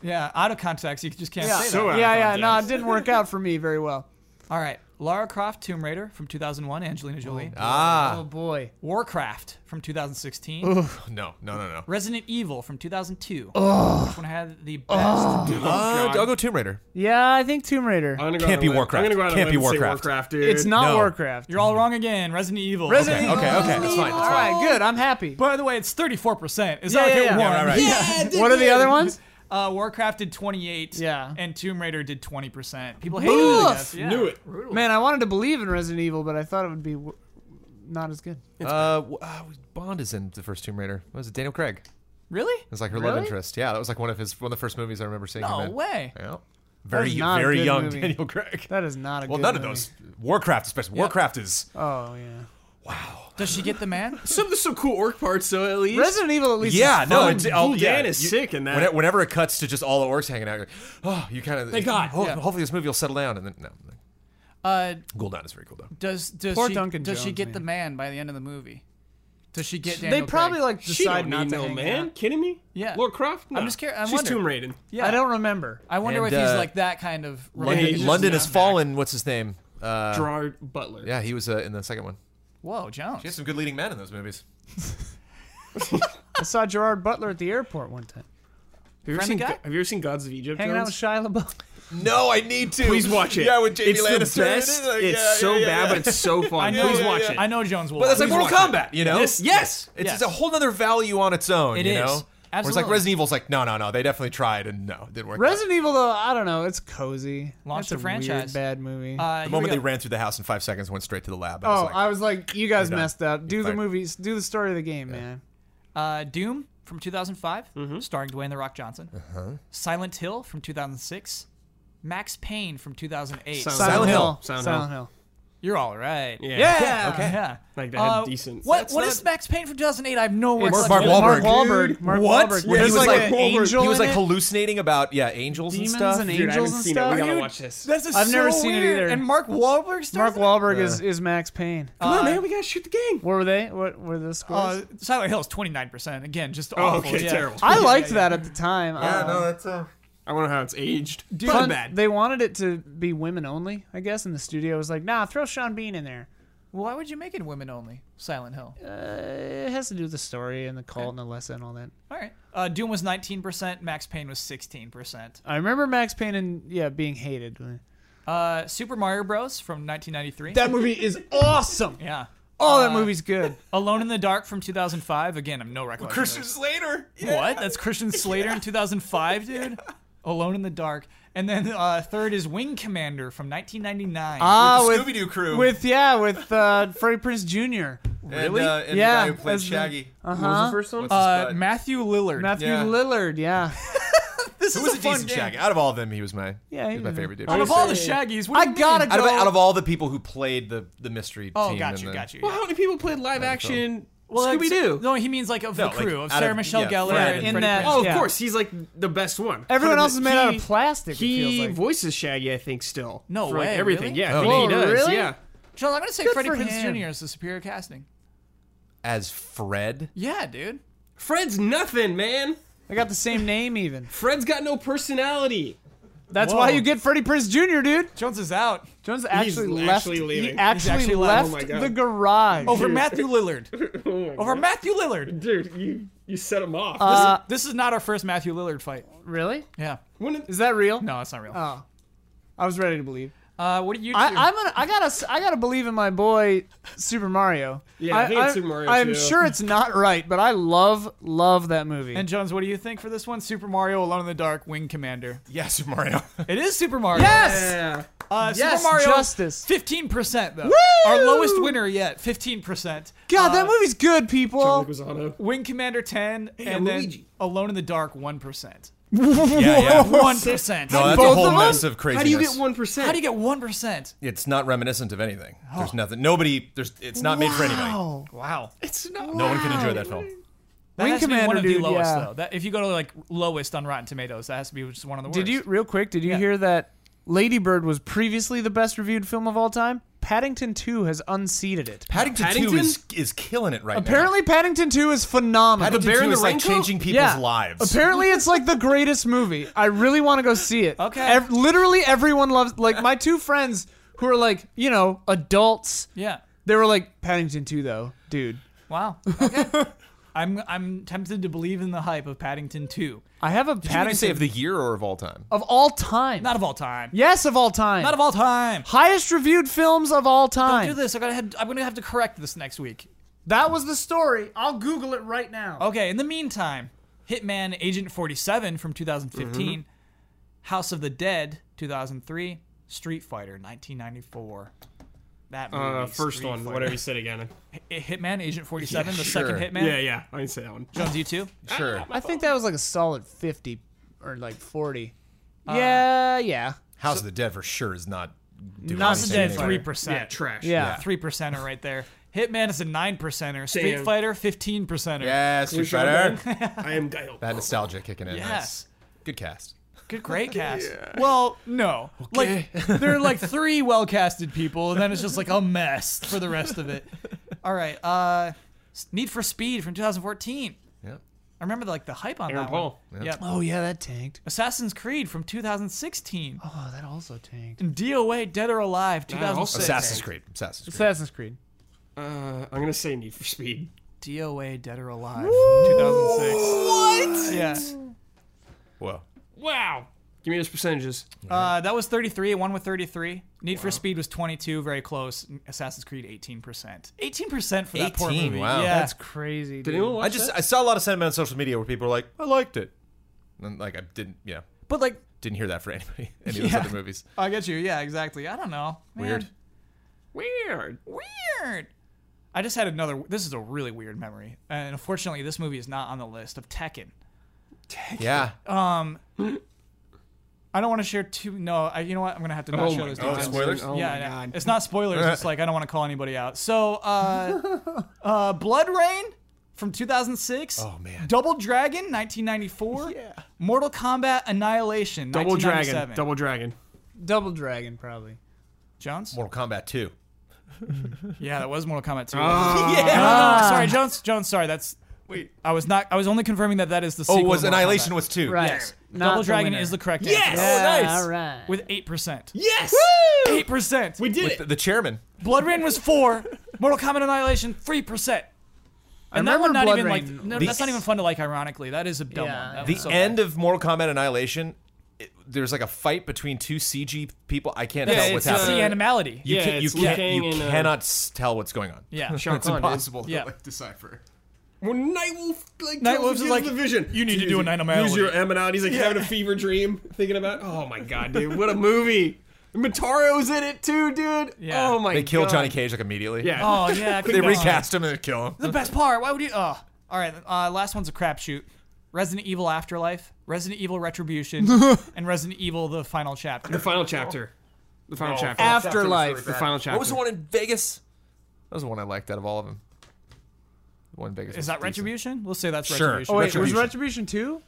yeah. Out of context, you just can't say that.
So out of
yeah, yeah. No, it
context.
didn't work out for me very well.
All right, Lara Croft, Tomb Raider from 2001, Angelina Jolie,
Oh
Ah,
boy.
Warcraft from 2016,
no, no, no, no.
Resident Evil from 2002. Which one had the best? Oh,
Uh, I'll go Tomb Raider.
Yeah, I think Tomb Raider.
Oh I'm gonna go out
Can't
on
be
a limb.
Warcraft.
I'm gonna go out on a
Can't be
limb and say
Warcraft.
dude.
It's not
Oh, No.
Warcraft.
You're all wrong again. Resident Evil.
Resident
Okay,
Evil.
okay, okay. That's fine.
All
That's fine.
right, good. I'm happy.
By the way, it's 34%. It's
Yeah,
not like
yeah,
it
yeah.
won.
Yeah, right, right.
what are the other ones?
Uh, Warcraft did 28.
Yeah.
And Tomb Raider did 20%. People hate it. I guess. Yeah.
Knew it.
Man, I wanted to believe in Resident Evil, but I thought it would be w- not as good.
Uh, w- uh, Bond is in the first Tomb Raider. What was it Daniel Craig?
Really?
It's like her love
Really?
interest. Yeah, that was like one of his one of the first movies I remember seeing.
No
him in.
way.
Yeah.
That
Very
is not a
very
good
young
movie.
Daniel Craig.
That is not a
Well,
good
none of
movie.
those. Warcraft, especially. Warcraft is.
Oh yeah.
Does she get the man?
Some there's some cool orc parts though at least.
Resident Evil at least.
Yeah,
is
no,
fun.
it's oh,
Gul'dan
yeah,
is sick in that.
Whenever, whenever it cuts to just all the orcs hanging out, you're like, oh, you kind of. Thank
God,
Ho-
yeah.
Hopefully, this movie will settle down. And then no, no.
Uh,
Gul'dan is very cool though.
does does
Poor
she
Duncan
does she
Jones,
get
man.
the man by the end of the movie? Does she get
they
Daniel
probably
Craig?
like
She
decide
don't
not
need
to
no
hang
man.
out.
Kidding me?
Yeah.
Lord Croft? No.
I'm just curi- I'm
She's
wondering.
Tomb Raiding.
Yeah.
I don't remember.
I wonder
And,
if he's
uh,
like that kind of.
Yeah,
related.
he's
London,
just
London
not
has fallen. What's his name? Uh,
Gerard Butler.
yeah, he was uh, in the second one.
Whoa, Jones.
He has some good leading men in those movies.
I saw Gerard Butler at the airport one time,
Have you, ever
Friendly
seen,
guy?
Go- have you ever seen Gods of Egypt?
hanging out with
Jones?
Shia LaBeouf.
No, I need to.
Please watch it.
Yeah, with Jamie
it's
Lannister.
the best.
Like,
it's
yeah,
so
yeah,
bad,
yeah.
but it's so fun.
know,
Please
yeah,
watch
yeah.
it.
I know Jones will.
But that's like
watch
Mortal
it.
watch it.
Kombat, you know?
Yes, yes.
It's
Yes.
just a whole other value on its own,
It
you
is.
know? Whereas like
Absolutely.
Resident Evil's like, no, no, no, they definitely tried and no, it didn't work. out.
Resident Evil though, I don't know. It's cozy.
Launched
That's
a franchise.
Weird, bad movie.
Uh,
The
here we
moment
go.
they ran through the house in five seconds, went straight to the lab. I
oh,
was like,
I was like, you guys
You're done.
messed up. Do the
fired.
movies. Do the story of the game, man.
Uh, Doom from 2005,
Mm-hmm.
starring Dwayne the Rock Johnson.
Uh-huh.
Silent Hill from 2006. Max Payne from 2008.
Silent-
Silent,
Hill.
Hill.
Silent
Silent Hill.
You're all right.
Yeah.
Yeah.
Okay. Yeah.
Like, they had
Uh,
decent-
What
That's
What
not-
is Max Payne from 2008? I have no
It's
recollection.
Mark
Mark
Wahlberg.
Wahlberg. Mark
What?
Wahlberg.
Where
Where
he
he's
was
like,
like-
an angel
he was
in
like
it.
hallucinating about yeah angels
Demons
and stuff.
and
Dude, I haven't
angels and
seen it.
stuff.
We gotta watch this.
This is
I've
so
never seen it
weird.
either.
And Mark Wahlberg stars
Mark
in it?
Wahlberg is,
uh,
is Max Payne.
Come on, man. We gotta shoot the gang.
Where were they? What were the
Uh,
scores?
Silent Hill is 29%. Again, just
Oh,
awful.
okay,
yeah.
terrible.
I liked that at the time.
Yeah,
Uh,
no, that's uh,
I wonder how it's aged.
fun-
Fun bad.
They wanted it to be women only, I guess, and the studio was like, nah, throw Sean Bean in there.
Why would you make it women only? Silent Hill.
Uh, it has to do with the story and the cult and the lesson and all that.
All right. Uh, Doom was 19%. Max Payne was 16%.
I remember Max Payne and yeah being hated.
Uh, Super Mario Bros. from 1993.
That movie is awesome.
yeah.
Oh, that movie's good.
Alone in the Dark from 2005. Again, I'm no recollection. of
Christian Slater.
this. What? That's Christian Slater in 2005, dude. Alone in the Dark. And then uh, third is Wing Commander from 1999.
Ah, with,
Scooby Doo crew.
with yeah, with uh, Freddie Prince Jr.
and, uh,
Yeah,
and the guy who played
as the-
Shaggy.
What
Uh
was
huh.
the first one?
What's his
uh,
butt?
Matthew Lillard.
Matthew
Yeah.
Lillard. Yeah.
this
Who
is
was a,
a, fun
decent
game.
Shaggy? Out of all of them, he was my
Yeah, he
he was my
was a-
favorite dude.
Out
Out
of all the Shaggies, what do
I
you
gotta
mean?
go.
of, out of all the people who played the the mystery
Oh,
team,
got
and
you,
the-
got you.
Well, how many people played live action
Well,
Scooby
that's-
Doo?
No, he means like of
No,
the
like,
crew of
out
Sarah
of-
Michelle
yeah,
Gellar
Fred
and uh,
in
Freddie
that-
Prinze.
Oh, of
Yeah.
course. He's like the best one.
Everyone else is made out
He-
of plastic. it
He
feels like.
voices Shaggy, I think, still.
No
for, like,
way,
everything.
really?
Yeah, I
Oh.
think he
Whoa,
does.
really?
Yeah.
Joel, I'm gonna say
Good
Freddie
for
Prince
him.
Jr. is the superior casting.
as Fred.
Yeah, dude.
Fred's nothing, man.
They got the same name even.
Fred's got no personality.
That's
Whoa.
why you get Freddie Prince Jr., dude.
Jones is out
Jones actually left.
actually leaving.
he
He's
actually,
actually left.
left
Oh my God.
the garage.
over Matthew Lillard. over Matthew Lillard.
Dude, you, you set him off.
Uh,
This is not our first Matthew Lillard fight.
really?
Yeah.
When did-
Is that real?
No, it's not real.
Oh, I was ready to believe.
Uh, what do you?
I,
two-
I'm gonna. I gotta. s- I gotta believe in my boy Super Mario.
Yeah, I think it's Super Mario
I'm
too.
sure it's not right, but I love love that movie.
and Jones, what do you think for this one? Super Mario, Alone in the Dark, Wing Commander.
Yes, Mario.
It is Super Mario.
yes,
yeah.
Uh,
Yes,
Super Mario
justice.
15% though.
Woo!
Our lowest winner yet, 15%.
God,
Uh,
that movie's good, people.
Leguizamo.
Wing Commander 10 and then
Luigi.
Alone in the Dark 1%.
Yeah, yeah.
1%.
No, that's
Both
a
of
whole
them?
mess of craziness.
How do you get one percent?
How do you get 1%?
It's not reminiscent of anything. There's nothing. Nobody. There's. It's not made for anybody.
Wow.
Wow.
It's not.
No one can enjoy that film.
That
Wing
has to be one
Commander,
of
dude,
the lowest
yeah.
though. That, if you go to like lowest on Rotten Tomatoes, that has to be just one of the worst.
Did you real quick? Did you
Yeah.
hear that Lady Bird was previously the best reviewed film of all time? Paddington 2 has unseated it.
Paddington,
Paddington?
2 is, is killing it right
Apparently, Paddington 2 is phenomenal.
now. Paddington
Bear
2
in the
is like
Raincoat?
changing people's lives.
Apparently, it's like the greatest movie. I really want to go see it.
Okay.
Ev- literally, everyone loves. Like my two friends who are like, you know, adults.
Yeah.
They were like Paddington 2 though, dude.
Wow. Okay. I'm I'm tempted to believe in the hype of Paddington 2.
I have a
Did you
Paddington
even say of the year or of all time?
of all time.
Not of all time.
yes, of all time.
Not of all time.
highest reviewed films of all
Don't do
time.
this. I gotta have, I'm gonna have to correct this next week.
That was the story. I'll Google it right now.
Okay. In the meantime, Hitman Agent 47 from 2015,
Mm-hmm.
House of the Dead 2003, Street Fighter 1994. That movie,
Uh, first
Street
one,
Fighter.
whatever you said again.
Hi- Hitman Agent 47, the
sure.
second Hitman.
Yeah, yeah, I didn't say that one.
Jones, you too.
Sure.
I think that was like a solid 50 or like 40. yeah, yeah.
House of the Dead for sure is not. doing
Not the
anything
Dead
anyway.
Three
Yeah,
percent.
trash.
Yeah.
Three percenter right there. Hitman is a nine percenter. Street
Damn.
Fighter fifteen percenter.
Yes, Street
Wish I
Fighter.
had- I am Dale.
That nostalgia kicking in.
Yes.
Nice. Good cast.
Good, great cast. Well, no. Like there are like three well casted people, and then it's just like a mess for the rest of it. All right. Uh, Need for Speed from 2014.
Yeah.
I remember like the hype on
Aaron
that
Paul.
one. Yep.
Oh, yeah, that tanked.
Assassin's Creed from 2016.
Oh, that also tanked.
And DOA Dead or Alive 2006.
Assassin's Creed. Assassin's Creed.
Assassin's Creed.
Uh, I'm gonna say Need for Speed.
DOA Dead or Alive 2006.
What?
Yeah.
Whoa.
Wow. Give me those percentages.
Uh, that was 33. One with 33. Need for Speed was 22, very close. Assassin's Creed 18%. 18% for that poor
18,
movie.
wow.
Yeah.
That's crazy.
Did
Dude.
anyone watch
I just
that?
I saw a lot of sentiment on social media where people were like, I liked it. And like I didn't yeah.
but like,
Didn't hear that for anybody any of those
Yeah.
other movies.
Oh, I get you. Yeah, exactly. I don't know. Man.
Weird.
Weird.
Weird. I just had another. This is a really weird memory, and unfortunately, this movie is not on the list of Tekken.
Yeah.
I don't want to share too. No, I, you know what? I'm gonna have to not
Oh
show
my
those
God.
details.
Oh, spoilers?
Oh
yeah,
my
I know.
God.
it's not spoilers. It's like I don't want to call anybody out. So, uh, uh, Blood Rain from 2006.
Oh, man.
Double Dragon 1994. Yeah. Mortal Kombat Annihilation.
Double Dragon.
1997.
Double Dragon.
Double Dragon, probably.
Jones.
Oh. Mortal Kombat 2.
Yeah, that was Mortal Kombat 2.
Ah.
yeah. No, no, no, sorry, Jones. Jones. Sorry, that's. Wait. I was not. I was only confirming that that is the.
Oh,
sequel
was
to Mortal
Annihilation
Kombat.
was 2.
Right.
Yes.
Not
Double
the
Dragon
winner.
is the correct
Yes!
answer.
Oh, nice.
All right.
With 8%.
Yes.
Eight percent.
We did
With
it.
the, the chairman.
Blood Rain was four. Mortal Kombat Annihilation three percent. And that
remember
one not
Blood
even
Rain.
like no,
The-
that's not even fun to like. Ironically, that is a dumb
Yeah.
one. That
The
was so
end of Mortal Kombat Annihilation, it, there's like a fight between two CG people. I can't
Yeah,
tell what's
it's, uh,
bad.
happening.
See animality.
you
Yeah,
can't, you,
it's Liu
can't,
Kang
you
and, uh,
cannot s- tell what's going on.
Yeah.
Shao
It's
Kahn, dude.
impossible
Yeah.
to like decipher.
When Nightwolf like
Nightwolf's
tells
is
him
like,
the vision.
"You need to
Use
do
it.
an animality."
Use your animality. He's like having a fever dream, thinking about. Oh my god, dude! What a movie. Mataro's in it too, dude.
Yeah.
Oh my.
They kill
God.
Johnny Cage like immediately.
Yeah.
Oh yeah. I
They
couldn't-
recast him and they kill him.
The best part. Why would you? Oh, all right. Uh, last one's a crapshoot. Resident Evil Afterlife, Resident Evil Retribution, and Resident Evil: The Final Chapter.
The final chapter. The final
Oh,
chapter.
Afterlife.
The final chapter.
What was the one in Vegas? That was the one I liked out of all of them. The one in Vegas.
Is that Retribution? Let's say that's
Sure.
Retribution.
Oh, wait, was
Retribution.
Retribution 2?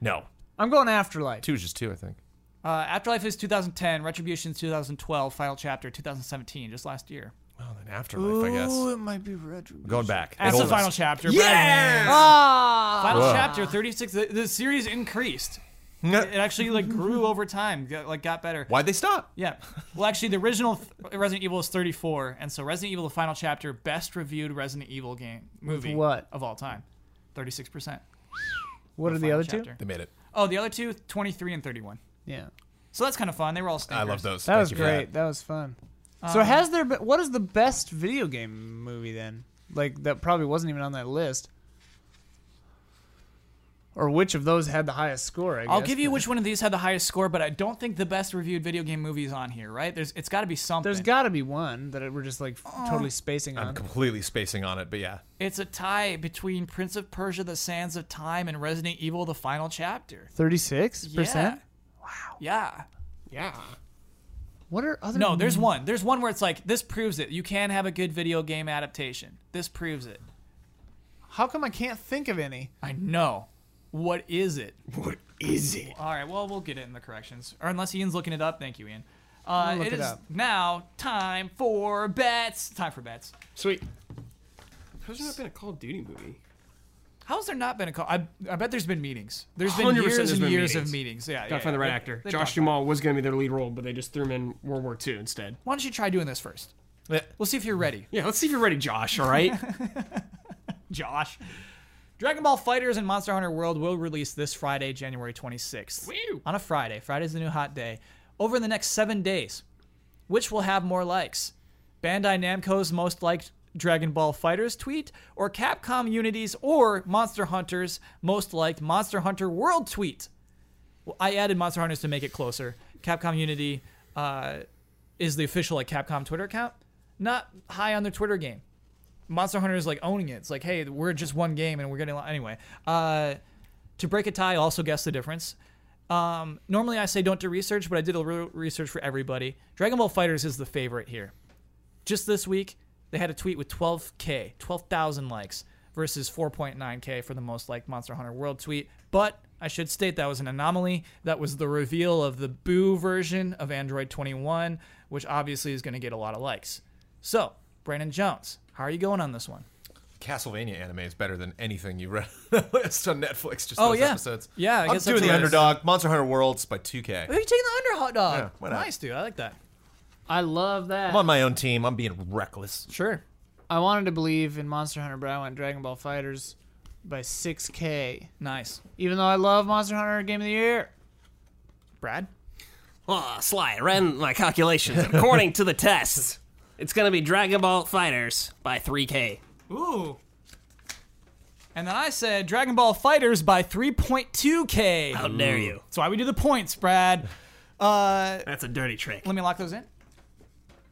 No.
I'm going Afterlife.
Two was just two, I think.
Uh, Afterlife is 2010, Retribution is 2012, Final Chapter 2017, just last year.
Well, then Afterlife, I guess.
it might be Retribution.
Going back.
That's the
It holds
final
us.
chapter. Brad.
Yeah.
Ah!
Final
Whoa.
chapter 36. The, the series increased. It
Nyeh.
actually like grew over time, got, like got better.
Why'd they stop?
Yeah. Well, actually, the original th- Resident Evil is 34, and so Resident Evil: The Final Chapter, best reviewed Resident Evil game movie
what?
of all time, 36 percent.
What are the other two?
Chapter.
They made it.
Oh, the other two, 23 and 31.
Yeah.
So that's kind of fun. They were all. Stinkers.
I love those.
That
Thank
was
you for
great. That. was fun. so
Um,
has there been what is the best video game movie then? Like that probably wasn't even on that list. or which of those had the highest score. I guess.
I'll give you which one of these had the highest score, but I don't think the best reviewed video game movie is on here, right? There's it's got to be something.
There's got to be one that we're just like f-
Uh,
totally spacing
I'm
on.
completely spacing on it, but yeah.
it's a tie between Prince of Persia: The Sands of Time and Resident Evil: The Final Chapter.
Thirty-six percent.
Wow. Yeah.
Yeah.
What are other?
No, there's one. There's one where it's like this proves it. You can have a good video game adaptation. This proves it.
How come I can't think of any?
I know. What is it?
What is it?
All right. Well, we'll get it in the corrections, or unless Ian's looking it up. Thank you, Ian. Uh,
I'll look
it
it
is
up.
now time for bets. Time for bets.
Sweet. How's there not been a Call of Duty movie?
How's there not been a call? I, I bet there's been meetings. There's been
100%
years
there's
and
been
years of meetings.
meetings.
Yeah,
Gotta
yeah,
find the right
yeah.
actor.
They- they
Josh
talk about it.
Dumal was gonna be their lead role, but they just threw him in World War II instead.
Why don't you try doing this first?
Eh,
We'll see if you're ready,
Yeah, let's see if you're ready, Josh. All right.
Josh. Dragon Ball Fighters and Monster Hunter World will release this Friday, January 26th.
Woo.
On a Friday. Friday's the new hot day. Over the next seven days, which will have more likes? Bandai Namco's most liked Dragon Ball Fighters tweet, or Capcom Unity's or Monster Hunter's most liked Monster Hunter World tweet? Well, I added Monster Hunters to make it closer. Capcom Unity uh, is the official like Capcom Twitter account. Not high on their Twitter game. Monster Hunter is like owning it. It's like, hey, we're just one game and we're getting a lot. anyway. Uh, to break a tie, also guess the difference. Um, normally I say don't do research, but I did a little research for everybody. Dragon Ball Fighters is the favorite here. Just this week, they had a tweet with 12k, 12,000 likes versus 4.9k for the most liked Monster Hunter World tweet. But I should state that was an anomaly. That was the reveal of the Boo version of Android 21, which obviously is going to get a lot of likes. So, Brandon Jones, how are you going on this one?
Castlevania anime is better than anything you read on the list on Netflix. Just
Oh,
those
yeah.
episodes.
Yeah, I
I'm
guess that's
doing the
what it is.
underdog. Monster Hunter Worlds by 2K.
Oh, you're taking the under hot dog.
Yeah, why not?
nice, dude. I like that.
I love that.
I'm on my own team. I'm being reckless.
Sure.
I wanted to believe in Monster Hunter, but I went Dragon Ball Fighters by 6K.
Nice.
Even though I love Monster Hunter Game of the Year.
Brad?
Oh, Sly ran my calculations according to the tests. It's gonna be Dragon Ball Fighters by 3K.
Ooh. And then I said Dragon Ball Fighters by 3.2K.
How
Mm.
dare you?
That's why we do the points, Brad. Uh,
That's a dirty trick.
let me lock those in.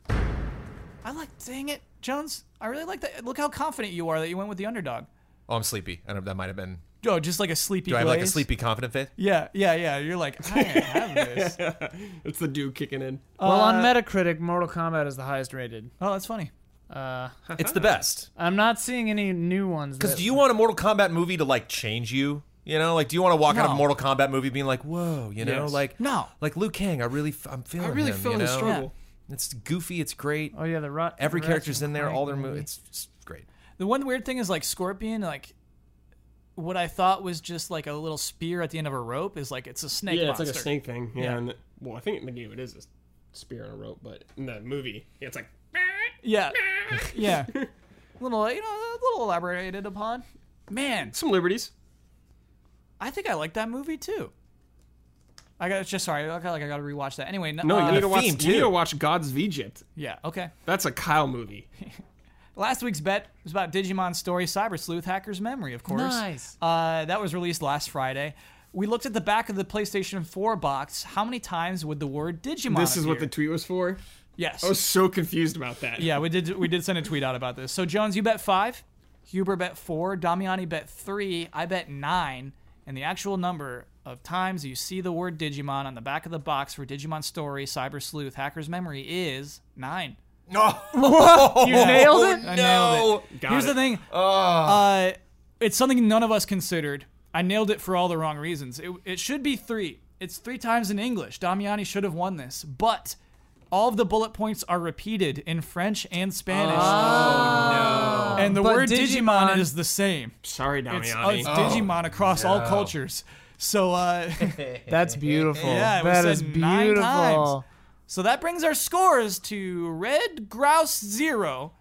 I like, dang it, Jones. I really like that. Look how confident you are that you went with the underdog.
Oh, I'm sleepy. I don't, that might have been.
Oh, just like a sleepy.
Do I have like a
glaze.
sleepy, confident face?
Yeah, yeah, yeah. You're like, I have this.
It's the dude kicking in.
well, on
Uh,
Metacritic, Mortal Kombat is the highest rated.
Oh, that's funny.
Uh,
It's the best.
I'm not seeing any new ones.
Because
that-
do you want a Mortal Kombat movie to like change you? You know, like do you want to walk out of
No.
a Mortal Kombat movie being like, "Whoa," you know,
Yes.
like
No.
like Liu Kang. I really, f- I'm feeling.
I really
him,
feel
you
his
know?
struggle.
It's goofy. It's great.
Oh yeah, the rot.
Every
the
character's
Ratchet
in there.
and
All their
Clank
moves.
movie.
It's, it's great.
The one weird thing is like Scorpion, like what I thought was just like a little spear at the end of a rope is like it's a snake
Yeah, it's
monster.
like a snake thing. Yeah.
Yeah.
And well, I think in the game it is a spear and a rope, but in the movie yeah, it's like.
Yeah, yeah. little, you know, a little elaborated upon. Man,
Some liberties.
I think I like that movie too. I got just sorry. I got like I got to rewatch that anyway.
No, you
uh,
need to watch.
theme,
You need to
too.
watch God's of Egypt.
yeah, okay.
That's a Kyle movie.
Last week's bet was about Digimon's story, Cyber Sleuth Hacker's Memory, of course.
Nice.
Uh, that was released last Friday. We looked at the back of the PlayStation 4 box. How many times would the word Digimon?
This is what the Oh,
appear?
tweet was for.
yes.
I was so confused about that.
Yeah, we did. We did send a tweet out about this. So Jones, you bet five, Huber bet four, Damiani bet three, I bet nine, and the actual number of times you see the word Digimon on the back of the box for Digimon Story, Cyber Sleuth, Hacker's Memory is nine.
No,
You nailed
oh,
it.
I nailed it.
Got
Here's
it.
the thing. Uh, it's something none of us considered. I nailed it for all the wrong reasons. It, it should be three. It's three times in English. Damiani should have won this, but all of the bullet points are repeated in French and Spanish. Oh, no! And the
But
word Digimon,
Digimon-
is the same.
Sorry,
It's, uh,
Damiani.
it's Digimon across all cultures. So, uh,
That's beautiful.
Yeah, it was
that
said
is
nine
beautiful.
times. so that brings our scores to Red Grouse zero,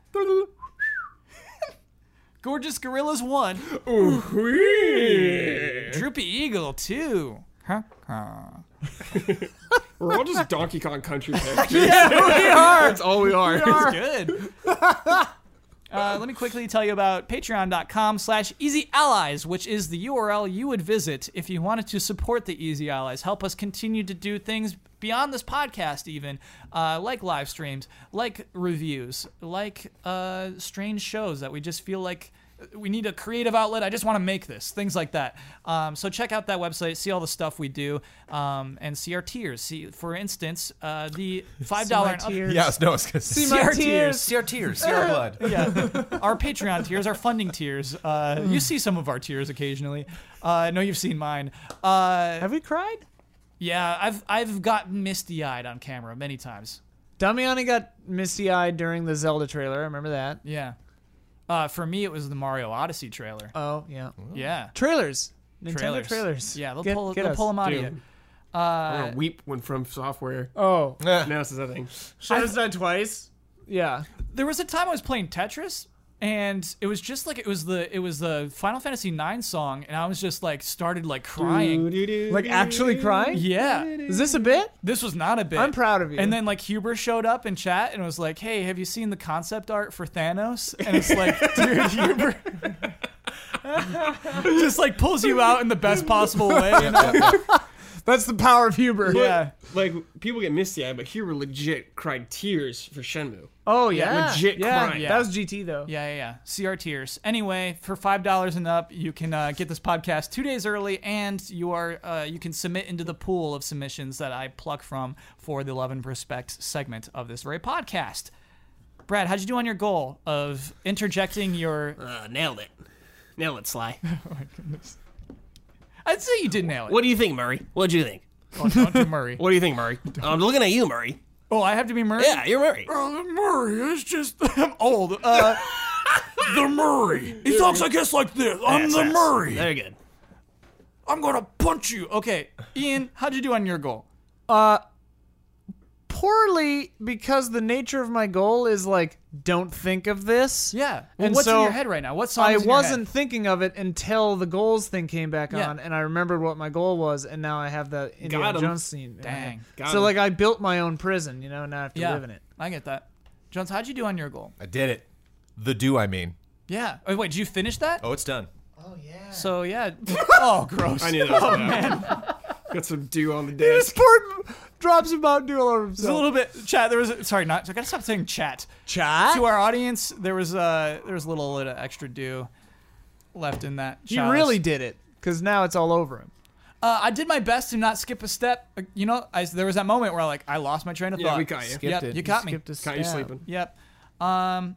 Gorgeous Gorillas one. Droopy Eagle too. Huh?
We're all just Donkey Kong Country picks.
yeah, we are.
That's all we are.
Good. Uh, uh, let me quickly tell you about patreon.com slash easy allies, which is the URL you would visit if you wanted to support the Easy Allies, help us continue to do things beyond this podcast even, uh, like live streams, like reviews, like uh, strange shows that we just feel like we need a creative outlet. I just want to make this, things like that. Um, so check out that website, see all the stuff we do, um, and see our tiers. See, for instance, uh, the five dollar and up-
tears.
Yeah, I was- no, I was gonna see
my
our
tears.
see our tears, see our blood.
Uh, yeah, our Patreon tiers, our funding tiers. Uh, you see some of our tiers occasionally. Uh, I know you've seen mine. Uh,
Have we cried?
yeah, I've I've gotten misty eyed on camera many times.
Damiani got misty eyed during the Zelda trailer. I remember that.
Yeah, uh, for me it was the Mario Odyssey trailer.
Oh yeah,
yeah,
trailers. Nintendo trailers.
Yeah, they'll
Get-
pull
get
they'll
us.
pull them out of
Dude.
you.
I'm gonna weep when from software
Oh
announces that thing. Shadow's done twice.
yeah.
There was a time I was playing Tetris. And it was just like it was the it was the Final Fantasy IX song, and I was just like started like crying.
Like actually crying?
Yeah,
Is this a bit?
This was not a bit.
I'm proud of you.
And then like Huber showed up in chat and was like, "Hey, have you seen the concept art for Thanos?" And it's like, dude, Huber. just like pulls you out in the best possible way. you know?
That's the power of Huber.
Yeah.
Like people get misty eyed, but Huber legit cried tears for Shenmue.
Oh yeah.
legit
yeah.
crying.
That was GT though.
Yeah, yeah, yeah. See our tears. Anyway, for five dollars and up, you can uh, get this podcast two days early, and you are uh, you can submit into the pool of submissions that I pluck from for the Love and Respect segment of this very podcast. Brad, how'd you do on your goal of interjecting your?
Uh, nailed it. Nailed it, Sly.
I'd say you did nail it.
What do you think, Murray? What'd you think?
Oh, don't do Murray.
What do you think, Murray? I'm looking at you, Murray.
Oh, I have to be Murray.
Yeah, you're Murray.
Oh, Murray is just I'm old. Uh, the Murray. He talks, I guess, like this. I'm
Yes, yes. Very good.
I'm gonna punch you. Okay, Ian, how'd you do on your goal?
Poorly because the nature of my goal is like don't think of this.
Yeah. Well,
And
what's in
so
your head right now? What song?
I
is in your head?
wasn't thinking of it until the goals thing came back
Yeah.
on, and I remembered what my goal was, and now I have the Indiana
Got 'em.
Jones scene.
Dang.
Got
so
'em.
like I built my own prison, you know, and now I have to
Yeah.
live in it.
I get that. Jones, how'd you do on your goal?
I did it. The do I mean?
Yeah. Oh, wait, did you finish that?
Oh, it's done.
Oh yeah.
So yeah. oh, gross.
I knew that. Was oh man, got some dew on the desk.
Poor drops about Dew all over
It's a
himself.
little bit chat. There was a, sorry, not. I gotta stop saying chat.
Chat?
to our audience. There was uh, there was a little bit of extra due left in that.
He
chalice.
really did it, because now it's all over him.
Uh, I did my best to not skip a step. Uh, You know, I, there was that moment where I like I lost my train of
Yeah,
thought.
we caught you.
yep,
Skipped it.
you caught me.
Skipped a
Caught you
step.
sleeping.
Yep. Um,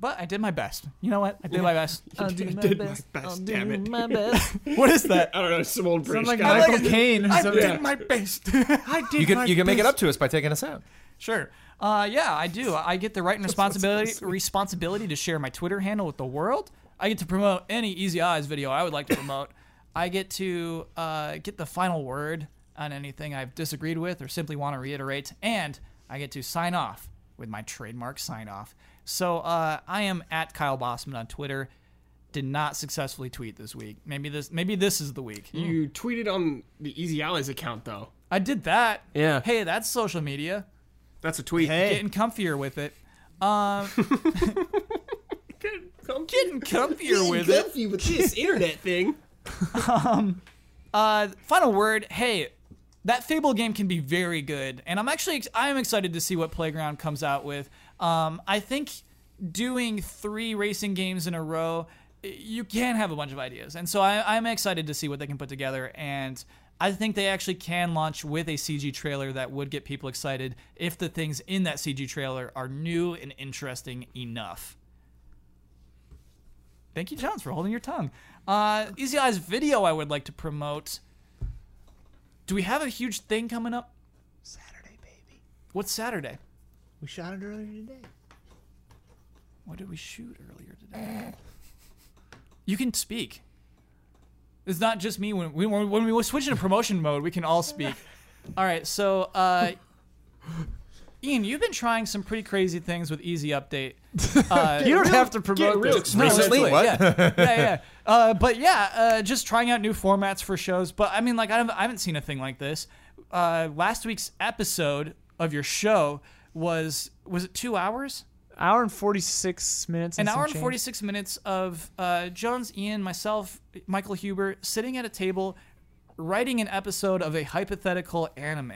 but I did my best. You know what? I did my best.
I'll do my
did my
best.
best,
I'll
damn
do
it.
my best.
what is that?
I don't know, some old British
Sounds like
guy.
Michael Caine or something.
my best.
I did
You
my
can you can make it
best.
up to us by taking us out.
sure. Uh, yeah, I do. I get the right and responsibility responsibility to share my Twitter handle with the world. I get to promote any Easy Eyes video I would like to promote. I get to uh, get the final word on anything I've disagreed with or simply want to reiterate, and I get to sign off with my trademark sign off. So uh, I am at Kyle Bossman on Twitter. Did not successfully tweet this week. Maybe this maybe this is the week.
You tweeted on the Easy Allies account though.
I did that.
Yeah.
Hey, that's social media.
That's a tweet.
Getting comfier with it.
Come
Getting comfier with it.
with, with this internet thing.
Uh, final word. Hey, that Fable game can be very good, and I'm actually I am excited to see what Playground comes out with. Um, I think doing three racing games in a row, you can have a bunch of ideas, and so I, I'm excited to see what they can put together. And I think they actually can launch with a CG trailer that would get people excited if the things in that CG trailer are new and interesting enough. Thank you, Jones, for holding your tongue. Uh, Easy Eyes video I would like to promote. Do we have a huge thing coming up?
Saturday, baby.
What's Saturday?
We shot it earlier today.
What did we shoot earlier today? You can speak. It's not just me. When we when we switch into promotion mode, we can all speak. All right, so uh, Ian, you've been trying some pretty crazy things with Easy Update. Uh,
You don't have to promote
real.
this.
No,
Recently,
Really,
what?
Yeah, yeah. yeah. Uh, but yeah, uh, just trying out new formats for shows. But I mean, like, I haven't, I haven't seen a thing like this. Uh, last week's episode of your show was was it two hours?
hour and 46 minutes.
an
and some
hour and
change.
46 minutes of uh, Jones, Ian, myself, Michael Huber sitting at a table writing an episode of a hypothetical anime.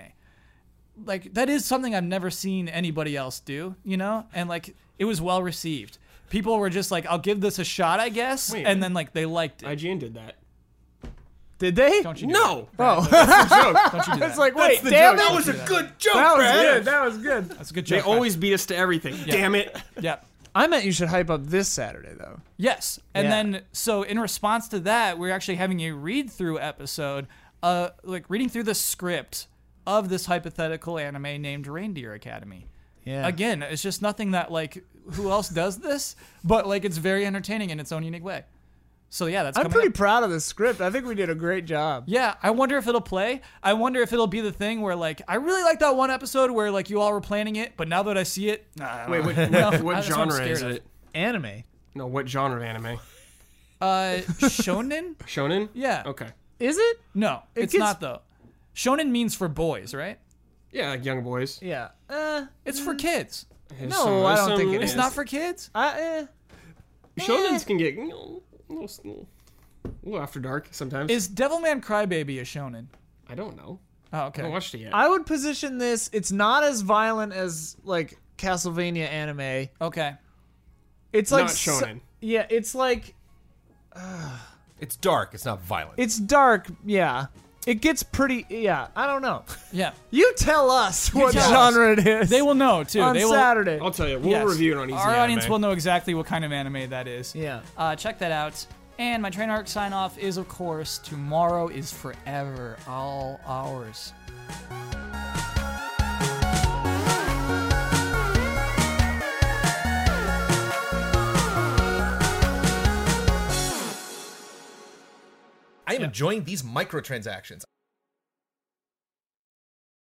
Like, that is something I've never seen anybody else do, you know? And, like, it was well received. People were just like, I'll give this a shot, I guess.
Wait.
and then, like, they liked it.
IGN did that.
Did they?
Don't you do
No.
oh,
that. Don't you do
it's
that.
like wait,
the
damn
joke.
it!
That was a
good joke,
That was good. That was good.
That's a good joke.
They
Brad.
always beat us to everything. Damn it.
Yeah.
I meant you should hype up this Saturday though.
Yes. And
Yeah.
then, so in response to that, we're actually having a read through episode, uh, like reading through the script of this hypothetical anime named Reindeer Academy.
Yeah.
Again, it's just nothing that, like, who else does this? But, like, it's very entertaining in its own unique way. So, yeah, that's
I'm
coming
pretty
up.
proud of this script. I think we did a great job.
Yeah, I wonder if it'll play. I wonder if it'll be the thing where, like, I really like that one episode where, like, you all were planning it, but now that I see it, nah,
Wait, what,
No,
what,
that's what I'm
genre is
scared of.
it?
Anime.
No, what genre of anime?
uh, shonen?
Shonen?
Yeah.
Okay.
Is it?
No,
It
it's
gets-
not though. Shonen means for boys, right?
Yeah, like young boys.
Yeah. Uh,
It's for kids.
There's
No, I don't think it
It's
Yes.
not for kids.
I, eh.
Shonens can get you know, a little, a little, a little after dark sometimes.
Is Devilman Crybaby a shonen?
I don't know. I
Oh,
haven't
okay.
watched it yet.
I would position this. It's not as violent as like Castlevania anime.
Okay.
It's like
Not
so-
shonen.
yeah, it's like
It's dark. It's not violent.
it's dark. Yeah, it gets pretty. Yeah, I don't know.
Yeah.
You tell us what
tell us.
genre it is.
They will know too.
on
they will
Saturday.
I'll tell you. We'll
yes.
review it on Easy
Our
Anime.
audience will know exactly what kind of anime that is.
Yeah.
Uh, check that out. And my train arc sign off is of course tomorrow is forever. All hours.
I am enjoying these microtransactions.